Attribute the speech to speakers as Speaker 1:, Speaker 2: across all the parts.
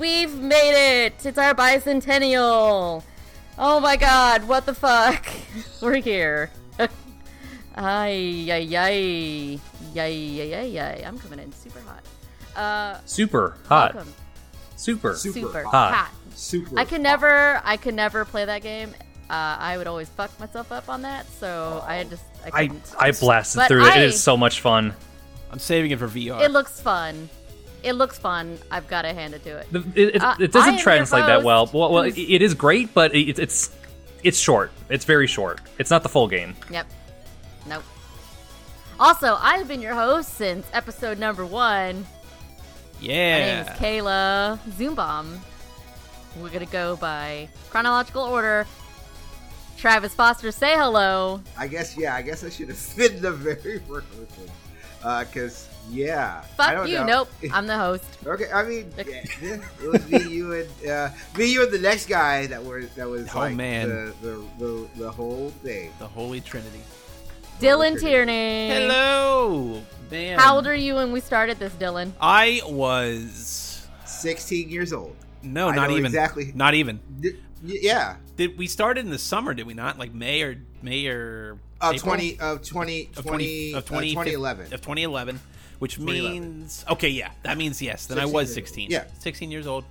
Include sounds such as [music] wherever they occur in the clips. Speaker 1: made it! It's our bicentennial! Oh my god, what the fuck? [laughs] We're here. [laughs] Ay, yay, yay. Yay, yay, yay, yay. I'm coming in super hot. Uh,
Speaker 2: Super hot.
Speaker 1: welcome.
Speaker 2: Super.
Speaker 1: Super,
Speaker 2: hot.
Speaker 3: Super.
Speaker 1: I could never, I could never play that game. Uh, I would always fuck myself up on that, so I just, I
Speaker 2: Oh. I
Speaker 1: couldn't.
Speaker 2: I blasted
Speaker 1: But
Speaker 2: through it.
Speaker 1: I-
Speaker 2: It is so much fun.
Speaker 4: I'm saving it for VR.
Speaker 1: it looks fun. It looks fun. I've got to hand it to it.
Speaker 2: The- It, it,
Speaker 1: Uh,
Speaker 2: it
Speaker 1: I am
Speaker 2: doesn't
Speaker 1: your
Speaker 2: translate that
Speaker 1: host,
Speaker 2: well. Well, well
Speaker 1: who's-
Speaker 2: it, it is great, but it, it's it's short. It's very short. It's not the full game.
Speaker 1: Yep. Nope. Also, I've been your host since episode number one. My name is
Speaker 4: yeah.
Speaker 1: Kayla Zoombomb. We're gonna go by chronological order. Travis Foster, say hello.
Speaker 3: I guess yeah. I guess I should have [laughs] said the very first one. Uh, cause yeah. I
Speaker 1: Fuck
Speaker 3: don't
Speaker 1: you.
Speaker 3: know.
Speaker 1: Nope. I'm the host.
Speaker 3: Okay, I
Speaker 1: [laughs]
Speaker 3: mean, yeah, it was me, you, and uh, me, you, and the next guy that were that was
Speaker 4: Oh,
Speaker 3: like
Speaker 4: man.
Speaker 3: The, the the the whole thing.
Speaker 4: The Holy Trinity.
Speaker 1: Dylan Tierney.
Speaker 4: Hello, man.
Speaker 1: How old are you when we started this, Dylan?
Speaker 4: I was
Speaker 3: Sixteen years old.
Speaker 4: no,
Speaker 3: I
Speaker 4: not
Speaker 3: know
Speaker 4: even
Speaker 3: exactly.
Speaker 4: Not even.
Speaker 3: D- y- yeah,
Speaker 4: Did we started in the summer? Did we not? Like May or May or
Speaker 3: of
Speaker 4: April?
Speaker 3: Uh, twenty of twenty
Speaker 4: of
Speaker 3: twenty of
Speaker 4: 20
Speaker 3: twenty eleven.
Speaker 4: of 2011, which
Speaker 3: 2011.
Speaker 4: means okay, yeah, that means yes. Then I
Speaker 3: 16
Speaker 4: was
Speaker 3: years old.
Speaker 4: 16.
Speaker 3: Yeah.
Speaker 4: 16 years
Speaker 3: [laughs]
Speaker 4: old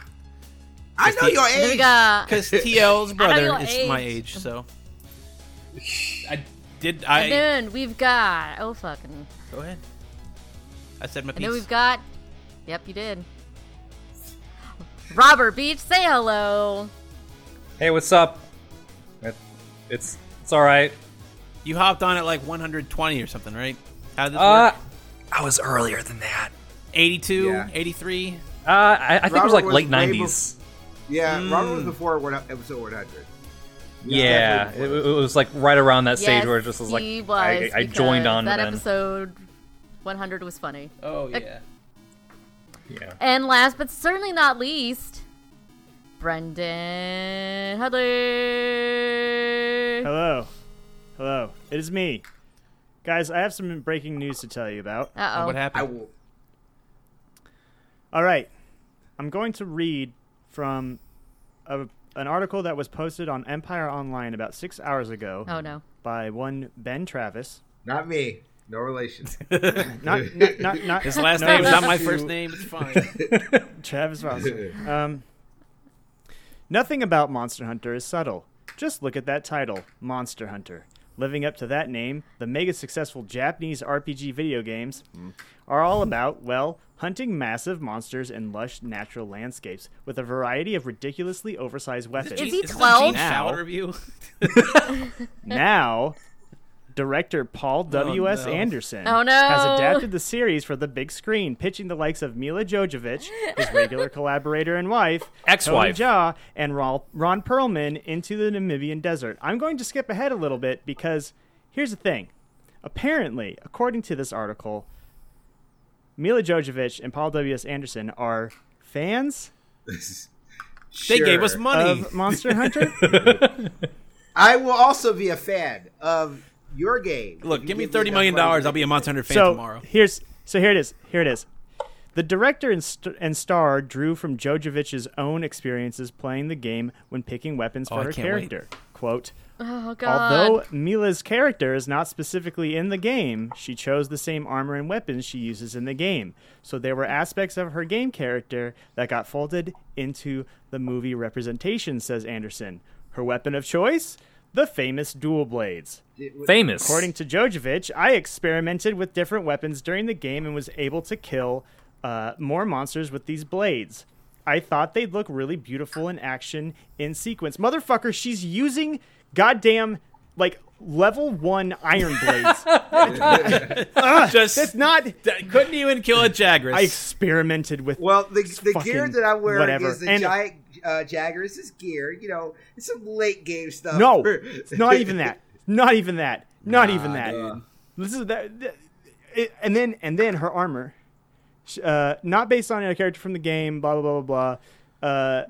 Speaker 3: I know your
Speaker 1: And then
Speaker 3: age.
Speaker 1: we got.
Speaker 4: because TL's brother
Speaker 1: your
Speaker 4: is
Speaker 1: age.
Speaker 4: my age,
Speaker 3: [laughs]
Speaker 4: so I did. I
Speaker 1: And then we've got. Oh fucking.
Speaker 4: go ahead. I said my
Speaker 1: And then
Speaker 4: piece.
Speaker 1: we've got. Yep, you did. Robert Beach, say hello.
Speaker 2: Hey, what's up? It- it's it's all right.
Speaker 4: You hopped on at like 120 or something, right? How did this
Speaker 2: Uh,
Speaker 4: work?
Speaker 2: I was earlier than that.
Speaker 4: 82,
Speaker 3: Yeah.
Speaker 4: 83.
Speaker 2: Uh, I, I think it was
Speaker 3: Robert
Speaker 2: like
Speaker 3: was
Speaker 2: late
Speaker 3: way
Speaker 2: '90s.
Speaker 3: Yeah, Robert was
Speaker 4: Mm.
Speaker 3: before one, episode one hundred.
Speaker 2: Yeah, it, it was like right around that stage
Speaker 1: yes,
Speaker 2: where it just was like
Speaker 1: he was,
Speaker 2: I, I joined
Speaker 1: because
Speaker 2: on
Speaker 1: that
Speaker 2: then.
Speaker 1: episode. 100 was funny.
Speaker 4: Oh yeah.
Speaker 2: Yeah.
Speaker 1: And last but certainly not least, Brendan Hudley.
Speaker 5: Hello. Hello. It is me. Guys, I have some breaking news to tell you about.
Speaker 1: Uh
Speaker 4: What
Speaker 1: oh.
Speaker 3: I
Speaker 4: happened?
Speaker 3: will.
Speaker 5: All right. I'm going to read from a, an article that was posted on Empire Online about six hours ago
Speaker 1: Oh no.
Speaker 5: by one Ben Travis.
Speaker 3: Not me.
Speaker 4: [laughs]
Speaker 3: No relation.
Speaker 5: Not, not, not, not
Speaker 4: His last
Speaker 5: no
Speaker 4: name is not
Speaker 5: relation
Speaker 4: my
Speaker 5: to
Speaker 4: first name.
Speaker 3: [laughs]
Speaker 4: It's fine.
Speaker 5: Travis Foster. Um, nothing about Monster Hunter is subtle. Just look at that title, Monster Hunter. Living up to that name, the mega successful Japanese RPG video games are all about, well, hunting massive monsters in lush natural landscapes with a variety of ridiculously oversized weapons.
Speaker 1: Is he
Speaker 4: this a
Speaker 1: 12?
Speaker 4: Gene Shalit review?
Speaker 5: now, director Paul W.S.
Speaker 4: no.
Speaker 5: Anderson
Speaker 1: Oh, no.
Speaker 5: has adapted the series for the big screen, pitching the likes of Mila Jovovich, his
Speaker 1: [laughs]
Speaker 5: regular collaborator and wife, Tony
Speaker 2: Ex-wife.
Speaker 5: Ja, and Ron, Ron Perlman into the Namibian desert. I'm going to skip ahead a little bit because here's the thing. Apparently, according to this article, Mila Jovovich and Paul W.S. Anderson are fans
Speaker 4: They gave us money.
Speaker 3: Um,
Speaker 5: of Monster Hunter.
Speaker 3: I will also be a fan of your game. If
Speaker 4: Look,
Speaker 3: you
Speaker 4: give me
Speaker 3: that
Speaker 4: thirty million
Speaker 3: money.
Speaker 4: dollars. I'll be a Monster Hunter fan
Speaker 5: so [laughs]
Speaker 4: tomorrow.
Speaker 5: here's so here it is. Here it is. The director and, st- and star drew from Jojovich's own experiences playing the game when picking weapons for
Speaker 4: Oh, I
Speaker 5: her
Speaker 4: can't wait.
Speaker 5: character. Quote,
Speaker 1: Oh god.
Speaker 5: Although Mila's character is not specifically in the game, she chose the same armor and weapons she uses in the game. So there were aspects of her game character that got folded into the movie representation, says Anderson. Her weapon of choice? The famous dual blades.
Speaker 2: Famous.
Speaker 5: According to Jojovic, I experimented with different weapons during the game and was able to kill uh, more monsters with these blades. I thought they'd look really beautiful in action in sequence. Motherfucker, she's using goddamn like level one iron blades.
Speaker 4: Just
Speaker 5: That's not.
Speaker 4: that- couldn't even kill a Jagras.
Speaker 5: I experimented with.
Speaker 3: Well, the, the gear
Speaker 5: fucking
Speaker 3: that I'm wearing
Speaker 5: whatever.
Speaker 3: is the
Speaker 5: And-
Speaker 3: giant uh, Jagger. This is gear. You know, it's some late game stuff. [laughs]
Speaker 5: No, it's not
Speaker 1: [laughs]
Speaker 5: even that. Not even that. Not even that. This is that. th- it- and then and then her armor, sh- uh, not based on a character from the game. Blah blah blah blah blah. Uh,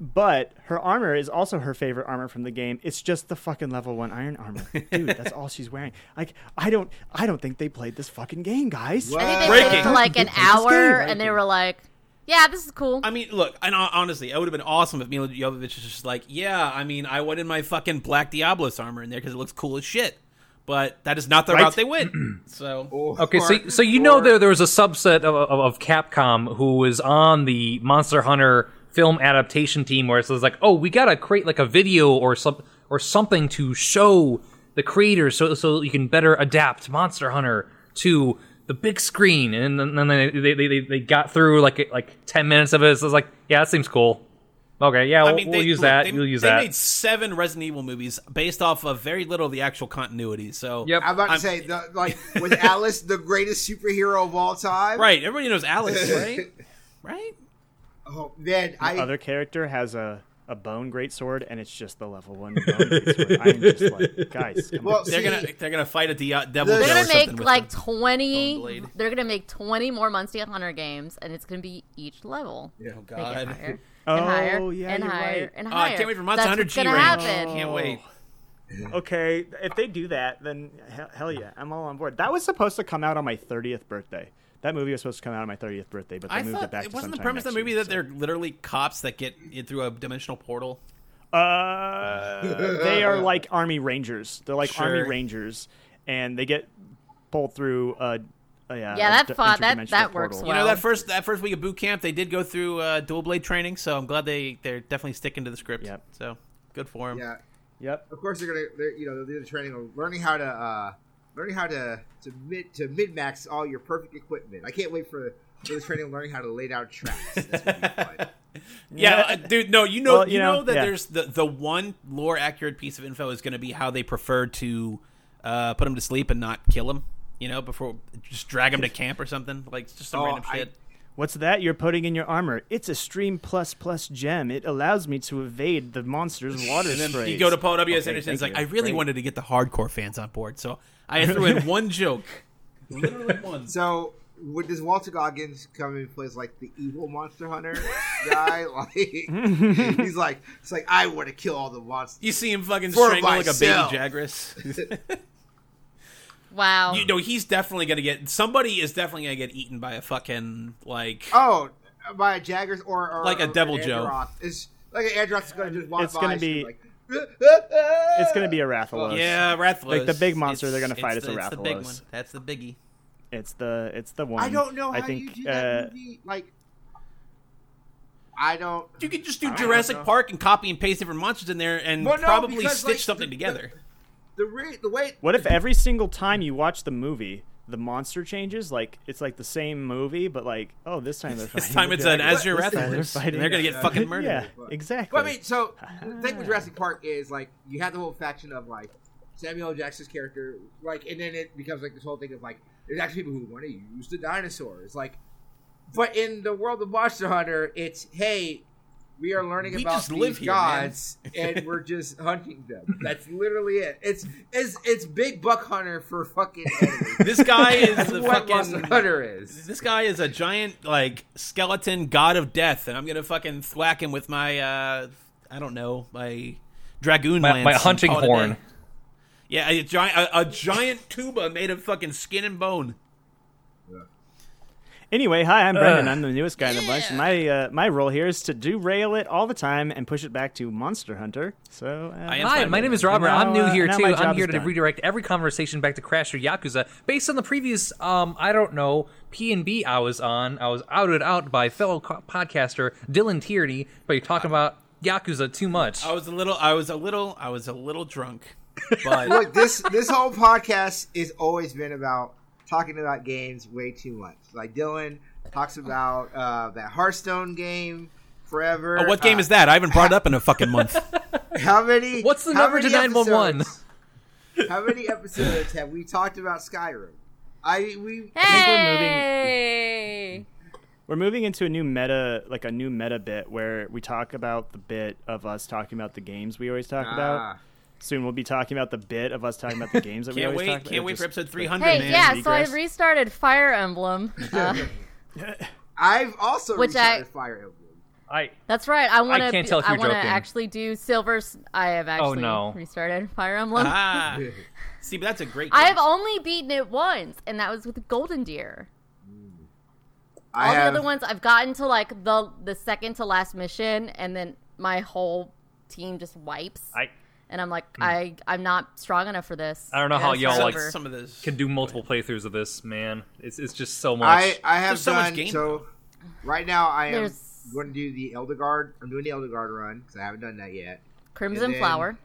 Speaker 5: but her armor is also her favorite armor from the game. It's just the fucking level one iron armor, dude. That's all
Speaker 1: [laughs]
Speaker 5: she's wearing. Like I don't, I don't think they played this fucking game, guys.
Speaker 1: I think they
Speaker 3: Breaking.
Speaker 4: uh,
Speaker 1: played it for like an
Speaker 5: This game,
Speaker 1: hour,
Speaker 5: right?
Speaker 1: and they were like, Yeah, this is cool.
Speaker 4: I mean, look, and hon- honestly, it would have been awesome if Mila Jovovich was just like, yeah, I mean, I wanted my fucking Black Diablos armor in there because it looks cool as shit. But that is not the
Speaker 5: Right?
Speaker 4: route they went.
Speaker 5: [clears throat]
Speaker 4: so,
Speaker 3: Or-
Speaker 2: Okay, so so you know there there was a subset of, of, of Capcom who was on the Monster Hunter film adaptation team where it was like, oh, we gotta create like a video or some or something to show the creators so so you can better adapt Monster Hunter to the big screen, and then, then they, they, they they got through like like ten minutes of it. So it's like, yeah, that seems cool. Okay, yeah, we'll,
Speaker 4: I mean,
Speaker 2: we'll
Speaker 4: they,
Speaker 2: use
Speaker 4: look,
Speaker 2: that.
Speaker 4: They,
Speaker 2: we'll use
Speaker 4: they
Speaker 2: that.
Speaker 4: made seven Resident Evil movies based off of very little of the actual continuity. So,
Speaker 2: Yep.
Speaker 3: I'm about to
Speaker 4: I'm-
Speaker 3: say, the, like, was Alice the greatest superhero of all time?
Speaker 4: right? Everybody knows Alice,
Speaker 1: [laughs]
Speaker 4: right? right?
Speaker 3: Oh, man, I,
Speaker 5: Other character has a, a bone greatsword, and it's just the level one bone greatsword. I'm just like, guys, come
Speaker 3: Well,
Speaker 5: on.
Speaker 4: [laughs] They're
Speaker 3: See,
Speaker 4: gonna they're gonna fight a dia- devil.
Speaker 3: They're
Speaker 4: or
Speaker 1: they're gonna
Speaker 4: something
Speaker 1: make
Speaker 4: with
Speaker 1: like
Speaker 4: them. Bone
Speaker 1: twenty.
Speaker 4: Blade.
Speaker 1: They're gonna make twenty more Monster Hunter games, and it's gonna be each level.
Speaker 3: Yeah.
Speaker 4: Oh
Speaker 1: They get
Speaker 4: god. [laughs]
Speaker 1: higher and
Speaker 5: Oh,
Speaker 1: higher
Speaker 5: yeah,
Speaker 1: and
Speaker 5: you're
Speaker 1: higher
Speaker 5: right.
Speaker 1: and
Speaker 4: Oh,
Speaker 1: higher.
Speaker 4: I can't wait for
Speaker 1: That's
Speaker 4: Monster Hunter
Speaker 1: what's
Speaker 4: G
Speaker 1: gonna
Speaker 4: range.
Speaker 1: happen.
Speaker 4: Can't wait.
Speaker 5: Okay, if they do that, then hell, hell yeah, I'm all on board. That was supposed to come out on my 30th birthday. That movie was supposed to come out on my 30th birthday, but they
Speaker 4: I
Speaker 5: moved it
Speaker 4: thought
Speaker 5: back
Speaker 4: it
Speaker 5: to
Speaker 4: wasn't the
Speaker 5: sometime
Speaker 4: premise of
Speaker 5: next
Speaker 4: the movie
Speaker 5: year,
Speaker 4: that
Speaker 5: so-
Speaker 4: they're literally cops that get in through a dimensional portal.
Speaker 5: Uh, they are like army rangers. They're like army
Speaker 4: Sure.
Speaker 5: rangers, and they get pulled through. Uh, uh, yeah,
Speaker 1: Yeah, that fought- that-
Speaker 5: interdimensional
Speaker 1: that works
Speaker 5: portal.
Speaker 4: You
Speaker 1: Wow.
Speaker 4: know that first that first week of boot camp, they did go through uh, dual blade training, so I'm glad they they're definitely sticking to the script.
Speaker 5: Yep.
Speaker 4: So good for them.
Speaker 3: yeah.
Speaker 5: Yep.
Speaker 3: Of course, they're gonna, they're, you know, they'll do the training on learning how to, uh, learning how to to mid to mid max all your perfect equipment. I can't wait for, for the training on learning how to lay down traps. That's gonna be fun.
Speaker 4: Yeah, uh, dude. No, you know,
Speaker 5: Well,
Speaker 4: you,
Speaker 5: you
Speaker 4: know,
Speaker 5: know,
Speaker 4: that
Speaker 5: yeah.
Speaker 4: there's the the one lore accurate piece of info is going to be how they prefer to uh, put him to sleep and not kill him. You know, before just drag him to camp or something like it's just some
Speaker 3: Oh,
Speaker 4: random
Speaker 3: I-
Speaker 4: shit.
Speaker 5: What's that you're putting in your armor? It's a stream plus plus gem. It allows me to evade
Speaker 4: [laughs]
Speaker 5: the monster's water
Speaker 4: And then
Speaker 5: sprays.
Speaker 4: you go to Paul W. S.
Speaker 5: Okay,
Speaker 4: Anderson. It's
Speaker 5: thank
Speaker 4: like I
Speaker 5: you.
Speaker 4: really
Speaker 5: Great.
Speaker 4: wanted to get the hardcore fans on board, so
Speaker 5: [laughs]
Speaker 4: I threw in one joke, literally one.
Speaker 3: So, would does Walter Goggins come and plays like the evil monster hunter
Speaker 5: [laughs]
Speaker 3: guy? like, he's like, it's like I want to kill all the monsters.
Speaker 4: You see him fucking
Speaker 3: For
Speaker 4: strangle like a baby
Speaker 3: myself.
Speaker 4: Jagras.
Speaker 1: Wow.
Speaker 4: you know, he's definitely gonna get somebody is definitely gonna get eaten by a fucking like
Speaker 3: Oh, by a Jaggers or, or
Speaker 4: Like a
Speaker 3: or
Speaker 4: Devil
Speaker 3: an
Speaker 4: Joe.
Speaker 3: Androth. It's like an Androth is going to just walk
Speaker 5: It's
Speaker 3: by.
Speaker 5: gonna
Speaker 3: and she's
Speaker 5: be-
Speaker 3: like, [laughs]
Speaker 5: It's gonna be a Rathalos.
Speaker 4: yeah, Rathalos.
Speaker 5: Like, the big monster they're gonna
Speaker 4: It's-
Speaker 5: fight
Speaker 4: it's
Speaker 5: is a
Speaker 4: the- it's the big
Speaker 5: Rathalos.
Speaker 4: one. That's the biggie.
Speaker 5: It's the it's the one.
Speaker 3: I don't know how
Speaker 5: I think
Speaker 3: you do that
Speaker 5: uh,
Speaker 3: movie. Like, I don't.
Speaker 4: You could just do
Speaker 3: don't
Speaker 4: Jurassic
Speaker 3: know.
Speaker 4: Park and copy and paste different monsters in there and
Speaker 3: Well, no,
Speaker 4: probably
Speaker 3: because,
Speaker 4: stitch
Speaker 3: like,
Speaker 4: something
Speaker 3: the-
Speaker 4: together.
Speaker 3: The re- the way
Speaker 5: What if every single time you watch the movie, the monster changes? Like it's like the same movie, but like oh, this time they're fighting.
Speaker 4: This
Speaker 5: [laughs]
Speaker 4: time it's
Speaker 5: the
Speaker 4: an Azure
Speaker 5: Jaguars. This time
Speaker 4: Rathalos,
Speaker 5: fighting-
Speaker 4: and they're gonna get
Speaker 5: [laughs]
Speaker 4: fucking murdered.
Speaker 5: Yeah,
Speaker 3: But-
Speaker 5: exactly.
Speaker 3: Well, I mean, so the thing
Speaker 4: Ah.
Speaker 3: with Jurassic Park is like you have the whole faction of like Samuel L. Jackson's character, like, and then it becomes like this whole thing of like there's actually people who want to use the dinosaurs, like. But in the world of Monster Hunter, it's hey, we are learning
Speaker 4: We
Speaker 3: about
Speaker 4: just live
Speaker 3: these
Speaker 4: here, man."
Speaker 3: gods, and we're just hunting
Speaker 4: [laughs]
Speaker 3: them. That's literally it. It's it's it's Big Buck Hunter
Speaker 4: [laughs]
Speaker 3: for fucking. Animals.
Speaker 4: This guy
Speaker 3: [laughs]
Speaker 4: is the
Speaker 3: what Monster
Speaker 4: fucking.
Speaker 3: Hunter is.
Speaker 4: This guy is a giant like skeleton god of death, and I'm gonna fucking thwack him with my uh, I don't know my dragoon
Speaker 2: My-
Speaker 4: lance,
Speaker 2: my
Speaker 4: and
Speaker 2: hunting
Speaker 4: call it a
Speaker 2: horn.
Speaker 4: day. Yeah, a giant a, a giant tuba made of fucking skin and bone.
Speaker 5: anyway, hi, I'm Brendan. I'm the newest guy in the bunch. and My uh, my role here is to derail it all the time and push it back to Monster Hunter. So uh,
Speaker 4: I am-
Speaker 2: Hi,
Speaker 4: fine
Speaker 2: my
Speaker 4: with
Speaker 2: name
Speaker 4: it.
Speaker 2: is Robert.
Speaker 5: Now,
Speaker 2: I'm new
Speaker 5: uh,
Speaker 2: here
Speaker 5: now
Speaker 2: too.
Speaker 5: my
Speaker 2: I'm
Speaker 5: job
Speaker 2: here
Speaker 5: is
Speaker 2: to
Speaker 5: done.
Speaker 2: redirect every conversation back to Crash or Yakuza based on the previous, um, I don't know, P and B I was on. I was outed out by fellow co- podcaster Dylan Tierney by talking about Yakuza too much.
Speaker 4: I was a little, I was a little, I was a little drunk, but
Speaker 3: Look, this this whole podcast has always been about talking about games way too much. Like Dylan talks about uh, that Hearthstone game forever. Uh,
Speaker 4: Oh, what game is that? I haven't brought it up in a fucking month.
Speaker 3: How many?
Speaker 2: What's the
Speaker 3: how
Speaker 2: number to
Speaker 3: many
Speaker 2: 911?
Speaker 3: episodes- How many episodes have we talked about Skyrim? I we
Speaker 5: think we're moving-
Speaker 1: hey.
Speaker 5: We're moving into a new meta, like a new meta bit where we talk about the bit of us talking about the games we always talk
Speaker 3: Ah.
Speaker 5: about. Soon we'll be talking about the bit of us talking about the games that we
Speaker 4: Can't
Speaker 5: always
Speaker 4: wait,
Speaker 5: talk about.
Speaker 4: can't
Speaker 5: It
Speaker 4: wait for
Speaker 5: just-
Speaker 4: episode 300,
Speaker 1: Hey,
Speaker 4: man.
Speaker 1: yeah. So I
Speaker 5: regress.
Speaker 1: restarted Fire Emblem. Uh,
Speaker 3: I've also
Speaker 1: Which I-
Speaker 3: restarted Fire Emblem.
Speaker 2: I
Speaker 1: that's right. I want to.
Speaker 2: can't tell if
Speaker 1: I
Speaker 2: you're
Speaker 1: want to
Speaker 2: joking.
Speaker 1: actually do Silver. S- I have actually
Speaker 2: no.
Speaker 1: restarted Fire Emblem.
Speaker 5: [laughs]
Speaker 4: Ah, see, but that's a great. Game.
Speaker 1: I have only beaten it once, and that was with Golden Deer.
Speaker 3: I
Speaker 1: all
Speaker 3: have-
Speaker 1: the other ones I've gotten to like the the second to last mission, and then my whole team just wipes.
Speaker 2: I
Speaker 1: and I'm like, I I'm not strong enough for this.
Speaker 2: I don't know how
Speaker 1: gotta
Speaker 2: y'all,
Speaker 1: start
Speaker 2: like,
Speaker 1: over.
Speaker 4: some of those.
Speaker 2: can do multiple playthroughs of this, man. It's it's just so much.
Speaker 3: I, I have
Speaker 4: There's so much
Speaker 3: done
Speaker 4: game,
Speaker 3: so. Right now, I am
Speaker 1: There's-
Speaker 3: going to do the Elder Guard. I'm doing the Elder Guard run because I haven't done that yet.
Speaker 1: Crimson
Speaker 3: and then-
Speaker 1: flower.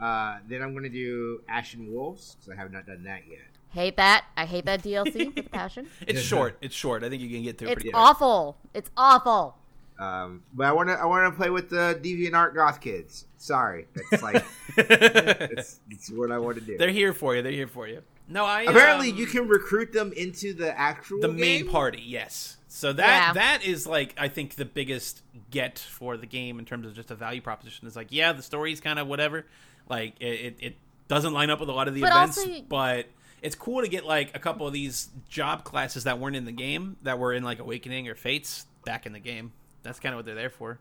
Speaker 3: Uh, then I'm going to do Ashen Wolves because I have not done that yet.
Speaker 1: Hate that. I hate that DLC with a passion.
Speaker 4: It's short. It's short. I think you can get through it
Speaker 1: It's
Speaker 4: pretty quick.
Speaker 1: awful. It's awful.
Speaker 3: Um, but I want to I want to play with the DeviantArt goth kids. Sorry,
Speaker 4: [laughs]
Speaker 3: that's like it's, it's what I want to do.
Speaker 4: They're here for you. They're here for you. No, I
Speaker 3: Apparently,
Speaker 4: um,
Speaker 3: you can recruit them into the actual
Speaker 4: the main
Speaker 3: game.
Speaker 4: party. Yes. So that
Speaker 1: Yeah.
Speaker 4: that is like I think the biggest get for the game in terms of just a value proposition is like yeah the story's kind of whatever like it, it it doesn't line up with a lot of the
Speaker 1: But
Speaker 4: events
Speaker 1: also-
Speaker 4: but it's cool to get like a couple of these job classes that weren't in the game that were in like Awakening or Fates back in the game. That's kind of what they're there for.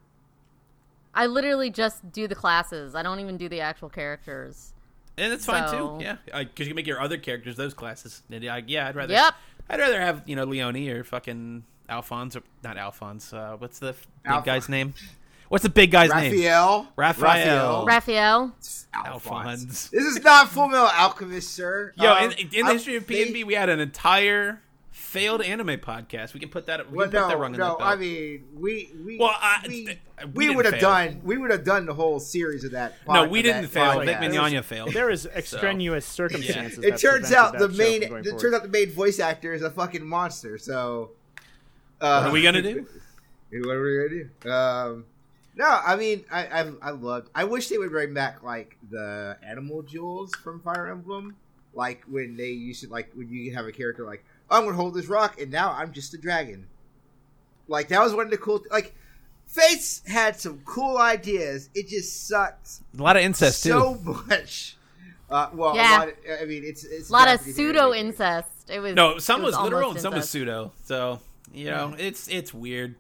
Speaker 1: I literally just do the classes. I don't even do the actual characters.
Speaker 4: And it's fine
Speaker 1: So-
Speaker 4: too, yeah, because you can make your other characters those classes. And, uh, yeah, I'd rather.
Speaker 1: Yep.
Speaker 4: I'd rather have you know Leone or fucking Alphonse or not Alphonse. Uh, what's the f- big
Speaker 3: Alphonse.
Speaker 4: guy's name? What's the big guy's name?
Speaker 3: Raphael,
Speaker 4: Raphael.
Speaker 1: Raphael.
Speaker 4: Alphonse.
Speaker 3: This is not Full Metal Alchemist, sir.
Speaker 4: Yo, in,
Speaker 3: Um,
Speaker 4: in
Speaker 3: I-
Speaker 4: the history of
Speaker 3: they-
Speaker 4: PNB, we had an entire failed anime podcast. We can put that. We
Speaker 3: Well,
Speaker 4: can put
Speaker 3: no,
Speaker 4: that rung in
Speaker 3: no.
Speaker 4: that bell.
Speaker 3: I mean, we we
Speaker 4: Well, I-
Speaker 3: we,
Speaker 4: th- we
Speaker 3: we
Speaker 4: didn't
Speaker 3: would have
Speaker 4: fail.
Speaker 3: done we would have done the whole series of that.
Speaker 4: no,
Speaker 3: pod-
Speaker 4: we
Speaker 3: of
Speaker 4: didn't
Speaker 3: that
Speaker 4: fail.
Speaker 3: podcast.
Speaker 4: Vic Mignogna failed.
Speaker 5: There is extraneous circumstances.
Speaker 3: Oh, It
Speaker 5: that
Speaker 3: turns
Speaker 5: prevented
Speaker 3: out
Speaker 5: that
Speaker 3: the
Speaker 5: show
Speaker 3: main.
Speaker 5: from going
Speaker 3: It
Speaker 5: forward.
Speaker 3: turns out the main voice actor is a fucking monster. So, uh,
Speaker 4: What are we gonna do?
Speaker 3: [laughs] What are we gonna do? Um, no, I mean, I I, I loved. I wish they would bring back like the animal jewels from Fire Emblem, like when they used to like when you have a character like I'm gonna hold this rock and now I'm just a dragon. Like that was one of the cool like. Fates had some cool ideas. It just sucked
Speaker 4: A lot of incest
Speaker 3: so much. Uh, well,
Speaker 1: Yeah.
Speaker 3: a lot of, I mean, it's it's
Speaker 1: A lot of
Speaker 3: Japanese
Speaker 1: pseudo
Speaker 3: anime.
Speaker 1: incest. It was
Speaker 4: No, some
Speaker 1: it
Speaker 4: was, literal
Speaker 1: almost
Speaker 4: and some was
Speaker 1: incest.
Speaker 4: pseudo. So you know, it's it's weird.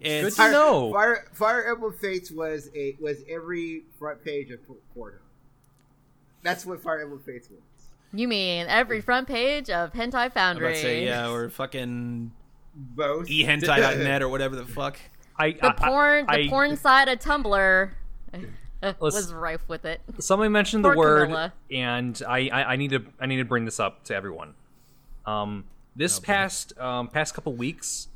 Speaker 4: It's,
Speaker 2: to
Speaker 3: Fire,
Speaker 2: No.
Speaker 3: Fire, Fire Emblem Fates was a was every front page of por- Pornhub. That's what Fire Emblem Fates was.
Speaker 1: You mean every front page of Hentai
Speaker 4: I'm about
Speaker 1: Foundry?
Speaker 4: to say yeah, or fucking
Speaker 3: Both.
Speaker 4: E ehentai.net or whatever the fuck.
Speaker 2: I,
Speaker 1: the
Speaker 2: I-
Speaker 1: porn, the
Speaker 2: I-
Speaker 4: [laughs]
Speaker 1: porn side of Tumblr [laughs] was rife with it.
Speaker 2: Somebody mentioned the
Speaker 1: Poor
Speaker 2: word,
Speaker 1: Camilla.
Speaker 2: and I, I, I need to I need to bring this up to everyone. Um, this past um, past couple weeks,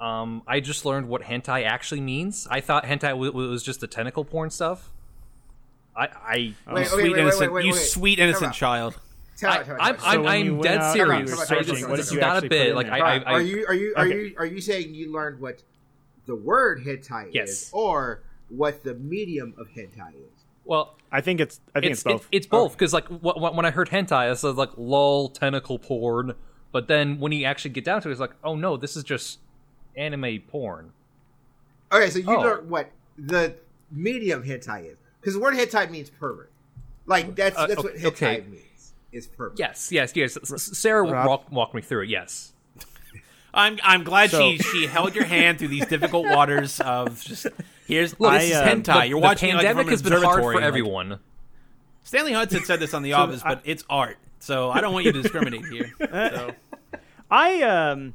Speaker 2: um, I just learned what hentai actually means. I thought hentai w- w- was just the tentacle porn stuff. I, I,
Speaker 3: [laughs] Wait, okay,
Speaker 4: sweet
Speaker 3: wait, wait,
Speaker 4: innocent,
Speaker 3: wait, wait,
Speaker 4: you
Speaker 3: wait.
Speaker 4: sweet
Speaker 3: Time
Speaker 4: innocent
Speaker 3: out.
Speaker 4: child.
Speaker 3: Tell
Speaker 2: I,
Speaker 3: me, tell me,
Speaker 2: I'm,
Speaker 3: tell
Speaker 2: I'm,
Speaker 3: me.
Speaker 5: So when you
Speaker 2: I'm
Speaker 5: went
Speaker 2: dead
Speaker 5: out-
Speaker 2: serious.
Speaker 3: Come on,
Speaker 2: It's
Speaker 3: come on, come on,
Speaker 2: it's
Speaker 3: come on.
Speaker 2: not a
Speaker 5: What did you
Speaker 2: bit.
Speaker 5: actually
Speaker 2: Like
Speaker 5: put in
Speaker 2: I, I, I,
Speaker 3: are you are you are
Speaker 5: okay.
Speaker 3: you are you saying you learned what the word hentai
Speaker 2: Yes.
Speaker 3: is, or what the medium of hentai is?
Speaker 2: well,
Speaker 5: I think it's. I think it's,
Speaker 2: it's
Speaker 5: both.
Speaker 2: It, it's both because like wh- wh- when I heard hentai, I said like lol tentacle porn, but then when you actually get down to it, it's like oh no, this is just anime porn.
Speaker 3: Okay, so you
Speaker 2: Oh.
Speaker 3: learned what the medium hentai is, because the word hentai means pervert. Like that's
Speaker 2: Uh,
Speaker 3: that's
Speaker 2: okay,
Speaker 3: what hentai
Speaker 2: okay.
Speaker 3: means is pervert.
Speaker 2: Yes, yes, yes. S- S- Sarah
Speaker 5: Rob?
Speaker 2: walked walked me through it. Yes,
Speaker 4: I'm I'm glad
Speaker 5: So-
Speaker 4: she she held your hand through these difficult waters of just here's
Speaker 2: Look,
Speaker 4: this
Speaker 5: I,
Speaker 4: is
Speaker 5: uh,
Speaker 4: hentai.
Speaker 2: The-
Speaker 4: You're
Speaker 2: the
Speaker 4: watching it, like,
Speaker 2: pandemic
Speaker 4: from an
Speaker 2: has been hard
Speaker 4: observatory,
Speaker 2: for
Speaker 4: like-
Speaker 2: everyone.
Speaker 4: Stanley Hudson said this on The Office, but it's art, so I don't want you to discriminate here. So
Speaker 5: I um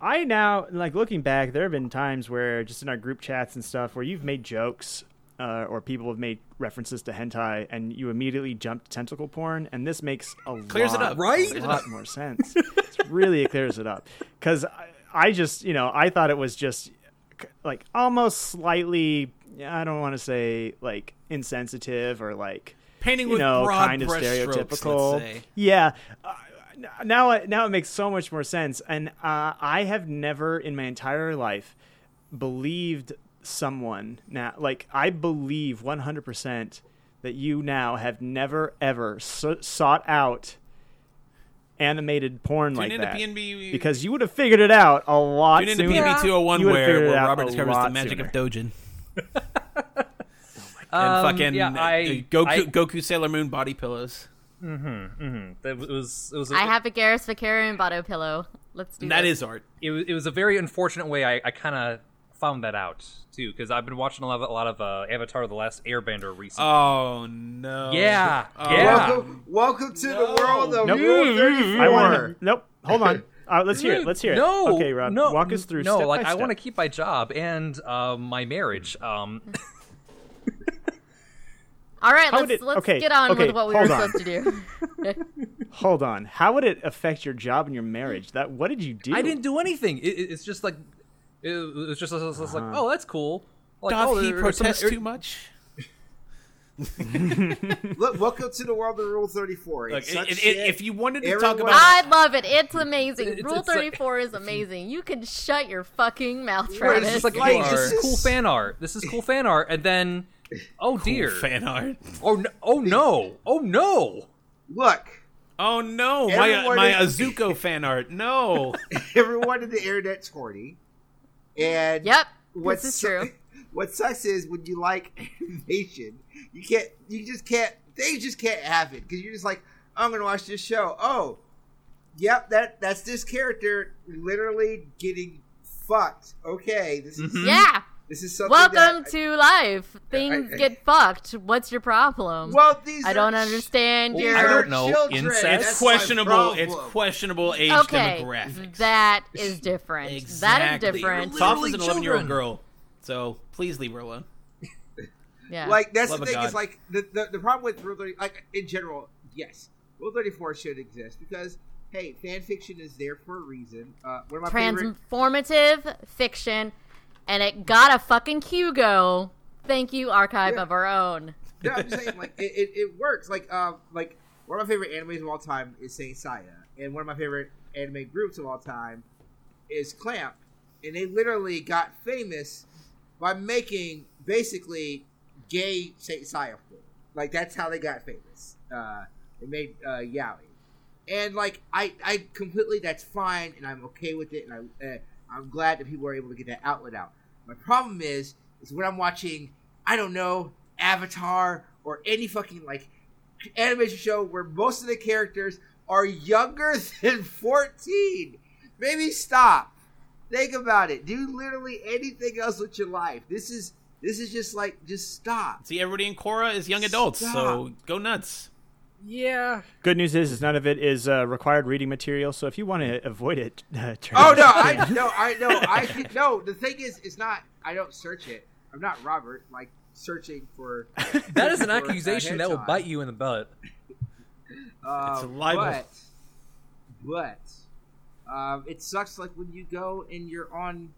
Speaker 5: I now like looking back, there have been times where just in our group chats and stuff where you've made jokes uh, or people have made references to hentai and you immediately jump to tentacle porn and this makes a
Speaker 4: Clears it
Speaker 5: lot,
Speaker 4: up, right?
Speaker 5: a lot more sense. it's really it clears it up cuz I, I just, you know, I thought it was just c- like almost slightly I don't want to say like insensitive or like
Speaker 4: painting
Speaker 5: you
Speaker 4: with
Speaker 5: know,
Speaker 4: broad
Speaker 5: kind of
Speaker 4: brushstrokes,
Speaker 5: stereotypical.
Speaker 4: Let's say.
Speaker 5: Yeah. Uh, n- now, it- now it makes so much more sense, and uh, I have never in my entire life believed someone. Now, like I believe one hundred percent that you now have never ever so- sought out animated porn
Speaker 4: Tune
Speaker 5: like
Speaker 4: into
Speaker 5: that
Speaker 4: PNB
Speaker 5: because you would have figured it out a lot
Speaker 4: tune into
Speaker 5: sooner.
Speaker 4: PNB 201
Speaker 5: You would've
Speaker 4: where,
Speaker 5: figured it
Speaker 4: where
Speaker 5: out
Speaker 4: Robert
Speaker 5: a
Speaker 4: discovers the
Speaker 5: lot
Speaker 4: magic of
Speaker 5: sooner.
Speaker 4: Dojin. and fucking
Speaker 2: Um, yeah, I-
Speaker 4: uh, Goku,
Speaker 2: I-
Speaker 4: Goku Sailor Moon body pillows.
Speaker 2: It was it was
Speaker 1: I have a Garrus Vicarian Botto pillow. Let's do
Speaker 4: That
Speaker 1: this.
Speaker 4: is art.
Speaker 2: it was, it was a very unfortunate way I, I kind of found that out too because I've been watching a lot of, a lot of uh, Avatar: The Last Airbender recently.
Speaker 4: Oh no!
Speaker 2: yeah,
Speaker 4: Oh.
Speaker 2: yeah.
Speaker 3: Welcome, welcome to
Speaker 4: No.
Speaker 3: the world of
Speaker 5: Nope.
Speaker 3: Rule 34. [laughs]
Speaker 5: I want to. Nope. Hold on. Uh, let's hear it. Let's hear it.
Speaker 2: No.
Speaker 5: Okay, Rob.
Speaker 2: No,
Speaker 5: walk us through.
Speaker 2: No,
Speaker 5: step
Speaker 2: like
Speaker 5: by
Speaker 2: I
Speaker 5: step.
Speaker 2: want to keep my job and um, my marriage. Um,
Speaker 1: All right,
Speaker 5: How
Speaker 1: let's
Speaker 5: did-
Speaker 1: let's
Speaker 5: okay,
Speaker 1: get on
Speaker 5: okay,
Speaker 1: with what we were
Speaker 5: hold on.
Speaker 1: supposed to do.
Speaker 4: [laughs]
Speaker 5: Hold on. How would it affect your job and your marriage? That what did you do?
Speaker 2: I didn't do anything. It, it- it's just like it, was just, it's just like
Speaker 5: Uh-huh.
Speaker 2: oh, that's cool. Like,
Speaker 4: Doth
Speaker 2: oh,
Speaker 4: he
Speaker 2: there- there's some-
Speaker 4: protest
Speaker 2: er-
Speaker 4: too much?
Speaker 3: Look, welcome to the world of Rule Thirty Four.
Speaker 4: Look, i- i- if you wanted to talk
Speaker 3: Everyone-
Speaker 4: about
Speaker 1: I love it. It's amazing.
Speaker 2: It's-
Speaker 1: Rule
Speaker 2: it's like-
Speaker 1: 34 is amazing. You can shut your fucking mouth,
Speaker 2: Right,
Speaker 1: Travis.
Speaker 2: it's just like,
Speaker 3: Like,
Speaker 2: hey, this
Speaker 3: this
Speaker 2: is cool
Speaker 3: is-
Speaker 2: fan art. This is cool fan art, and then, oh dear,
Speaker 4: fan art.
Speaker 2: oh no, oh no, oh no.
Speaker 3: look, [laughs]
Speaker 4: Oh no,
Speaker 3: Everyone
Speaker 4: my my
Speaker 3: is-
Speaker 4: Azuko fan
Speaker 2: [laughs]
Speaker 4: art. No,
Speaker 3: everyone in the internet's horny, and
Speaker 1: yep,
Speaker 3: what
Speaker 1: this is
Speaker 3: su-
Speaker 2: [laughs]
Speaker 3: [laughs]
Speaker 1: true.
Speaker 3: What sucks is when you like [laughs] animation, you can't. You just can't. They just can't have it because you're just like, I'm gonna watch this show. Oh, yep that that's this character literally getting fucked. Okay, this
Speaker 2: Mm-hmm.
Speaker 3: is
Speaker 1: Yeah.
Speaker 3: this is something.
Speaker 1: Welcome
Speaker 3: that-
Speaker 1: to life. Things
Speaker 3: I-
Speaker 1: get fucked. What's your problem?
Speaker 3: well, these
Speaker 1: I
Speaker 3: are
Speaker 1: don't
Speaker 3: ch-
Speaker 1: understand
Speaker 3: these
Speaker 1: your.
Speaker 2: I
Speaker 3: are
Speaker 2: don't know,
Speaker 3: children.
Speaker 2: incest?
Speaker 3: That's
Speaker 4: it's
Speaker 3: my
Speaker 4: questionable. It's
Speaker 3: problem.
Speaker 4: questionable age
Speaker 1: okay,
Speaker 4: demographics.
Speaker 1: that is different. That
Speaker 4: Exactly.
Speaker 1: is different.
Speaker 2: Really?
Speaker 4: Toph is an
Speaker 2: Literally
Speaker 4: eleven year old
Speaker 2: children.
Speaker 4: girl, so please leave her alone.
Speaker 1: Yeah.
Speaker 3: Like that's
Speaker 4: Love
Speaker 3: the
Speaker 4: of
Speaker 3: thing.
Speaker 4: God.
Speaker 3: Is like the, the the problem with Rule Thirty, like in general, yes, Rule Thirty Four should exist because hey, fan fiction is there for a reason. Uh, one of my favorite.
Speaker 1: transformative fiction, and it got a fucking Hugo. Thank you, Archive
Speaker 3: Yeah.
Speaker 1: of Our Own.
Speaker 3: No, I'm just saying, like it, it, it works. Like um, like one of my favorite animes of all time is Saint Seiya, and one of my favorite anime groups of all time is Clamp, and they literally got famous by making basically gay Saint Seiya porn. Like that's how they got famous. Uh, they made uh, Yaoi, and like I, I completely that's fine, and I'm okay with it, and I, uh, I'm glad that people are able to get that outlet out. My problem is, is when I'm watching, I don't know, Avatar or any fucking like animation show where most of the characters are younger [laughs] than 14. Maybe stop. Think about it. Do literally anything else with your life. This is this is just like just stop.
Speaker 4: See, everybody in Korra is young adults, so go nuts.
Speaker 2: Yeah,
Speaker 5: Good news is, is none of it is uh, required reading material. So if you want to avoid it, [laughs] uh, turn
Speaker 3: Oh
Speaker 5: it
Speaker 3: no,
Speaker 4: [laughs]
Speaker 5: off.
Speaker 3: I [laughs] no, I no, I can- no. The thing is, it's not. I don't search it. I'm not Robert. Like searching
Speaker 4: [laughs]
Speaker 3: for.
Speaker 2: that is
Speaker 1: [laughs]
Speaker 2: an
Speaker 3: for a
Speaker 2: accusation that will
Speaker 3: hentai.
Speaker 2: bite you in the butt.
Speaker 3: Um,
Speaker 4: It's a libel.
Speaker 3: But, but um, it sucks. Like when you go and you're on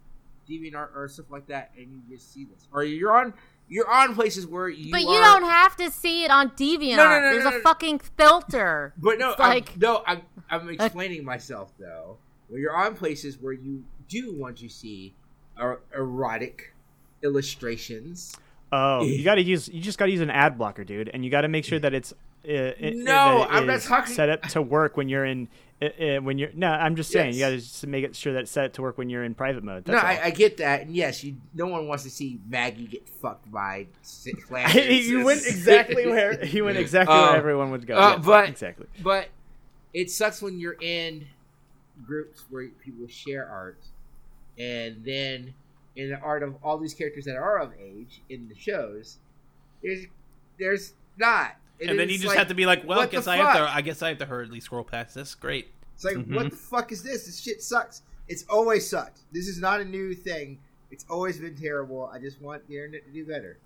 Speaker 3: DeviantArt or stuff like that, and you just see this, or you're on you're on places where you.
Speaker 1: but you
Speaker 3: are-
Speaker 1: don't have to see it on DeviantArt.
Speaker 3: No, no, no,
Speaker 1: There's
Speaker 3: no,
Speaker 1: a
Speaker 3: no.
Speaker 1: fucking filter.
Speaker 3: But no,
Speaker 1: It's
Speaker 3: I'm,
Speaker 1: like-
Speaker 3: no, I'm I'm explaining myself though. When you're on places where you do want to see er- erotic illustrations.
Speaker 5: [laughs] Oh, you got to use. You just got to use an ad blocker, dude, and you got to make sure that it's. Uh, i-
Speaker 3: No,
Speaker 5: that it
Speaker 3: I'm not
Speaker 5: is
Speaker 3: talking-
Speaker 5: Set up to work when you're in. Uh, uh, when you're no, I'm just saying
Speaker 3: Yes.
Speaker 5: you got to just make it sure that it's set up to work when you're in private mode.
Speaker 3: No,
Speaker 5: That's all.
Speaker 3: I, I get that, and yes, you, no one wants to see Maggie get fucked by.
Speaker 5: [laughs]
Speaker 3: Sa- Flanders.
Speaker 5: you went exactly
Speaker 3: [laughs]
Speaker 5: where you went exactly
Speaker 3: Um,
Speaker 5: where everyone would go.
Speaker 3: uh,
Speaker 5: Yes,
Speaker 3: but-
Speaker 5: exactly.
Speaker 3: But it sucks when you're in groups where people share art, and then in the art of all these characters that are of age in the shows, there's there's not.
Speaker 4: And then
Speaker 3: it's
Speaker 4: you just
Speaker 3: like-
Speaker 4: have to be like, well, I
Speaker 3: what the
Speaker 4: guess I have
Speaker 3: fuck?
Speaker 4: to. I guess I have to hurriedly scroll past this. Great.
Speaker 3: It's like, what the fuck is this? This shit sucks. It's always sucked. This is not a new thing. It's always been terrible. I just want the internet to do better.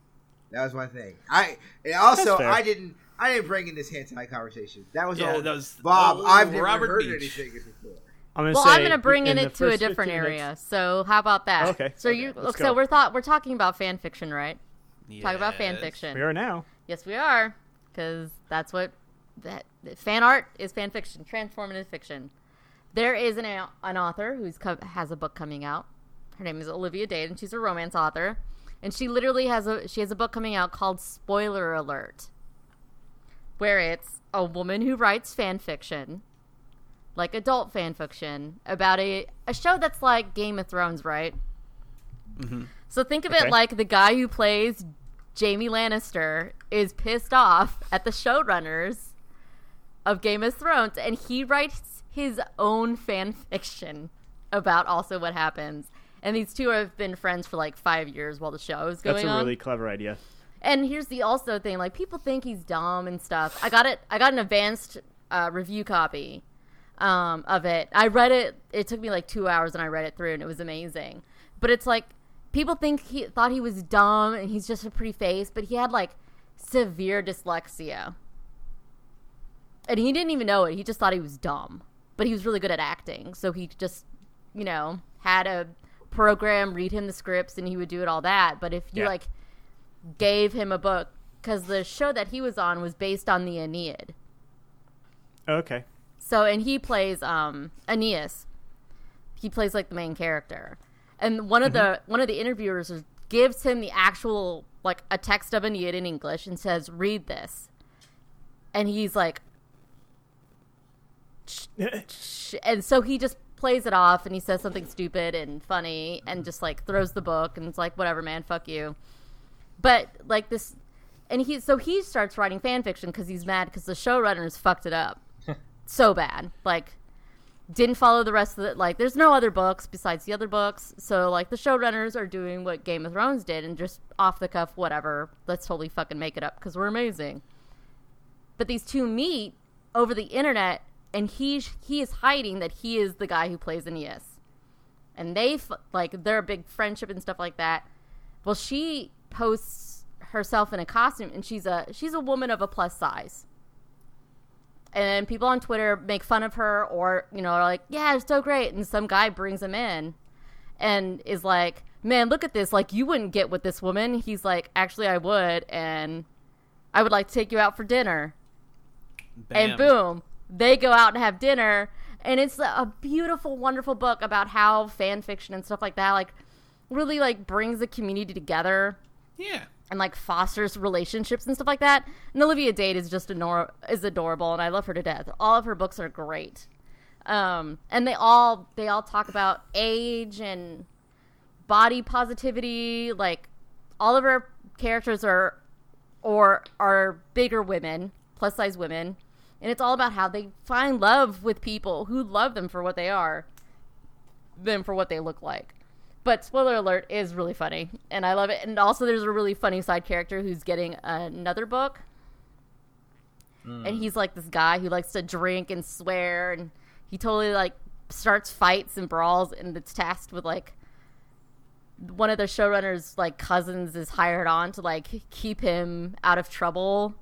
Speaker 3: That was my thing. I and also
Speaker 5: That's fair.
Speaker 3: I didn't I didn't bring in this hentai conversation. That was
Speaker 4: Yeah,
Speaker 3: all
Speaker 4: that was
Speaker 3: Bob.
Speaker 4: all
Speaker 3: I've never
Speaker 4: Robert
Speaker 3: heard
Speaker 4: Beach.
Speaker 3: anything before.
Speaker 5: I'm gonna
Speaker 1: Well,
Speaker 5: say
Speaker 1: I'm gonna bring in
Speaker 5: the
Speaker 1: it to a
Speaker 5: first
Speaker 1: different
Speaker 5: 15 minutes-
Speaker 1: area. So how about that?
Speaker 5: Okay.
Speaker 1: So you
Speaker 5: let's
Speaker 1: so
Speaker 5: go.
Speaker 1: we're thought we're talking about fan fiction, right? Talk about fan
Speaker 4: Yes.
Speaker 1: fiction.
Speaker 5: We are now.
Speaker 1: Yes, we are, because that's what that that fan art is. Fan fiction, transformative fiction. There is an au- an author who's co- has a book coming out. Her name is Olivia Dade, and she's a romance author. And she literally has a she has a book coming out called Spoiler Alert, where it's a woman who writes fan fiction, like adult fan fiction, about a a show that's like Game of Thrones, right? So think of
Speaker 5: Okay.
Speaker 1: it like the guy who plays Jamie Lannister is pissed off at the showrunners of Game of Thrones, and he writes his own fan fiction about also what happens. And these two have been friends for like five years while the show is going
Speaker 5: That's a
Speaker 1: on.
Speaker 5: really clever idea.
Speaker 1: And here's the also thing: like people think he's dumb and stuff. I got it. I got an advanced uh, review copy um, of it. I read it. It took me like two hours, and I read it through, and it was amazing. But it's like people think he thought he was dumb, and he's just a pretty face, but he had like severe dyslexia, and he didn't even know it. He just thought he was dumb, but he was really good at acting, so he just, you know, had a program read him the scripts, and he would do it all that. But if you
Speaker 2: Yeah.
Speaker 1: like gave him a book, because the show that he was on was based on the Aeneid.
Speaker 5: Okay.
Speaker 1: So and he plays um Aeneas. He plays like the main character. And one of the one of the interviewers is- gives him the actual like a text of Aeneid in English and says, "Read this." And he's like "Sh- sh-" and so he just plays it off and he says something stupid and funny and just like throws the book and it's like whatever man fuck you but like this and he so he starts writing fan fiction because he's mad because the showrunners fucked it up so bad. Like, didn't follow the rest of the like. There's no other books besides the other books, so like the showrunners are doing what Game of Thrones did and just off the cuff, whatever. Let's totally fucking make it up because we're amazing. But these two meet over the internet, and he he is hiding that he is the guy who plays Aeneas, and they f- like their big friendship and stuff like that. Well, she posts herself in a costume, and she's a she's a woman of a plus size and people on Twitter make fun of her or you know are like, "Yeah, it's so great," and some guy brings him in and is like, "Man, look at this! Like you wouldn't get with this woman." He's like, "Actually, I would, and I would like to take you out for dinner." And boom, they go out and have dinner, and it's a beautiful, wonderful book about how fan fiction and stuff like that, like, really like brings the community together
Speaker 4: Yeah.
Speaker 1: and like fosters relationships and stuff like that. And Olivia Dade is just ador- is adorable, and I love her to death. All of her books are great, um, and they all they all talk about age and body positivity. Like all of her characters are or are bigger women, plus size women, and it's all about how they find love with people who love them for what they are, them for what they look like. But spoiler alert is really funny, and I love it. And also, there's a really funny side character who's getting another book, and he's like this guy who likes to drink and swear, and he totally like starts fights and brawls, and it's tasked with like one of the showrunners like cousins is hired on to like keep him out of trouble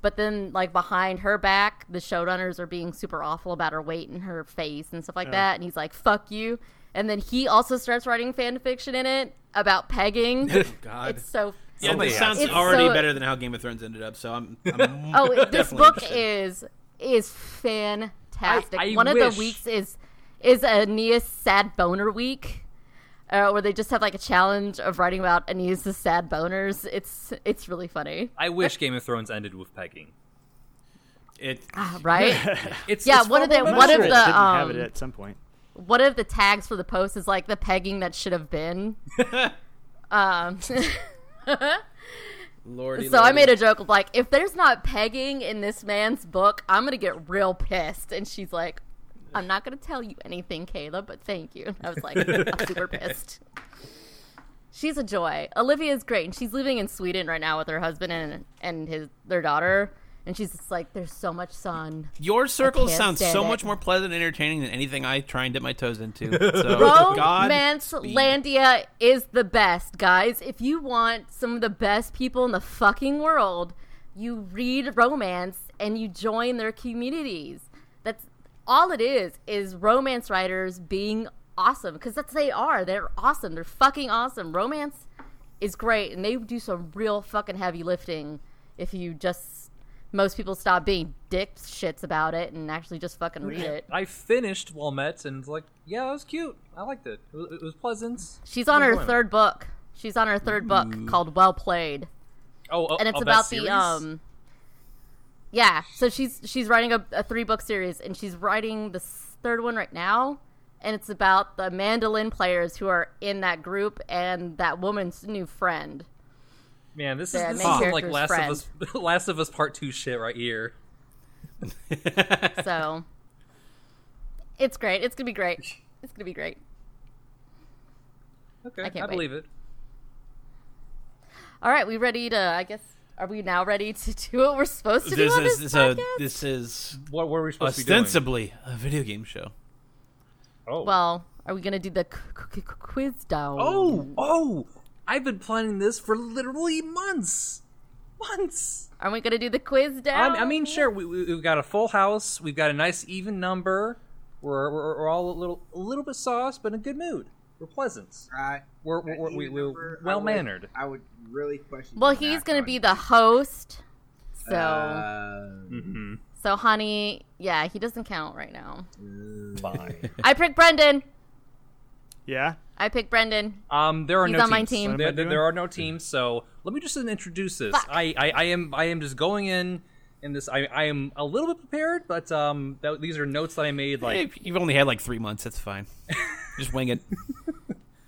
Speaker 1: but then like behind her back the showrunners are being super awful about her weight and her face and stuff like that and he's like fuck you and then he also starts writing fan fiction in it about pegging
Speaker 4: Oh, God.
Speaker 1: it's so
Speaker 4: yeah,
Speaker 2: Somebody
Speaker 4: this
Speaker 2: has
Speaker 4: sounds
Speaker 1: to. It's
Speaker 4: already
Speaker 1: so-
Speaker 4: better than how Game of Thrones ended up. So I'm.
Speaker 1: [laughs]
Speaker 4: I'm
Speaker 1: oh it- this
Speaker 4: definitely
Speaker 1: book
Speaker 4: interested.
Speaker 1: is is fantastic
Speaker 2: I- I
Speaker 1: one of
Speaker 2: wish-
Speaker 1: the weeks is is aeneas sad boner week uh, where they just have like a challenge of writing about aeneas' sad boners it's it's really funny
Speaker 2: I wish Game of Thrones ended with pegging.
Speaker 4: It,
Speaker 1: right
Speaker 2: It's
Speaker 1: Yeah,
Speaker 2: it's
Speaker 1: one of the-
Speaker 2: horrible.
Speaker 5: I'm
Speaker 1: What
Speaker 5: sure
Speaker 1: if
Speaker 5: it
Speaker 1: the,
Speaker 5: didn't have
Speaker 1: um,
Speaker 5: it at some point?
Speaker 1: one of the tags for the post is like the pegging that should have been um
Speaker 4: Lordy,
Speaker 1: so i
Speaker 4: lordy.
Speaker 1: made a joke of like if there's not pegging in this man's book i'm gonna get real pissed and she's like i'm not gonna tell you anything kayla but thank you i was like i'm super pissed she's a joy olivia's great and she's living in sweden right now with her husband and and his their daughter and she's just like there's so much sun
Speaker 4: Your circle
Speaker 1: can't
Speaker 4: sounds
Speaker 1: stand
Speaker 4: so
Speaker 1: it.
Speaker 4: much more pleasant and entertaining than anything I try and dip my toes into. So, God,
Speaker 1: Romance
Speaker 4: speed.
Speaker 1: Landia is the best, guys. If you want some of the best people in the fucking world, you read romance and you join their communities. That's all it is is romance writers being awesome because that's they are. They're awesome. They're fucking awesome. Romance is great and they do some real fucking heavy lifting if you just most people stop being dick shits about it and actually just fucking read it.
Speaker 2: I finished Walmets and was like, yeah, that was cute. I liked it. It was, it was pleasant.
Speaker 1: She's on her
Speaker 2: Enjoyment.
Speaker 1: third book. She's on her third book called Well Played,
Speaker 2: Oh, oh,
Speaker 1: and it's
Speaker 2: of that
Speaker 1: about
Speaker 2: series?
Speaker 1: the um. Yeah, so she's she's writing a, a three book series, and she's writing the s- third one right now, and it's about the mandolin players who are in that group and that woman's new friend.
Speaker 2: man. This is,
Speaker 1: the
Speaker 2: this is
Speaker 1: main
Speaker 2: some, like
Speaker 1: character's
Speaker 2: Last
Speaker 1: friend.
Speaker 2: of Us, [laughs] Last of Us Part Two shit right here.
Speaker 1: [laughs] So it's great. It's gonna be great. It's gonna be great.
Speaker 2: Okay,
Speaker 1: I can't wait.
Speaker 2: believe it.
Speaker 1: All right, we ready to? I guess Are we now ready to do what we're supposed to do
Speaker 4: This
Speaker 1: on this,
Speaker 4: is, so
Speaker 1: podcast?
Speaker 4: this is
Speaker 2: What were we supposed to be
Speaker 4: ostensibly a video game show.
Speaker 2: doing? Oh.
Speaker 1: Well, are we gonna do the q- q- q- quiz down?
Speaker 2: oh, oh! I've been planning this for literally months, months. Um,
Speaker 1: are we gonna do the quiz down?
Speaker 2: I, I mean, sure, we, we, we've got a full house. We've got a nice even number. We're, we're, we're all a little a little bit sauce, but in a good mood. We're pleasant.
Speaker 3: Uh,
Speaker 2: We're, we're, we, we're well mannered.
Speaker 3: I would really question.
Speaker 1: Well,
Speaker 3: you on
Speaker 1: he's
Speaker 3: that
Speaker 1: gonna
Speaker 3: one.
Speaker 1: be the host, so
Speaker 3: Uh,
Speaker 2: Mm-hmm.
Speaker 1: so honey, yeah, he doesn't count right now.
Speaker 2: Fine.
Speaker 1: I pick Brendan.
Speaker 5: Yeah.
Speaker 1: I pick Brendan.
Speaker 2: um, there are
Speaker 1: He's
Speaker 2: no
Speaker 1: on my
Speaker 2: teams.
Speaker 1: team. What am
Speaker 2: There,
Speaker 5: I doing?
Speaker 2: there are no teams. So let me just introduce this.
Speaker 1: Fuck.
Speaker 2: I, I, I am I am just going in in this. I, I am a little bit prepared, but um, that, these are notes that I made like
Speaker 4: Hey, You've only had like three months. That's fine. Just wing it.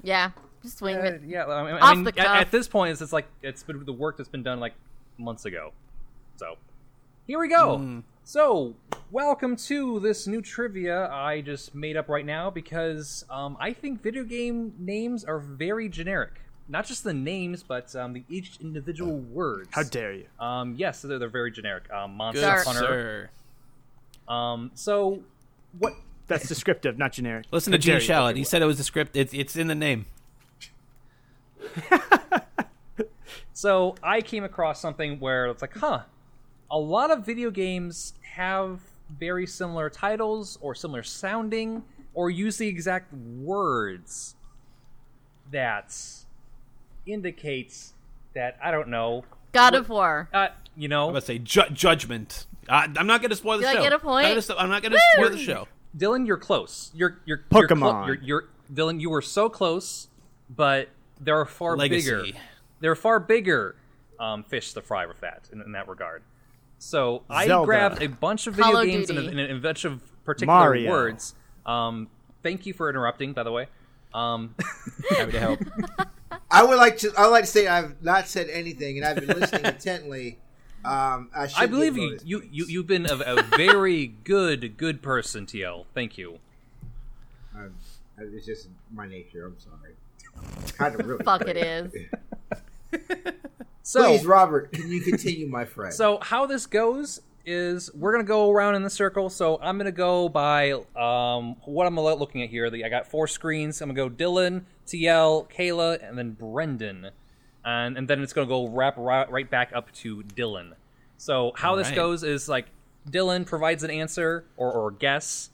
Speaker 1: Yeah, just wing
Speaker 2: Uh,
Speaker 1: it.
Speaker 2: yeah, I mean, I
Speaker 1: Off
Speaker 2: mean,
Speaker 1: the
Speaker 2: at,
Speaker 1: cuff.
Speaker 2: at this point, it's, it's like it's been the work that's been done like months ago. So here we go. So welcome to this new trivia I just made up right now because um, I think video game names are very generic. Not just the names, but um, the each individual words.
Speaker 5: How dare you?
Speaker 2: Um, yes, they're, they're very generic. Um, Monster
Speaker 4: Good
Speaker 1: Sir.
Speaker 2: Hunter.
Speaker 4: sir.
Speaker 2: Um, so what?
Speaker 5: That's descriptive, not generic.
Speaker 4: Listen to
Speaker 5: How dare
Speaker 4: Gene
Speaker 5: you.
Speaker 4: Shalit. He said it was a script. It's it's in the name.
Speaker 2: So I came across something where it's like, huh, a lot of video games have very similar titles or similar sounding or use the exact words that indicates that I don't know.
Speaker 1: God of War.
Speaker 2: Uh, you
Speaker 4: I'm
Speaker 2: know,
Speaker 4: gonna say ju- judgment. I, I'm not gonna spoil the
Speaker 1: Do I
Speaker 4: show.
Speaker 1: get a point?
Speaker 4: I'm not gonna sto- I'm not gonna spoil the show.
Speaker 2: Dylan, you're close. You're you're you're clo-
Speaker 5: Pokemon.
Speaker 2: You're, you're, Dylan. You were so close, but there are far
Speaker 4: Legacy. [laughs]
Speaker 2: bigger. There are far bigger um, fish to fry with that in, in that regard. So I
Speaker 5: Zelda.
Speaker 2: grabbed a bunch of video
Speaker 1: Call of
Speaker 2: games and a,
Speaker 1: Duty.
Speaker 2: and a- and a bunch of particular
Speaker 5: Mario.
Speaker 2: words. Um, thank you for interrupting, by the way.
Speaker 5: [laughs]
Speaker 2: Um,
Speaker 4: Happy to help.
Speaker 3: I would like to. I would like to say I've not said anything, and I've been listening intently. Um, I, should
Speaker 2: I
Speaker 3: get
Speaker 2: believe you,
Speaker 3: bonus
Speaker 2: you.
Speaker 3: points.
Speaker 2: You you've been a, a
Speaker 5: [laughs]
Speaker 2: very good good person, TL. Thank you.
Speaker 3: Um, it's just my nature. I'm sorry. Kind
Speaker 2: [laughs]
Speaker 3: of really.
Speaker 1: Fuck it is.
Speaker 2: So
Speaker 3: Please, Robert, can you continue, my friend?
Speaker 2: So how this goes is we're gonna go around in the circle. So I'm gonna go by um, what I'm lo- looking at here. The, I got four screens. I'm gonna go Dylan, TL, Kayla, and then Brendan, and and then it's gonna go wrap right, right back up to Dylan. So how this
Speaker 4: Alright.
Speaker 2: goes is like Dylan provides an answer or or guess,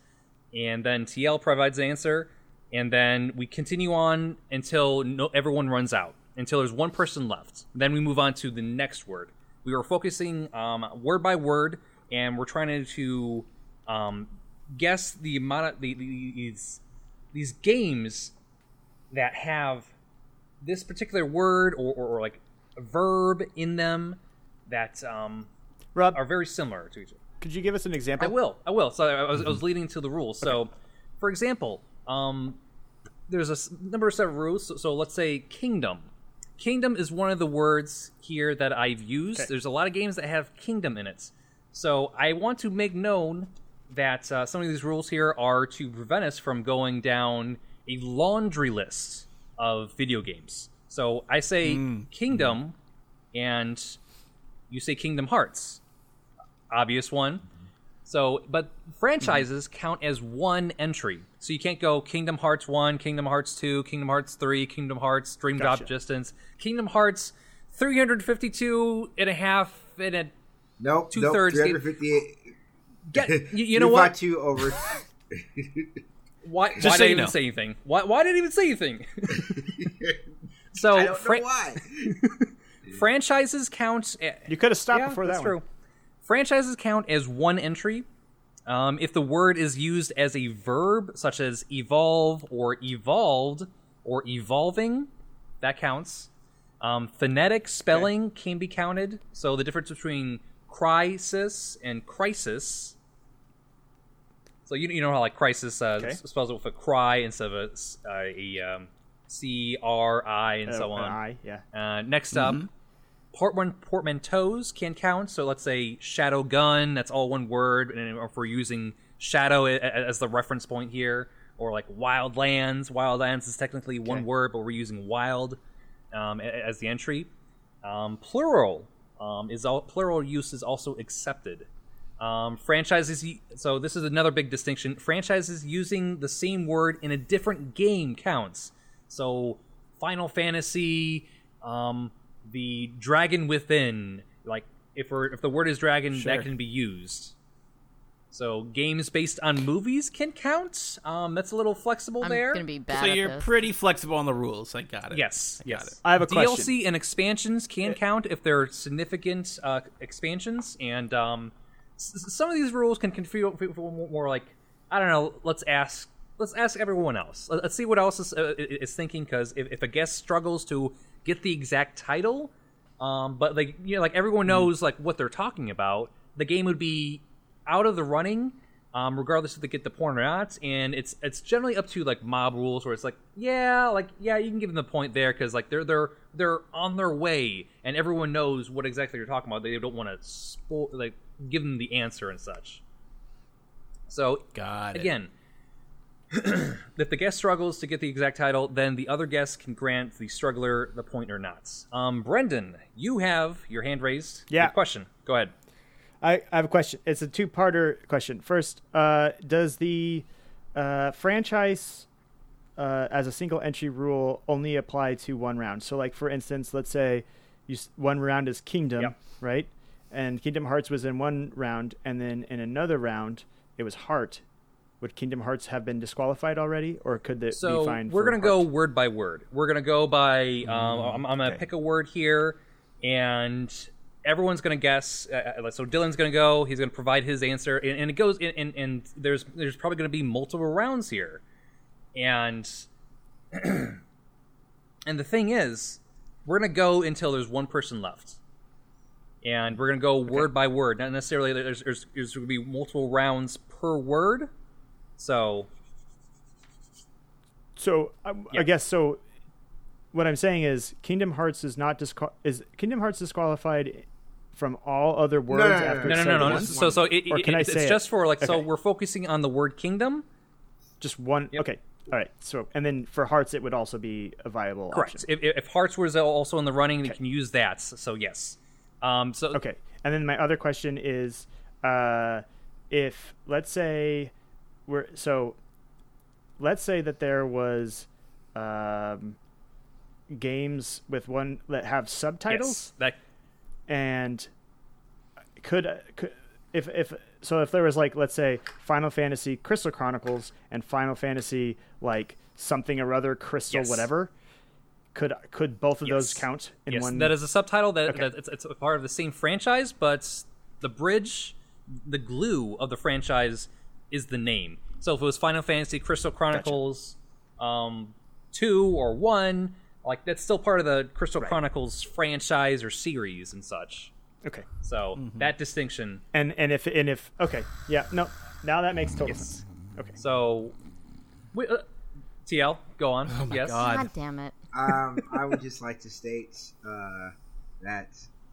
Speaker 2: and then TL provides an answer, and then we continue on until no, everyone runs out, until there's one person left. Then we move on to the next word. We are focusing um, word by word, and we're trying to um, guess the amount of the, the- these these games that have this particular word or, or, or like a verb in them that um,
Speaker 5: Rob,
Speaker 2: are very similar to each other.
Speaker 5: could you give us an
Speaker 2: I
Speaker 5: example?
Speaker 2: will. I will. So I was, I was leading to the rules. So, for example, um, there's a s- number of set of rules. So, so let's say kingdom. Kingdom is one of the words here that I've used. There's a lot of games that have kingdom in it. So I want to make known that uh, some of these rules here are to prevent us from going down a laundry list of video games. So I say kingdom, and you say Kingdom Hearts. Obvious one. So, but franchises count as one entry. So you can't go Kingdom Hearts 1, Kingdom Hearts 2, Kingdom Hearts 3, Kingdom Hearts Dream Drop Distance, Kingdom Hearts 352 and a half and a
Speaker 3: nope. Two
Speaker 2: two-thirds
Speaker 3: thirds.
Speaker 2: game-
Speaker 3: Three hundred fifty-eight. [laughs]
Speaker 2: get you, you know what? Oh,
Speaker 3: Two
Speaker 2: [laughs]
Speaker 3: over.
Speaker 2: Why, why
Speaker 4: so
Speaker 2: did I
Speaker 4: you
Speaker 2: even
Speaker 4: know.
Speaker 2: say anything? Why, why did I even say anything? so
Speaker 3: I don't
Speaker 2: fran- [laughs]
Speaker 3: know why.
Speaker 2: franchises count a-
Speaker 5: You could have stopped
Speaker 2: yeah,
Speaker 5: before
Speaker 2: that's
Speaker 5: that
Speaker 2: true.
Speaker 5: one.
Speaker 2: Franchises count as one entry. Um, if the word is used as a verb, such as evolve or evolved or evolving, that counts. Um, phonetic spelling can be counted. So the difference between crisis and crisis. So you, you know how like crisis uh,
Speaker 5: Okay.
Speaker 2: s- spells it with a cry instead of a, s- uh, a um, C R I and so
Speaker 5: Uh,
Speaker 2: on.
Speaker 5: an I, yeah.
Speaker 2: Uh, next up, portman- portmanteaus can count. So let's say shadow gun. That's all one word. And if we're using shadow a- a- as the reference point here, or like wildlands. Wildlands is technically one
Speaker 5: Okay.
Speaker 2: word, but we're using wild um, a- as the entry. Um, plural um, is all plural use is also accepted. Um, franchises. y- So this is another big distinction. Franchises using the same word in a different game counts. So Final Fantasy, um, the Dragon Within. Like if we're, if the word is dragon,
Speaker 4: Sure.
Speaker 2: that can be used. So games based on movies can count. Um, that's a little flexible
Speaker 1: I'm
Speaker 2: there.
Speaker 1: gonna be bad.
Speaker 4: So
Speaker 1: at
Speaker 4: you're
Speaker 1: this.
Speaker 4: pretty flexible on the rules. I got it.
Speaker 2: Yes,
Speaker 4: I got
Speaker 2: yes.
Speaker 4: it. Uh,
Speaker 5: I have a
Speaker 2: DLC
Speaker 5: question.
Speaker 2: and expansions can count if they're significant uh, expansions, and um, s- s- some of these rules can feel feel more like I don't know. Let's ask. Let's ask everyone else. Let- Let's see what else is, uh, i- is thinking. Because if, if a guest struggles to get the exact title, um, but like you know, like
Speaker 4: Hmm.
Speaker 2: everyone knows like what they're talking about, the game would be out of the running, um, regardless if they get the point or not. And it's it's generally up to like mob rules where it's like, yeah, like yeah, you can give them the point there because like they're they're they're on their way, and everyone knows what exactly you're talking about. They don't want to spoil like give them the answer and such. So
Speaker 4: Got it.
Speaker 2: again. [clears throat] if the guest struggles to get the exact title, then the other guest can grant the struggler the point or not. Um, Brendan, you have your hand raised.
Speaker 5: Yeah.
Speaker 2: Good question. Go ahead.
Speaker 5: I, I have a question. It's a two-parter question. First, uh, does the uh, franchise uh, as a single entry rule only apply to one round? So, like for instance, let's say you s- one round is Kingdom,
Speaker 2: Yep.
Speaker 5: right? And Kingdom Hearts was in one round, and then in another round it was Heart. Would Kingdom Hearts have been disqualified already, or could that
Speaker 2: so
Speaker 5: be fine?
Speaker 2: we're
Speaker 5: for
Speaker 2: gonna go
Speaker 5: Heart?
Speaker 2: word by word we're gonna go by um, I'm, I'm gonna
Speaker 5: okay.
Speaker 2: pick a word here and everyone's gonna guess uh, uh, so dylan's gonna go he's gonna provide his answer and, and it goes and, and, and there's there's probably gonna be multiple rounds here and [clears throat] and the thing is we're gonna go until there's one person left and we're gonna go word by word not necessarily there's there's, there's gonna be multiple rounds per word so
Speaker 5: So I, I
Speaker 2: Yeah.
Speaker 5: guess so. What I'm saying is, Kingdom Hearts is not disqual is Kingdom Hearts disqualified from all other words
Speaker 3: no, no,
Speaker 5: after
Speaker 3: no,
Speaker 2: no,
Speaker 5: it
Speaker 2: no,
Speaker 5: said
Speaker 2: no, no.
Speaker 5: once?
Speaker 2: So, so it,
Speaker 5: Or
Speaker 2: it-
Speaker 5: can I
Speaker 2: it's,
Speaker 5: say
Speaker 2: it's
Speaker 5: it?
Speaker 2: just for like. So
Speaker 5: Okay.
Speaker 2: we're focusing on the word kingdom.
Speaker 5: Just one. Okay. All right. So, and then for hearts, it would also be a viable
Speaker 2: Correct.
Speaker 5: option.
Speaker 2: If, if if hearts was also in the running, we can use that. So yes. Um. So
Speaker 5: Okay. And then my other question is, uh, if let's say we're so, let's say that there was um, games with one that have subtitles.
Speaker 2: yes, that
Speaker 5: and could, could if if so if there was like let's say Final Fantasy Crystal Chronicles and Final Fantasy like something or other Crystal
Speaker 2: Yes.
Speaker 5: whatever could could both of those
Speaker 2: Yes.
Speaker 5: count in
Speaker 2: yes,
Speaker 5: one
Speaker 2: that is a subtitle. That,
Speaker 5: Okay.
Speaker 2: that it's, it's a part of the same franchise, but the bridge, the glue of the franchise, is the name. So if it was Final Fantasy Crystal Chronicles, um, two or one, like that's still part of the Crystal Chronicles franchise or series and such.
Speaker 5: okay
Speaker 2: So
Speaker 5: Mm-hmm.
Speaker 2: that distinction
Speaker 5: and and if and if okay yeah no now that makes total sense okay
Speaker 2: So, we, uh, TL, go on. yes.
Speaker 4: Oh God.
Speaker 1: God damn it.
Speaker 3: um, I would just like to state uh, that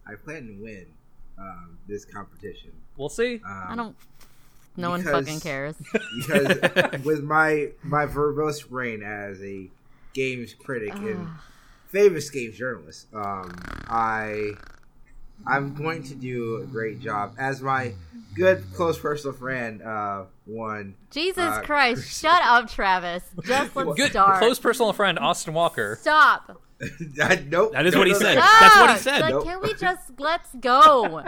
Speaker 3: I plan to win um, this competition.
Speaker 2: We'll see.
Speaker 1: I don't. No one
Speaker 3: Um, because-
Speaker 1: fucking cares.
Speaker 2: [laughs]
Speaker 3: because with my my verbose brain as a games critic and
Speaker 2: Ah.
Speaker 3: famous games journalist, um, I I'm going to do a great job as my good close personal friend uh, one. [laughs]
Speaker 1: Jesus
Speaker 3: Uh,
Speaker 1: Christ! Shut up, Travis. Just let's
Speaker 2: Good,
Speaker 1: start.
Speaker 2: close personal friend Austin Walker.
Speaker 1: Stop.
Speaker 3: nope,
Speaker 4: That is
Speaker 3: no,
Speaker 4: what he
Speaker 3: no, no.
Speaker 4: said.
Speaker 1: Stop.
Speaker 4: That's what he said.
Speaker 1: Like,
Speaker 3: Nope.
Speaker 1: Can we just let's go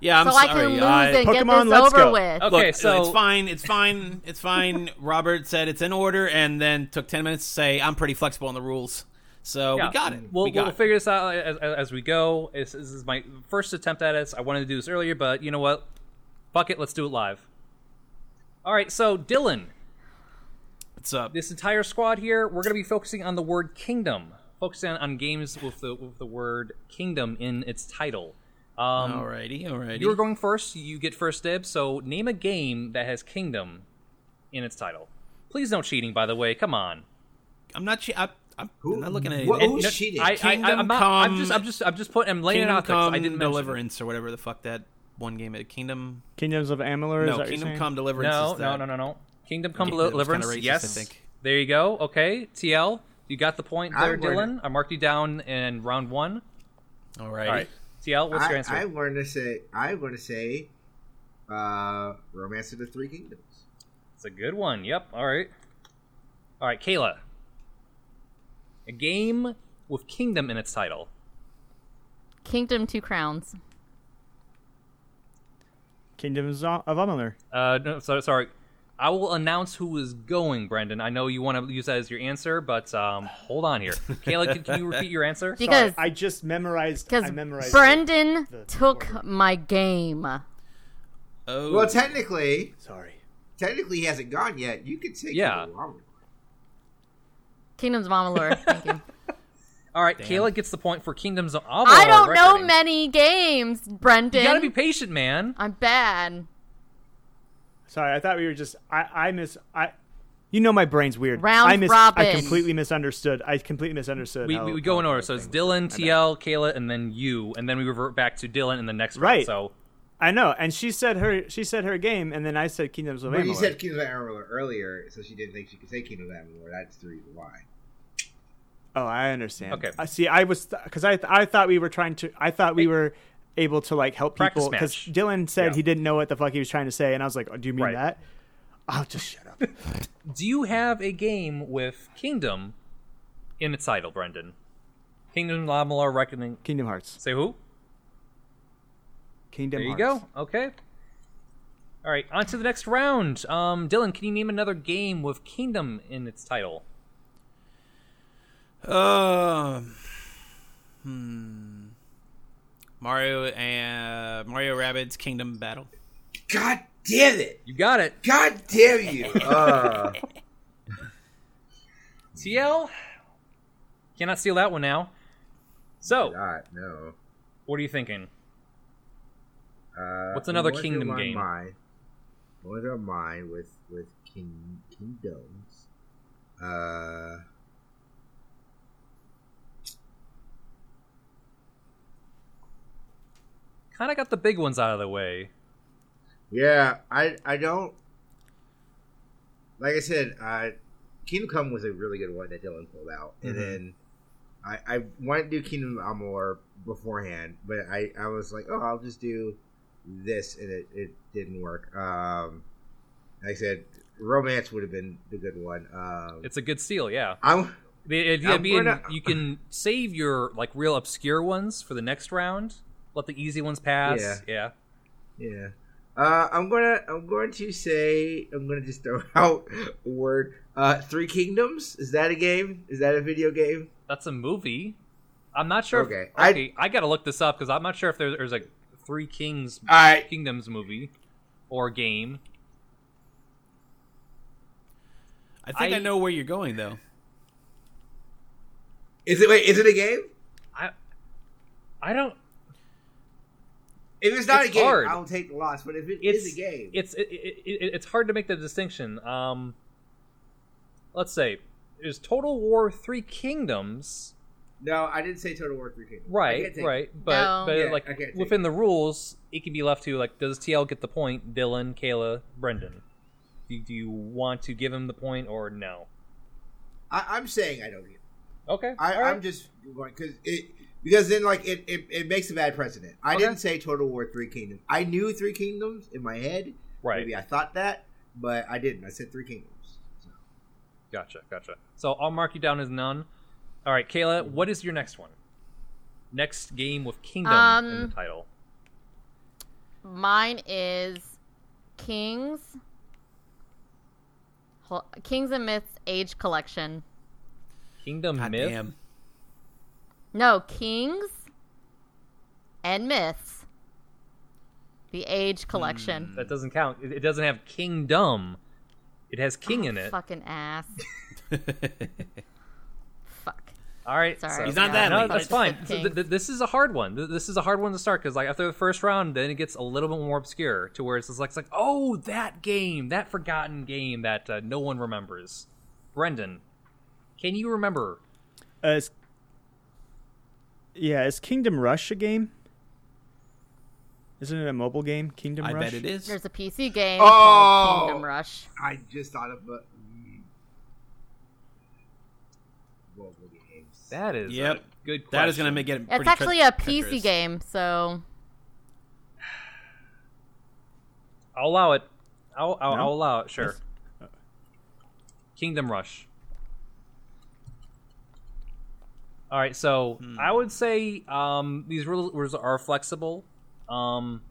Speaker 4: Yeah, I'm
Speaker 1: so
Speaker 4: sorry.
Speaker 1: I can lose
Speaker 4: I-
Speaker 1: and get
Speaker 5: Pokemon,
Speaker 1: this
Speaker 5: let's
Speaker 1: over
Speaker 5: go.
Speaker 1: with?
Speaker 2: Okay,
Speaker 4: Look,
Speaker 2: so
Speaker 4: it's fine. It's fine. It's fine. Robert said it's in order, and then took ten minutes to say I'm pretty flexible on the rules. So
Speaker 2: yeah,
Speaker 4: we got it.
Speaker 2: We'll,
Speaker 4: we got
Speaker 2: we'll
Speaker 4: it.
Speaker 2: figure this out as, as, as we go. This, this is my first attempt at it. I wanted to do this earlier, but you know what? Fuck it. Let's do it live. All right. So, Dylan,
Speaker 4: What's up?
Speaker 2: this entire squad here, we're going to be focusing on the word kingdom, focusing on, on games with the with the word kingdom in its title. Um,
Speaker 4: Alrighty, alrighty.
Speaker 2: You were going first. You get first dibs. So name a game that has "Kingdom" in its title. Please no cheating, by the way. Come on.
Speaker 4: I'm not. Che- I, I'm
Speaker 3: Who-
Speaker 4: not looking at
Speaker 3: wha-
Speaker 4: anything.
Speaker 3: who's
Speaker 2: No,
Speaker 3: cheating?
Speaker 2: I, I, I,
Speaker 4: Kingdom
Speaker 2: am not, I'm
Speaker 4: Come-
Speaker 2: just, I'm just, I'm just putting. I'm laying
Speaker 4: Kingdom
Speaker 2: it out there. 'cause I
Speaker 4: Come
Speaker 2: didn't mention it.
Speaker 4: Deliverance or whatever the fuck that one game is. Kingdom.
Speaker 5: Kingdoms of Amalur
Speaker 4: No,
Speaker 5: is that what you're
Speaker 4: Kingdom
Speaker 5: saying?
Speaker 4: Come Deliverance.
Speaker 2: No,
Speaker 4: is
Speaker 2: no,
Speaker 4: that.
Speaker 2: no, no, no. Kingdom Come
Speaker 4: Yeah, that was
Speaker 2: Deliverance.
Speaker 4: kinda racist,
Speaker 2: yes.
Speaker 4: I think.
Speaker 2: There you go. Okay, TL, you got the point
Speaker 3: I'm
Speaker 2: there,
Speaker 3: going to-
Speaker 2: Dylan. I marked you down in round one.
Speaker 4: Alrighty.
Speaker 2: All right, TL, what's your
Speaker 3: I,
Speaker 2: answer?
Speaker 3: I'm going to say. I'm going to say. Uh, Romance of the Three Kingdoms.
Speaker 2: It's a good one. Yep. All right. All right, Kayla. A game with kingdom in its title.
Speaker 1: Kingdom Two Crowns.
Speaker 5: Kingdoms of Amalur.
Speaker 2: Uh, no, so, sorry. I will announce who is going, Brendan. I know you want to use that as your answer, but um, hold on here. Kayla, can, can you repeat your answer?
Speaker 1: Because
Speaker 5: I just memorized. I
Speaker 1: because
Speaker 5: memorized. it.
Speaker 1: Brendan
Speaker 5: the- the
Speaker 1: took my game.
Speaker 4: Oh,
Speaker 3: Well, technically,
Speaker 5: Sorry.
Speaker 3: technically he hasn't gone yet. You could say
Speaker 2: Yeah.
Speaker 3: Kingdom of Amalur.
Speaker 1: Kingdoms of Amalur. Thank you.
Speaker 2: All right, Kayla gets the point for Kingdoms of Amalur.
Speaker 1: I don't know
Speaker 2: recording.
Speaker 1: many games, Brendan.
Speaker 2: You gotta be patient, man.
Speaker 1: I'm bad.
Speaker 5: Sorry. I thought we were just. I. I miss. I. You know my brain's weird.
Speaker 1: Round
Speaker 5: I mis- I
Speaker 1: robin.
Speaker 5: completely misunderstood. I completely misunderstood.
Speaker 2: We,
Speaker 5: how-
Speaker 2: we, we go in
Speaker 5: how
Speaker 2: order,
Speaker 5: that
Speaker 2: so it's
Speaker 5: thing-
Speaker 2: Dylan, TL, Kayla, and then you, and then we revert back to Dylan in the next round.
Speaker 5: Right.
Speaker 2: So
Speaker 5: I know, and she said her. She said her game, and then I said Kingdoms of
Speaker 3: But you
Speaker 5: Amalur.
Speaker 3: said Kingdom of Amalur earlier, so she didn't think she could say Kingdom of Amalur. That's the reason why.
Speaker 5: oh, I understand.
Speaker 2: Okay.
Speaker 5: I see. I was because I. I thought we were trying to. I thought we were able to like help
Speaker 2: Practice
Speaker 5: people because
Speaker 2: match.
Speaker 5: Dylan said
Speaker 2: Yeah.
Speaker 5: he didn't know what the fuck he was trying to say, and I was like, oh, "Do you mean
Speaker 2: Right.
Speaker 5: that?" I'll just
Speaker 2: [laughs]
Speaker 5: shut up.
Speaker 2: Do you have a game with Kingdom in its title, Brendan? Kingdom Lamalor Reckoning.
Speaker 5: Kingdom Hearts.
Speaker 2: Say who?
Speaker 5: Kingdom.
Speaker 2: There you
Speaker 5: Hearts.
Speaker 2: go. Okay. All right, on to the next round. Um, Dylan, can you name another game with Kingdom in its title?
Speaker 4: Uh, hmm. Mario and Mario Rabbids Kingdom Battle.
Speaker 3: God damn it!
Speaker 2: You got it.
Speaker 3: God damn [laughs] you! Uh,
Speaker 2: TL cannot steal that one now. So,
Speaker 3: God no.
Speaker 2: what are you thinking?
Speaker 3: Uh,
Speaker 2: What's another
Speaker 3: I wonder
Speaker 2: kingdom
Speaker 3: why
Speaker 2: game?
Speaker 3: Mine, I wonder why mine with with king kingdoms. Uh,
Speaker 2: Kind of got the big ones out of the way.
Speaker 3: yeah, I I don't. Like I said, uh, Kingdom Come was a really good one that Dylan pulled out, and then I I wanted to do Kingdom of Amalur beforehand, but I I was like, oh, I'll just do this, and it it didn't work. Um, like I said, romance would have been the good one. Um,
Speaker 2: It's a good steal, yeah.
Speaker 3: I'm.
Speaker 2: The idea
Speaker 3: I'm
Speaker 2: being
Speaker 3: gonna-
Speaker 2: you can save your like real obscure ones for the next round. Let the easy ones pass.
Speaker 3: Yeah.
Speaker 2: yeah.
Speaker 3: Yeah. Uh, I'm gonna I'm going to say I'm gonna just throw [laughs] out a word. Uh, Three Kingdoms is that a game? Is that a video game?
Speaker 2: That's a movie. I'm not sure.
Speaker 3: Okay,
Speaker 2: If,
Speaker 3: I-
Speaker 2: okay, I, gotta look this up because I'm not sure if there, there's a Three Kings
Speaker 3: All right,
Speaker 2: Kingdoms movie or game.
Speaker 4: I think I,
Speaker 2: I-
Speaker 4: know where you're going though.
Speaker 3: is it wait? Is it a game?
Speaker 2: I I don't.
Speaker 3: If it's not
Speaker 2: It's
Speaker 3: a game,
Speaker 2: hard.
Speaker 3: I will take the loss. But if it
Speaker 2: It's
Speaker 3: is a game,
Speaker 2: It's it, it, it, it's hard to make the distinction. Um, let's say there's Total War Three Kingdoms.
Speaker 3: no, I didn't say Total War Three Kingdoms. I
Speaker 2: Right,
Speaker 3: can't take-
Speaker 2: right, but
Speaker 1: No.
Speaker 2: but
Speaker 3: Yeah, I
Speaker 2: like
Speaker 3: can't take
Speaker 2: within the rules, it can be left to like, does TL get the point? Dylan, Kayla, Brendan, do, do you want to give him the point or no?
Speaker 3: I, I'm saying I don't. Get it.
Speaker 2: Okay,
Speaker 3: I,
Speaker 2: all right.
Speaker 3: I'm just going because it because then like it, it, it makes a bad precedent. I
Speaker 2: Okay.
Speaker 3: didn't say Total War Three Kingdoms. I knew Three Kingdoms in my head.
Speaker 2: right.
Speaker 3: Maybe I thought that, but I didn't. I said Three Kingdoms. So.
Speaker 2: Gotcha, gotcha. So I'll mark you down as none. All right, Kayla, what is your next one? Next game with Kingdom in the
Speaker 1: Um,
Speaker 2: title.
Speaker 1: Mine is Kings. Hol- Kings and Myths Age Collection.
Speaker 2: Kingdom
Speaker 4: God
Speaker 2: Myth.
Speaker 4: damn.
Speaker 1: No, Kings and Myths. The Age Collection.
Speaker 2: That doesn't count. It, it doesn't have Kingdom. It has King
Speaker 1: Oh,
Speaker 2: in it.
Speaker 1: Fucking ass. Fuck.
Speaker 2: All right.
Speaker 1: Sorry.
Speaker 2: so-
Speaker 1: He's
Speaker 4: not that
Speaker 2: No,
Speaker 4: late.
Speaker 2: that's
Speaker 4: Just
Speaker 2: fine.
Speaker 1: put
Speaker 2: So
Speaker 1: King.
Speaker 2: th- th- this is a hard one. Th- This is a hard one to start because, like, after the first round, then it gets a little bit more obscure to where it's just like, it's like, oh, that game, that forgotten game that uh, no one remembers. Brendan, can you remember?
Speaker 5: Uh, is, yeah, is Kingdom Rush a game? Isn't it a mobile game?
Speaker 4: [laughs]
Speaker 5: Kingdom
Speaker 4: I
Speaker 5: Rush.
Speaker 4: bet it is.
Speaker 1: There's a PC game
Speaker 3: Oh!
Speaker 1: called Kingdom Rush.
Speaker 3: I just thought of uh, mm, mobile games.
Speaker 2: That is
Speaker 4: Yep.
Speaker 2: a good. Question.
Speaker 4: That is going to make it.
Speaker 1: It's
Speaker 4: pretty
Speaker 1: actually
Speaker 4: tre-
Speaker 1: a PC
Speaker 4: treacherous.
Speaker 1: game, so
Speaker 2: I'll allow it. I'll I'll,
Speaker 5: No?
Speaker 2: I'll allow it. Sure. Uh, Kingdom Rush. All right, so
Speaker 4: Hmm.
Speaker 2: I would say um, these rules, rules are flexible, um,